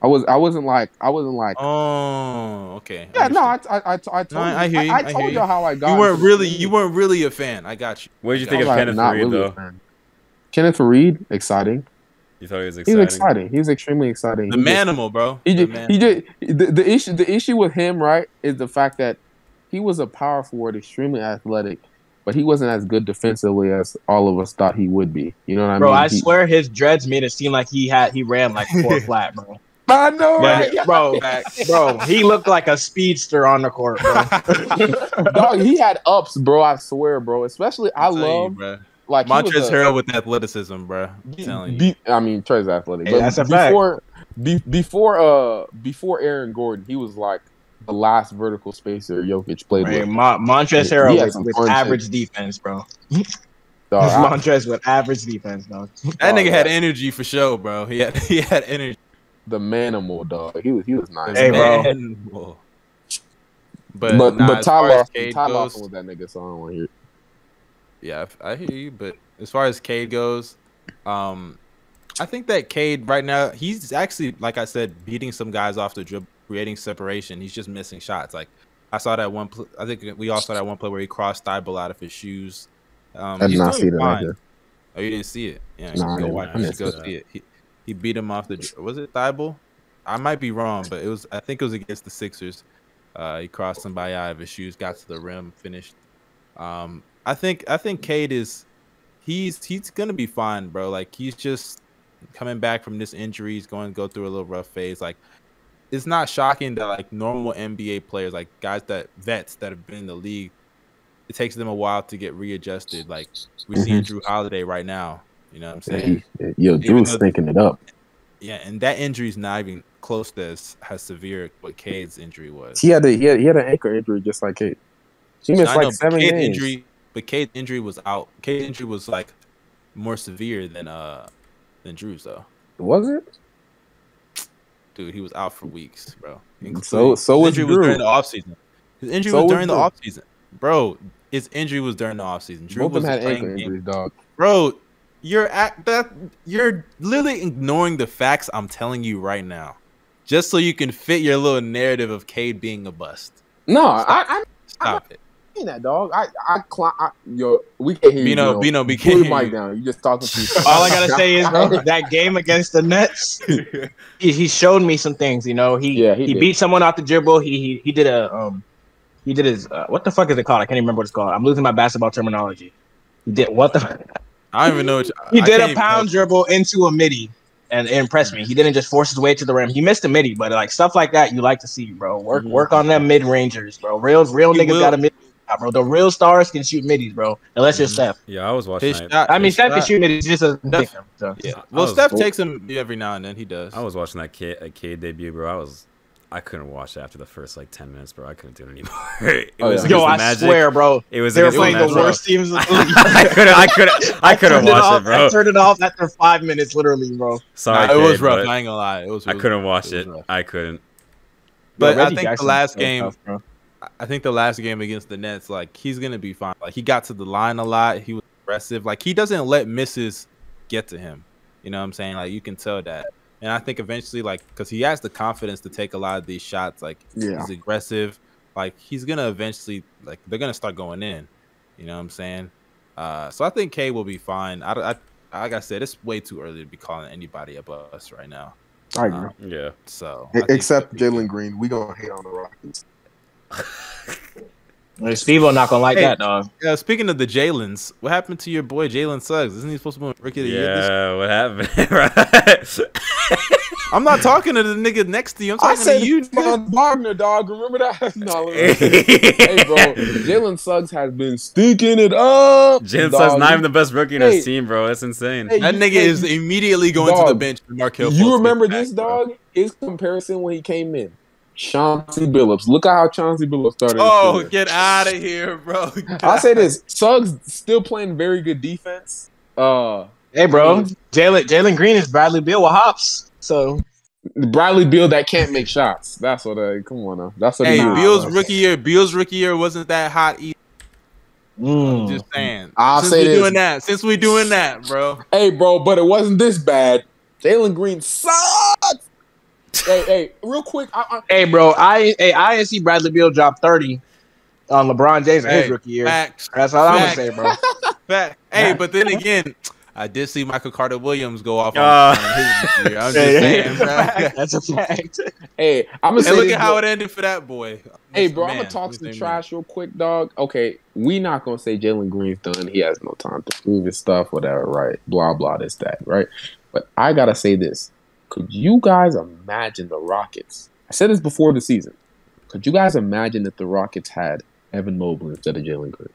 I was I wasn't like I wasn't like.
Oh, okay.
yeah, no, I
Understood.
I I, I told
No, I-
you,
I hear you, I hear
told
you.
y'all how I got.
you weren't
into the
really
league.
you weren't really a fan. I got you.
What did you
I
think
I
of
was, like,
Kenneth
not
Farid
really a
though?
fan. Kenneth Reed, exciting.
You thought he was
He's
exciting.
exciting. He's extremely exciting.
The
He just-
manimal, bro.
He
The
just,
man.
he just, the, the issue the issue with him right is the fact that he was a power forward, extremely athletic, but he wasn't as good defensively as all of us thought he would be. You know what I
Bro,
mean?
I
He-
swear his dreads made it seem like he had he ran like four flat, bro.
I know, right?
But, bro, bro, he looked like a speedster on the court, bro.
Dog, he had ups, bro. I swear, bro. Especially I
I'm telling you,
love
bro.
like he was
Montrezl
a-
Harrell with athleticism, bro. I'm
be-
telling you.
be- I mean, Trey's athletic,
Hey,
but
that's a fact.
before be- before uh before Aaron Gordon, he was like the last vertical spacer Jokic played
Right,
with.
Mon- Montrezl
Yeah,
Harrell
he had some
with,
fun
with
shit.
average defense, bro.
Dog, I-
Montrez with average defense, dog.
That
Oh,
nigga
yeah.
had energy for sure, bro. He had he had energy.
the manimal dog. He was he was nice.
Hey, bro.
Man. But
But but,
nah, as
Ty
far as
Lawson,
Cade
Ty
goes- um,
Lawson was that nigga, so I don't want to hear. it.
Yeah, I I hear you. But as far as Cade goes, um, I think that Cade right now he's actually, like I said, beating some guys off the dribble, creating separation. He's just missing shots. Like I saw that one. Pl- I think we all saw that one play where he crossed Thibault out of his shoes. Um,
I did
he's
not
doing
see that
fine.
either.
Oh, you didn't see it? Yeah,
Nah, I
go
didn't-
watch.
I
you should
missed
Go
it.
see it. He, he beat him off the. Was it Thibault? I might be wrong, but it was. I think it was against the Sixers. Uh, he crossed somebody out of his shoes, got to the rim, finished. Um, I think I think Cade is. He's he's gonna be fine, bro. Like he's just coming back from this injury. He's going to go through a little rough phase. Like it's not shocking that like normal NBA players, like guys that vets that have been in the league, it takes them a while to get readjusted. Like we see
Mm-hmm.
Drew Holiday right now. You know what I'm saying?
Yo, Drew's
though-
thinking it up.
Yeah, and that injury's not even close to as, how severe what Cade's injury was.
He had a he had, he had an ankle injury just like Kate. She missed
I
like
know, but
seven
Cade's
games.
Injury, but Cade's injury was out. Cade's injury was like more severe than uh than Drew's though.
Was it?
Dude, he was out for weeks, bro.
So- so was
his injury
Drew.
was during the offseason. His injury
So
was
was
during the
Drew.
offseason. Bro, his injury was during the offseason. Drew
Both of
was
them had
playing
ankle
games.
injuries, dog.
Bro, you're at that you're literally ignoring the facts I'm telling you right now. Just so you can fit your little narrative of Cade being a bust.
No, I, I
Stop it.
mean that dog. I I, cli- I yo, we can't hear
Bino,
you.
Bino, we
Put
can't
your
hear
mic
you.
down. You just talking to
All I gotta say is, bro, that game against the Nets, he, he showed me some things. You know, he
Yeah, he
he,
did.
beat someone off the dribble. He he, he did a um, he did his uh, what the fuck is it called? I can't even remember what it's called. I'm losing my basketball terminology. He did what the?
I don't even know what you,
He
I
did
can't
a
even-
pound dribble into a midi, and it impressed me. He didn't just force his way to the rim. He missed a midi, but like stuff like that, you like to see, bro. Work work on them mid rangers, bro. Real real
Mm-hmm. He
niggas
will.
got a mid, bro. The real stars can shoot midis, bro. Unless you're
Mhm.
Steph.
Yeah, I was watching.
His
That,
shot-
I mean,
his
Steph can
shot-
shoot midis just a
That's-
so.
Yeah.
I
Well,
was-
Steph takes him every now and then. He does.
I was watching that kid, a kid debut, bro. I was, I couldn't watch after the first like ten minutes, bro. I couldn't do it anymore. it
Oh,
was
yeah.
against
Yo,
the
I
Magic.
swear, bro.
It was
They were
against
playing the
Magic.
worst teams in the league.
I could, I could, I could have
Turned it
watched
off-
it,
I
bro.
turned it off after five minutes, literally, bro.
Sorry,
Nah, it was
kid,
rough.
but
I ain't gonna lie. It was.
I
it was-
couldn't watch
it was
it.
rough.
I couldn't.
But
Yo,
I think
Reggie
the
Jackson's
last
so
game,
tough, bro.
I think the last game against the Nets, like he's gonna be fine. Like he got to the line a lot. He was aggressive. Like he doesn't let misses get to him. You know what I'm saying? Like you can tell that. And I think eventually, like, because he has the confidence to take a lot of these shots. Like
yeah.
he's aggressive. Like he's gonna eventually, like they're gonna start going in. You know what I'm saying? Uh, so I think K will be fine. I, don't- I like I said, it's way too early to be calling anybody above us right now.
I agree. E-,
Um,
Yeah.
so I think
Except
he'll be
Jalen Green, we gonna hate on the Rockets.
Like, Steve-O not gonna like
Hey.
that, dog.
good. Uh, speaking of the Jalen's, what happened to your boy Jalen Suggs? Isn't he supposed to be Ricky of the Year? this-
Yeah. What happened? right?
I'm not talking to the nigga next to you. I'm
I
talking
said
to you.
you,
nigga.
Wagner, dog. Remember that? no, hey, bro, Jalen Suggs has been stinking it up.
Jalen
dog.
Suggs not even the best rookie in our
Hey.
team, bro. That's insane.
Hey,
That
you-
nigga
hey,
is immediately going to the
Dog,
bench. for Markel
You
Fultz.
remember this
Back, bro.
dog? His comparison when he came in, Chauncey Billups. Look at how Chauncey Billups started. his
Oh,
career.
get out of here, bro.
I'll say this: Suggs still playing very good defense. Uh,
Hey, bro. Jalen Jalen Green is Bradley Beal with hops. So
Bradley Beal that can't make shots. That's what. I, come on, now. that's what.
Hey,
it is.
Bill's rookie year, Bill's rookie year wasn't that hot either.
mm.
Just saying.
I'll
since
say
we
this.
doing that, since we doing that, bro.
Hey, bro, but it wasn't this bad. Jalen Green sucks. hey, hey, real quick. I,
hey, bro. I hey, I didn't see Bradley Beal drop thirty on LeBron James in
Hey,
his rookie year.
Facts,
That's all I'm gonna
Fact.
say, bro.
facts. Hey, but then again, I did see Michael Carter Williams go off on,
Uh.
on his rookie year. I'm just
Hey,
saying,
that's a
bro.
fact. That's a fact.
I, hey, I'm gonna
Hey,
say
look
this,
at how
bro.
it ended for that boy.
Hey, bro, I'm
Man,
gonna talk
this
some
thing-
trash real quick, dog. Okay, we not gonna say Jalen Green's done. He has no time to prove his stuff, whatever, right? Blah blah this that, right? But I gotta say this: Could you guys imagine the Rockets? I said this before the season. Could you guys imagine if the Rockets had Evan Mobley instead of Jalen Green?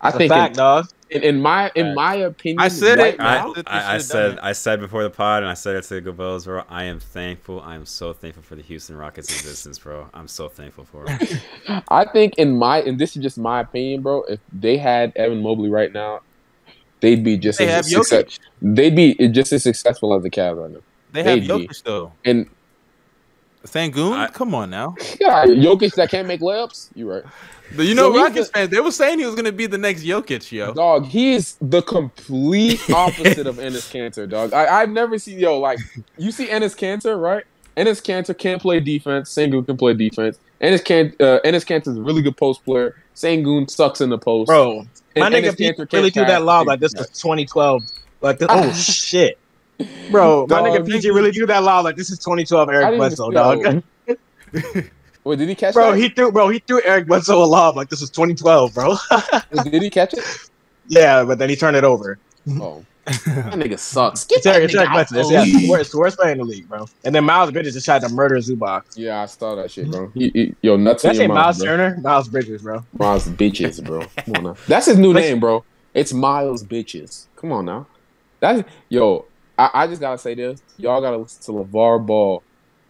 I
That's a
think
fact, dog.
in, in, in my in my opinion,
I said
right
it.
now-
I, I, I said I said before the pod, and I said it to the Go Bills, bro. I am thankful. I am so thankful for the Houston Rockets' existence, bro. I'm so thankful for them.
I think in my and this is just my opinion, bro. If they had Evan Mobley right now, they'd be just
They have
as success,
Jokic.
they'd be just as successful as the Cavs right now.
They have
They'd be.
Jokic though.
And
Sangoon,
I-
come on now.
yeah, Jokic that can't make layups. You're right,
But you know,
So he's
Rockets fans, they were saying he was gonna be the next Jokic, yo.
dog. He is the complete opposite of Ennis Cantor, dog. I, I've never seen yo like you see Ennis Cantor, right? Ennis Cantor can't play defense. Single can play defense. Ennis Can uh, Ennis Cantor's a really good post player. Sangoon sucks in the post.
bro. My
And Enes
nigga Pete
Kanter can't
really threw
pass.
that lob like this was 2012. Like this, oh shit, bro. My
Dog,
nigga PG really threw that lob like this is 2012
I
Eric
didn't
Bledsoe,
even see
dog.
that. Wait, did he catch
Bro,
that?
he threw bro he threw Eric Bledsoe a lob like this was 2012, bro.
did he catch it?
yeah, but then he turned it over.
Oh, that nigga sucks.
It's Eric, it's Eric Bledsoe. It's, yeah,
the
it's the worst, worst player in the league, bro. And then Miles Bridges just tried to murder Zubac.
Yeah, I saw that shit, bro. He, he, yo, nuts
That's
in
a
your
Miles
mouth, bro.
Turner, Miles Bridges, bro.
Miles bitches, bro. Come on now. That's his new
Let's-
name, bro. It's Miles bitches. Come on now. That's yo. I, I just gotta say this. Y'all gotta listen to LeVar Ball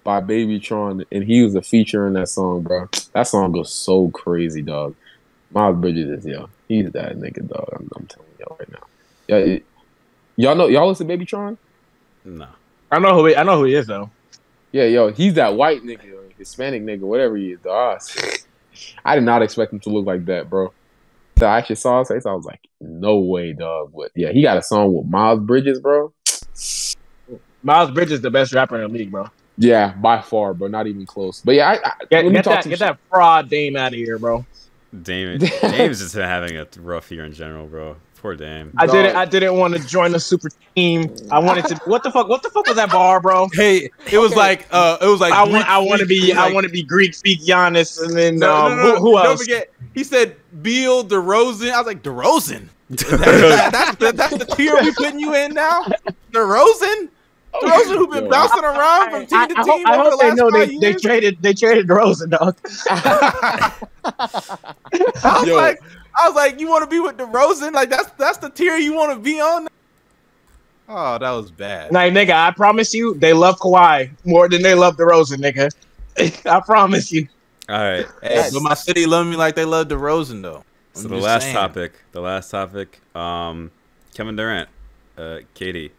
by Baby Tron, and he was a feature in that song, bro. That song goes so crazy, dog. Miles Bridges is yo. He's that nigga, dog. I'm, I'm telling y'all right now. Yeah, it- y'all know y'all listen to Baby Tron.
No.
I know who he, I know who he is though.
Yeah, yo, he's that white nigga, or Hispanic nigga, whatever he is. Dog. I did not expect him to look like that, bro. So I actually saw his face. I was like, no way, dog. But yeah, he got a song with Miles Bridges, bro.
Miles Bridges the best rapper in the league, bro.
Yeah, by far, bro. Not even close. But yeah, I, I,
Get,
let me
get
talk
that
some
get
shit.
that fraud Dame out of here, bro.
Dame, Dame's just been having a rough year in general, bro. Poor Dame.
I
Dog.
didn't I didn't want to join the super team. I wanted to what the fuck what the fuck was that bar, bro?
Hey, it was like uh, it was like
I want
Greek
I want to
freak,
be I
like-
want to be Greek speak Giannis and then
No, no,
um,
no,
who, who
no, Don't
else?
forget, he said Beal, DeRozan. I was like DeRozan. That- that's, the, that's the tier we putting you in now, DeRozan. DeRozan, who's been
Yo.
bouncing around from team
Oh I,
to
I hope,
team
I
over the
hope they
last
know
five
they, they
years.
traded they traded DeRozan, dog.
I was
Yo.
like, I was like, you want to be with DeRozan? Like that's that's the tier you want to be on. Oh, that was bad.
Like nigga, I promise you, they love Kawhi more than they love DeRozan, nigga. I promise you.
All right.
Hey, but my city love me like they love DeRozan though.
So
I'm
the
just
last
saying.
topic, the last topic, um, Kevin Durant, uh, Katie.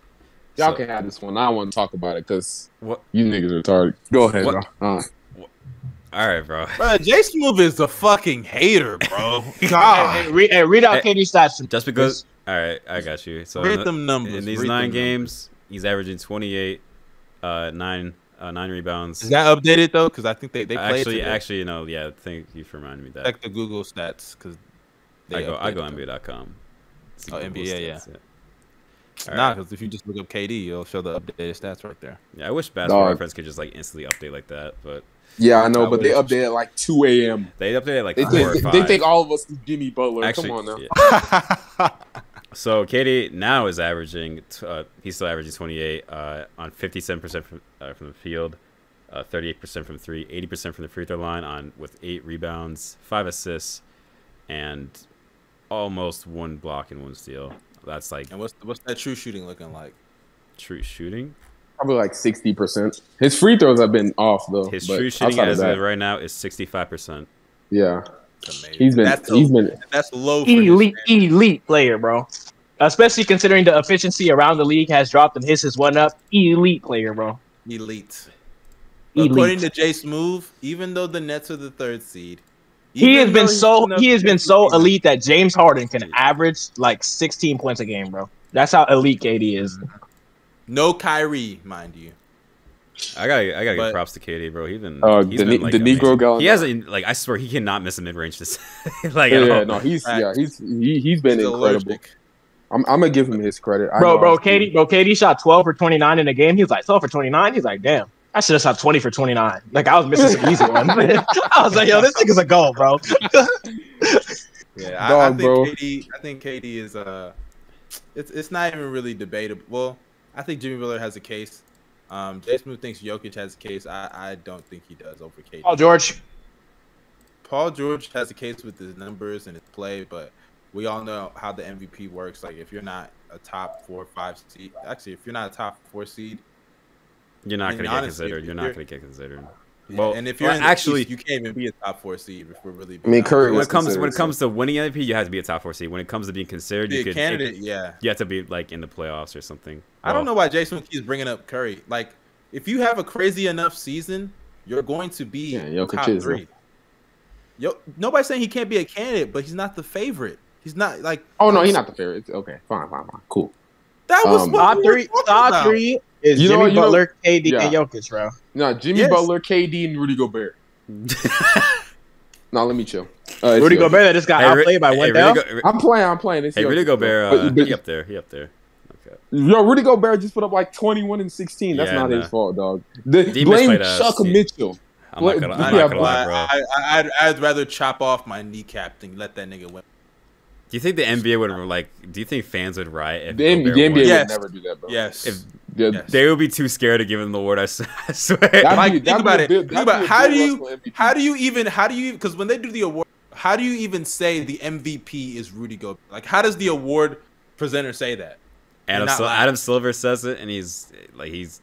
Y'all
So-
can have this one. I want to talk about it because
What?
you niggas are retarded. Go ahead,
What?
bro. Uh,
All right, bro.
Bro, Jay Smooth is a fucking hater, bro.
Hey,
God,
re- hey, read out
Hey.
Katie's stats.
Just because. All right, I got you. So in,
read
the-
them numbers.
in these
read
nine
them
games,
numbers.
he's averaging 28, uh, nine, uh, nine rebounds.
Is that updated though? Because I think they they played
actually,
today.
actually, you know, yeah. Thank you for reminding me that.
check the Google stats because
I go, I go NBA.com. See
Oh,
Google
NBA, yeah.
stats, All
Nah,
right.
because if you just look up KD, it'll show the updated stats right there.
Yeah, I wish Basketball
Dog.
Reference could just like instantly update like that, but
yeah, I know,
I
but they
would've-
updated at like 2 a.m.
they updated at, like
They,
four
think-
or five.
they think all of us is Jimmy Butler.
Actually,
Come on now.
yeah. So Katie now is averaging. t- Uh, he's still averaging 28 uh, on 57 percent from, uh, from the field, uh, 38 percent from three, 80 percent from the free throw line on with eight rebounds, five assists, and almost one block and one steal. That's like
and what's what's that true shooting looking like?
true shooting.
Probably like 60%. His free throws have been off, though.
His
but
true shooting
outside of
as
that,
of right now is 65 percent.
Yeah.
It's amazing.
He's been
that's,
he's been
that's low. For
elite,
elite.
elite player, bro. Especially considering the efficiency around the league has dropped and his is one up. Elite player, bro.
elite.
Elite.
According to Jay Smooth, even though the Nets are the third seed,
He has
even
been
though
so
he's
he has been so
the-
elite that James Harden can average like 16 points a game, bro. That's how elite KD is.
No Kyrie, mind you.
I gotta, I gotta
But-
give props to Katie, bro. He's been,
Uh,
he's
the
been
Ne-
like
the Negro
amazing.
Gallinari.
He hasn't, like, I swear, he cannot miss a mid range. This, like,
yeah,
at
yeah,
all.
no, he's
Facts.
yeah, he's he, he's been
He's
incredible.
allergic.
I'm, I'm gonna give him his credit, I
Bro,
know I
bro,
was-
KD, bro, KD shot 12 for 29 in the game. He was like 12 for 29. He's like, damn. I should have shot 20 for 29. Like I was missing some easy ones. I was like, yo, this nigga's a goal, bro.
Yeah, I, I
Dog,
think
bro.
KD. I think KD is uh, it's it's not even really debatable. Well, I think Jimmy Butler has a case. Um, Jay Smooth thinks Jokic has a case. I, I don't think he does over KD.
Paul George.
Paul George has a case with his numbers and his play, but we all know how the MVP works. Like if you're not a top four or five seed, actually if you're not a top four seed,
You're not
And
gonna get
honestly,
considered.
if
You're
you're-
not gonna get considered.
yeah,
Well,
and if you're
well,
in the
actually-
East, you can't even be a top four seed if we're really.
I mean,
being honest.
Curry
When
was
it comes, when
considered,
it
so-
comes to winning MVP, you have to be a top four seed. When it comes to being considered,
be
you
a
could
candidate. yeah,
you have to be like in the playoffs or something.
I don't
Well,
know why Jason keeps bringing up Curry. Like, if you have a crazy enough season, you're going to be
Yeah, Jokic
top
is,
three. Yo, nobody's saying he can't be a candidate, but he's not the favorite. He's not like
Oh no, he's not the favorite. It's- Okay, fine, fine, fine, cool.
that was
Um,
what
Top
we
three,
were talking
top
about.
three is
You know
Jimmy
what, you know-
Butler, KD, and
Yeah.
Jokic, bro.
No, Jimmy
Yes.
Butler, KD, and Rudy Gobert. No, let me chill. Uh, it's
Rudy
yours.
Gobert that just got
Hey, Ru-
outplayed by
hey,
one
Rudy
down.
Go- Ru-
I'm playing. I'm playing. It's
hey,
yours.
Rudy Gobert,
But-
uh,
but-
he up there. He up there. Okay.
Yo, Rudy Gobert just put up like 21 and 16. That's
Yeah,
not
nah.
his fault, dog. The,
D-Miss
blame
played us,
Chuck
yeah.
Mitchell.
I'm not
What-
gonna, I'm
yeah,
not gonna lie,
I,
bro.
I, I, I'd, I'd rather chop off my kneecap than let that nigga win.
Do you think the NBA would like? Do you think fans would riot? If
The, M- the
Gobert
NBA
won?
Yeah.
would never do that, bro.
Yes.
If-
Yeah,
yes.
They would be too scared to give him the award. I s- I swear.
that'd
Mike,
be-
think
that'd be
about
a
it.
Bill-
Think
that'd
about
be a
how
Bill
do you-
Russell MVP.
How do you even? How do you? Because when they do the award, how do you even say the MVP is Rudy Gobert? Like, how does the award presenter say that?
Adam,
not
Sil-
lying.
Adam Silver says it, and he's like, he's.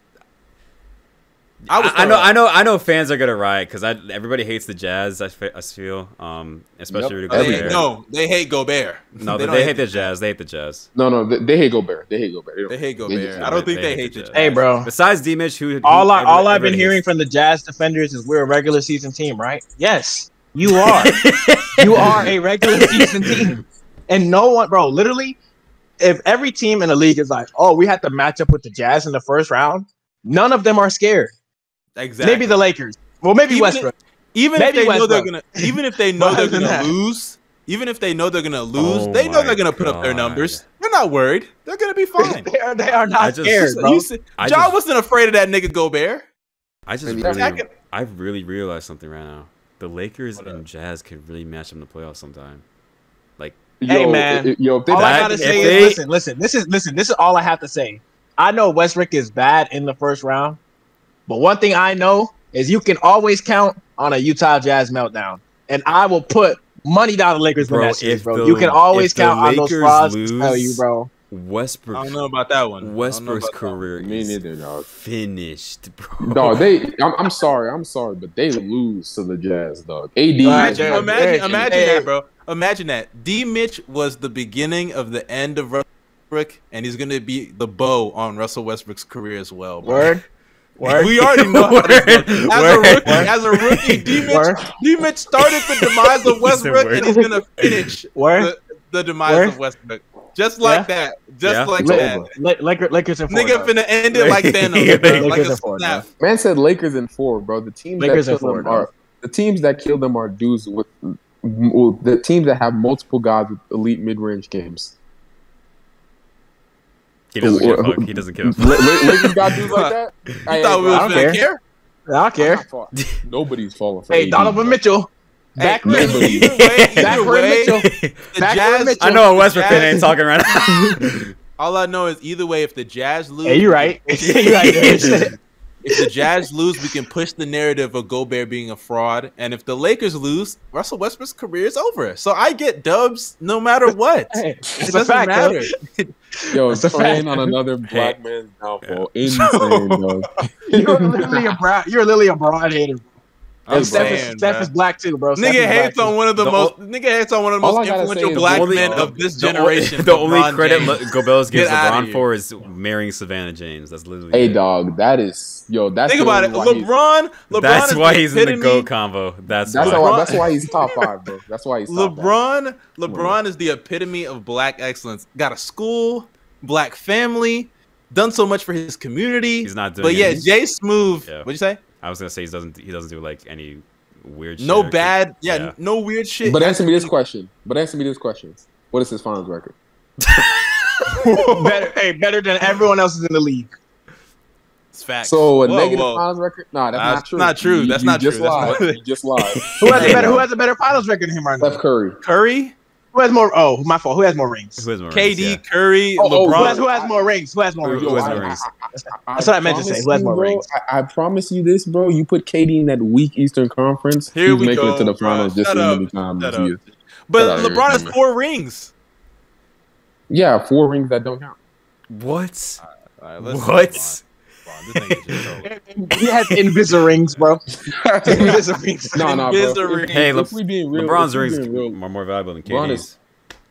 I
I,
was
I know,
thorough.
I know, I know. Fans are gonna riot because I everybody hates the Jazz. I, fe- I feel, um, especially
Yep.
Rudy
They-
Gobert.
no, they hate Gobert.
no, they,
don't
hate the Jazz. They hate the Jazz.
No, no, they, they hate Gobert. They hate Gobert. They don't-
They hate
They
Gobert.
just-
I don't think
they
they,
hate
hate
the
the
Jazz.
Jazz.
Hey, bro.
Besides Dimitri, who, who
All I
everybody-
all I've been
everybody
hearing
hates.
from the Jazz defenders is we're a regular season team, right? Yes, you are. you are a regular season team, and no one, bro. Literally, if every team in the league is like, oh, we had to match up with the Jazz in the first round, none of them are scared.
Exactly.
Maybe the Lakers. Well, maybe
Even
Westbrook.
even if
Maybe
they know they're
Westbrook.
gonna, even if they know
But
they're
other than
gonna
that-
lose, even if they know they're gonna lose,
Oh
they know
my
they're gonna put up their
God.
numbers. They're not worried. They're gonna be fine.
they, are, they are not
I just-
scared,
So
bro.
you said-
I
Ja
just-
wasn't afraid of that nigga Gobert.
I just
Maybe
I
really,
can-
I really realized something right now. The Lakers
What
and Jazz could really match up in the playoffs sometime.
Yo,
Hey, man.
i- i- Yo, if they
All I
That-
gotta
if
say
they-
is listen, listen. This is listen. This is all I have to say. I know Westbrook is bad in the first round, but one thing I know is you can always count on a Utah Jazz meltdown, and I will put money down the Lakers win
Bro,
that series,
if
bro.
the-
you can always
if the
count on those
Lakers
frauds. to
lose-
Tell you, bro.
I don't
Westbrook,
know about that one. I don't know
Westbrook's
about that one.
career
me
is
neither, dog.
finished, bro.
No, they. I'm, I'm sorry. I'm sorry, but they lose to the Jazz, dog. AD.
Alright,
Imagine,
Jared,
imagine,
Jared,
imagine
Jared.
that, bro. Imagine that. D. Mitch was the beginning of the end of Russell Westbrook, and he's gonna be the bow on Russell Westbrook's career as well. Bro.
Word. Word.
We already know how this
Word.
goes. as
Word.
a rookie. As a rookie, D. Mitch,
Word.
D. Mitch started the demise of Westbrook,
word.
and he's gonna finish
Word.
the, the demise
Word.
of Westbrook. Just like that. Just
Yeah.
like
Look,
that.
La- Lakers, Lakers and four.
Nigga
Nigga
finna end it like Thanos, bro.
Lakers
like
are
a
forward,
snap.
Man said Lakers in four, bro. The teams
Lakers in
that kill
four,
them
dog.
are the teams that kill them are dudes with m- well, the teams that have multiple guys with elite mid range games.
He doesn't give a fuck. He doesn't give a
La-
fuck.
La- Lakers got dudes like that.
You thought we was
I don't
gonna
care.
care?
I don't care.
Nobody's falling for
Hey,
AD,
Donovan
bro.
Mitchell. Back
Hey,
Mitchell.
either way,
Back
either
Ray
way,
Mitchell.
the
Back Ray
Jazz.
Mitchell.
I know a Westbrook fan ain't
Jazz-
talking right now.
All I know is either way, if the Jazz lose,
Yeah, you right. you right. Mitch.
If the Jazz lose, we can push the narrative of Gobert being a fraud, and if the Lakers lose, Russell Westbrook's career is over. So I get dubs no matter what.
Hey,
It
it's a
doesn't
fact, though.
matter.
Yo,
That's a
playing
fact.
on another black
Hey.
man's downfall. Insane, dog.
You're literally a brown. You're literally a broadheader.
I'm
And Steph, is,
saying,
Steph
bruh.
is black too, bro. Steph
Nigga
is black
hates on
too.
one of the,
The
most. nigga hates on one of the
All I
most
gotta
influential
say is
black
the only-
men of this generation.
The only, the only
LeBron
credit
James.
Le- Gobert gives
Get outta
LeBron
here.
for is marrying Savannah James. That's literally.
Hey,
it.
dog. That is yo. That's
Think
the
about it.
only why he's-
LeBron. LeBron
That's
is
why he's in the
epitome-
go combo. That's,
That's
why.
why. That's why he's top five, bro. That's why he's top five.
LeBron. LeBron is the epitome of black excellence. Got a school, black family, done so much for his community.
He's not doing.
But yeah,
any-
Jay Smooth.
Yeah.
What'd you say?
I was gonna say he doesn't. He doesn't do like any weird. shit
No
or-
bad. Yeah,
yeah.
no weird shit.
But answer me this question. But answer me this question. What is his finals record?
better, hey, better than everyone else is in the league.
It's facts.
So a
Whoa,
negative
whoa.
finals record? Nah, that's
Nah,
not
it's
true.
not true. That's not
just
true.
Lied.
That's not-
you just lied.
Who has a
Hey,
better?
yo.
Who has a better finals record than him right
Steph
now?
Curry?
Curry,
Who has more? Oh, my fault. Who has more rings?
Who is Maurice?
KD,
Yeah.
Curry,
Oh, oh,
Who has,
LeBron.
who has more rings? Who has more
Who,
rings?
who has
I-
Maurice?
That's what I meant to say.
promise
Who has
you,
more
bro,
rings?
I, I promise you this, bro. You put KD in that weak Eastern Conference.
Here
he's
we
making
go,
it to the
bro.
finals just
Shut
as
up.
many times
Shut
as
up.
you.
But
Get outta
LeBron
here,
has
man.
four rings.
Yeah, four rings that don't count.
What?
All right, let's-
What?
LeBron, LeBron, this nigga just trolling.
He has invisible rings, bro. Invis rings.
No, no,
Here's the
bro.
ring.
If,
Hey,
if
Le-
we being real,
LeBron's
if we
rings
being real,
are more valuable than
LeBron
KD's.
is-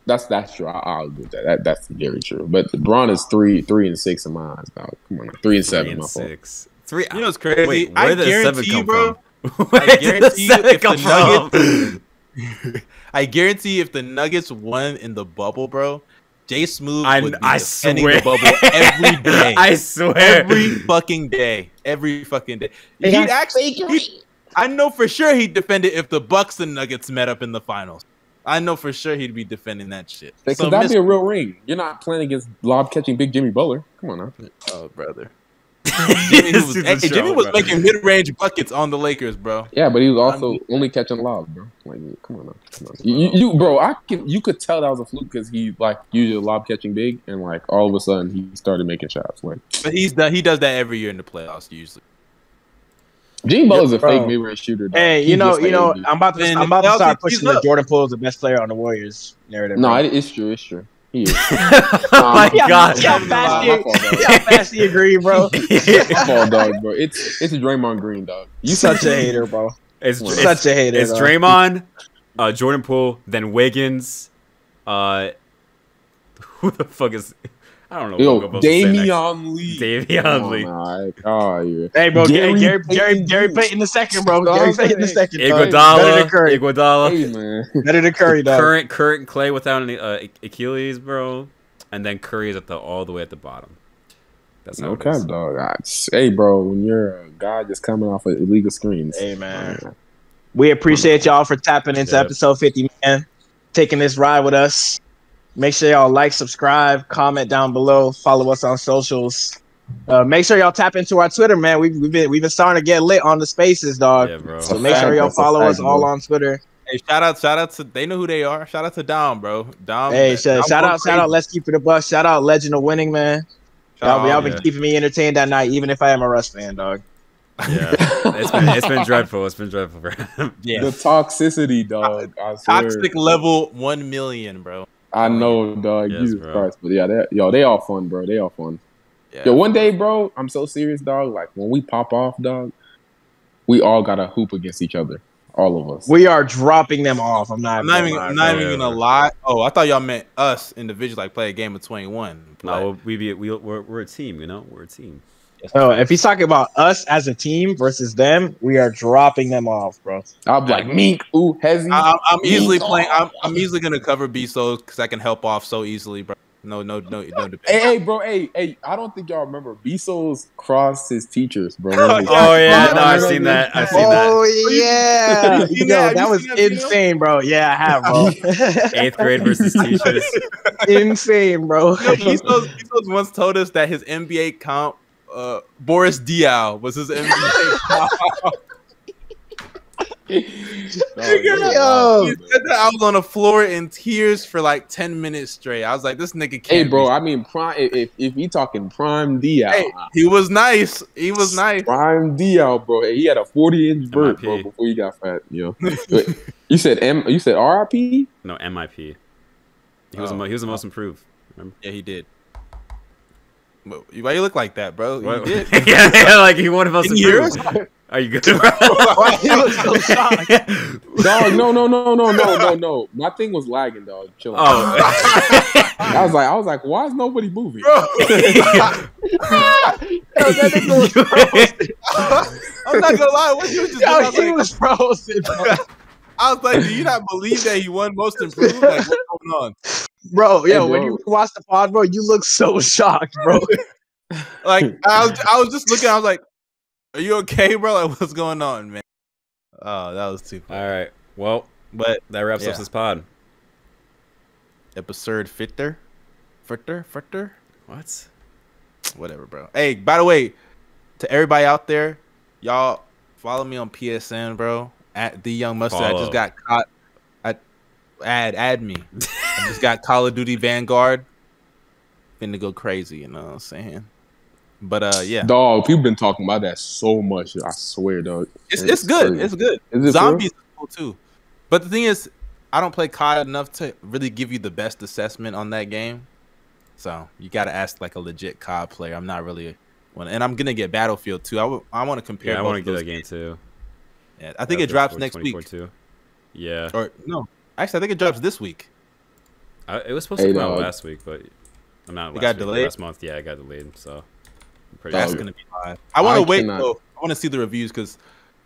That's that's true. I, I'll agree with that. that. That's very true. But LeBron is three, three and six in my eyes, dog. Come on, now. three and seven.
Three
my
and
fault.
six. Three.
You know what's crazy?
Wait,
I
where did the seven
guarantee you,
come
bro.
from? Where did the
guarantee you
seven
if the
come from?
I guarantee if the Nuggets won in the bubble, bro, Jay Smooth
I,
would be
I
defending
swear.
the bubble every day.
I swear.
every fucking day. Every fucking day. He'd actually he'd, I know for sure he'd defend it if the Bucks and Nuggets met up in the finals. I know for sure he'd be defending that shit.
Because
So,
that'd
Miss-
be a real ring. You're not playing against lob catching big Jimmy Butler. Come on now.
oh, brother. Jimmy
This
was,
is a
hey, Jimmy
show,
was
brother.
making mid-range buckets on the Lakers, bro.
Yeah, but he was also only catching lobs, bro. Like, come on now. Come on. You, you, you- bro, I can, you could tell that was a fluke because he like usually a lob catching big, and like all of a sudden he started making shots. Like,
But he's done, he does that every year in the playoffs usually.
Jimmy Butler's a
bro.
fake mid range shooter. dog.
Hey,
He's
you know,
just
you
like
know,
AD.
I'm about to,
Man,
I'm about to
y'all
start
think he's
pushing the
up.
Jordan Poole is the best player on the Warriors narrative.
no,
bro.
it, it's true. It's true. He is.
oh my
Yeah,
god.
yeah,
My-
fast
my
year.
fault, dog.
See how fast he agree, bro.
My fault, dog, bro. It's it's Draymond Green, dog.
You such a hater, bro.
It's,
Well,
it's,
Such a hater.
it's
dog.
Draymond, uh, Jordan Poole, then Wiggins. Uh, who the fuck is? I don't know. who I'm
Yo,
supposed to say next.
Damian Lee. Come
Davion
on,
Lee.
man. All right. Oh, yeah.
Hey, bro, Gary,
Gary
Gary,
Payton
Gary, Gary
Jr.
Payton the second, bro.
Stop
Gary Payton the
it.
second. dog. Better
Iguodala.
than Curry.
Iguodala.
Hey, man.
Better than Curry, dog.
Current current Clay without an uh, Achilles, bro, and then Curry is at the all the way at the bottom. That's how
No
it is.
cap, dog. I, hey, bro, when you're a guy just coming off of illegal screens.
Hey, man.
man.
We appreciate y'all for tapping into
Yeah.
episode 50, man. Taking this ride with us. Make sure y'all like, subscribe, comment down below, follow us on socials. Uh, make sure y'all tap into our Twitter, man. We've, we've been we've been starting to get lit on the spaces, dog.
Yeah, bro.
So make sure y'all
That's a
follow
fact,
us all
bro.
on Twitter.
Hey, shout out, shout out to they know who they are. Shout out to Dom, bro. Dom.
Hey, sh-
Dom
shout
going
out, shout out.
crazy. Oh,
Let's keep it a bus. Shout out, Legend of Winning, man. Y'all,
Shout
y'all
out,
been
yeah.
keeping me entertained that night, even if I am a Russ fan, dog.
Yeah.
It's been it's been dreadful. It's been dreadful, bro.
yeah.
The toxicity, dog. I swear.
Toxic level one million, bro.
I know, dog.
Yes,
Jesus
bro.
Christ. But yeah, that, yo, they all fun, bro. They all fun.
Yeah.
Yo, one day, bro, I'm so serious, dog. Like, when we pop off, dog, we all got to hoop against each other. All of us.
We are dropping them off. I'm not.
I'm not
gonna
even,
lie,
I'm not
bro.
even gonna lie. Oh, I thought y'all meant us individuals, like play a game of 21.
No, we'll- we be we we're, we're a team, you know. We're a team.
So if he's talking about us as a team versus them, we are dropping them off, bro.
I'll be like, Meek, ooh, Hezzy.
I, I'm- I'm easily playing. I'm, I'm easily gonna cover B souls because I can help off so easily, bro. No, no, no, no debate.
Hey, hey, bro, hey, hey, I don't think y'all remember. Besos crossed his teachers, bro.
Oh yeah,
yeah,
no,
I
I've
remember
seen that. I've seen that.
Oh yeah,
Have you
Yo,
seen that? Have
that
you
was
seen that video?
insane, bro. Yeah, I have, bro.
Eighth grade versus teachers.
insane, bro.
No, B souls B souls once told us that his NBA comp, uh, Boris Diaw was his NBA comp.
Yo.
He said that I was on the floor in tears for like 10 minutes straight. I was like, this nigga can't.
Hey, bro,
be-
I mean, prime. If, if, if you talking prime D out,
Hey, he was nice. He was nice.
prime D out, bro. Hey, he had a 40 inch vert, bro,
MIP.
before he got fat. Yo, Wait, you said M, you said RIP?
No, MIP. He was the
Oh.
mo- he was the most improved.
Yeah, he did. But Why you look like that, bro? You
What?
Oh, did.
yeah, yeah, like he one of us
Can you hear
improved. Are you good, bro?
Why he look so shocked?
Dog, no, no, no, no, no, no, no. My thing was lagging, dog. Chill. out.
oh.
I was like, I was like, why is nobody moving?
Yo, that nigga was frozen.
I'm not gonna lie. What you just did, I,
Yo,
was
he
like,
was frozen, bro.
I was like, do you not believe that he won most improved? Like, what's going on?
Bro, yo, when
bro.
you watch the pod, bro, you look so shocked, bro.
Like, I was, I was just looking. I was like, are you okay, bro? Like, what's going on, man? Oh, that was too.
All right. Well,
But
that wraps
Yeah.
up this pod.
episode fitter, fritter, fritter.
What?
whatever, bro. Hey, by the way, to everybody out there, y'all follow me on PSN, bro. At the Young Mustard. I
Follow.
just got caught. I add add me. I just got Call of Duty Vanguard. Finna go crazy, you know what I'm saying? But uh, yeah,
Dog, people been talking about that so much. I swear, dog.
it's it's good.
crazy.
It's good.
Is it
Zombies is cool too. But the thing is, I don't play COD enough to really give you the best assessment on that game. So you got to ask like a legit COD player. I'm not really one, and I'm gonna get Battlefield too. I want to compare.
Yeah, I
both
want to
of
get
those
that game too.
games. Yeah, I think it drops next week,
Too. Yeah,
or no, actually, I think it drops this week.
I, it was supposed to
Hey,
come out
dog.
last week, but I'm not. Last
got
week,
delayed?
last month. Yeah, I got delayed. So I'm pretty
That's
sure.
gonna be live. I want
I
to wait
cannot-
though. I want to see the reviews because,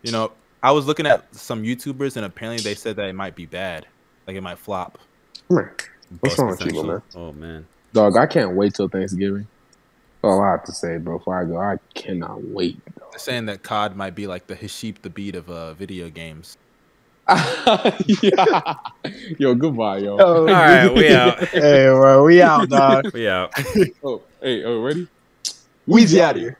you know, I was looking at some YouTubers and apparently they said that it might be bad, like it might flop.
Come here. What's
Bust
wrong with you,
potential.
man?
Oh man,
Dog, I can't wait till Thanksgiving. That's all I have to say, bro. Before I go, I cannot wait. dog.
They're saying that COD might be like the Hashib the Beat of uh, video games.
yeah. Yo, goodbye, yo.
All right, we out.
Hey, bro, we out, dog.
We out.
Oh, hey, oh, ready?
Weezy out here.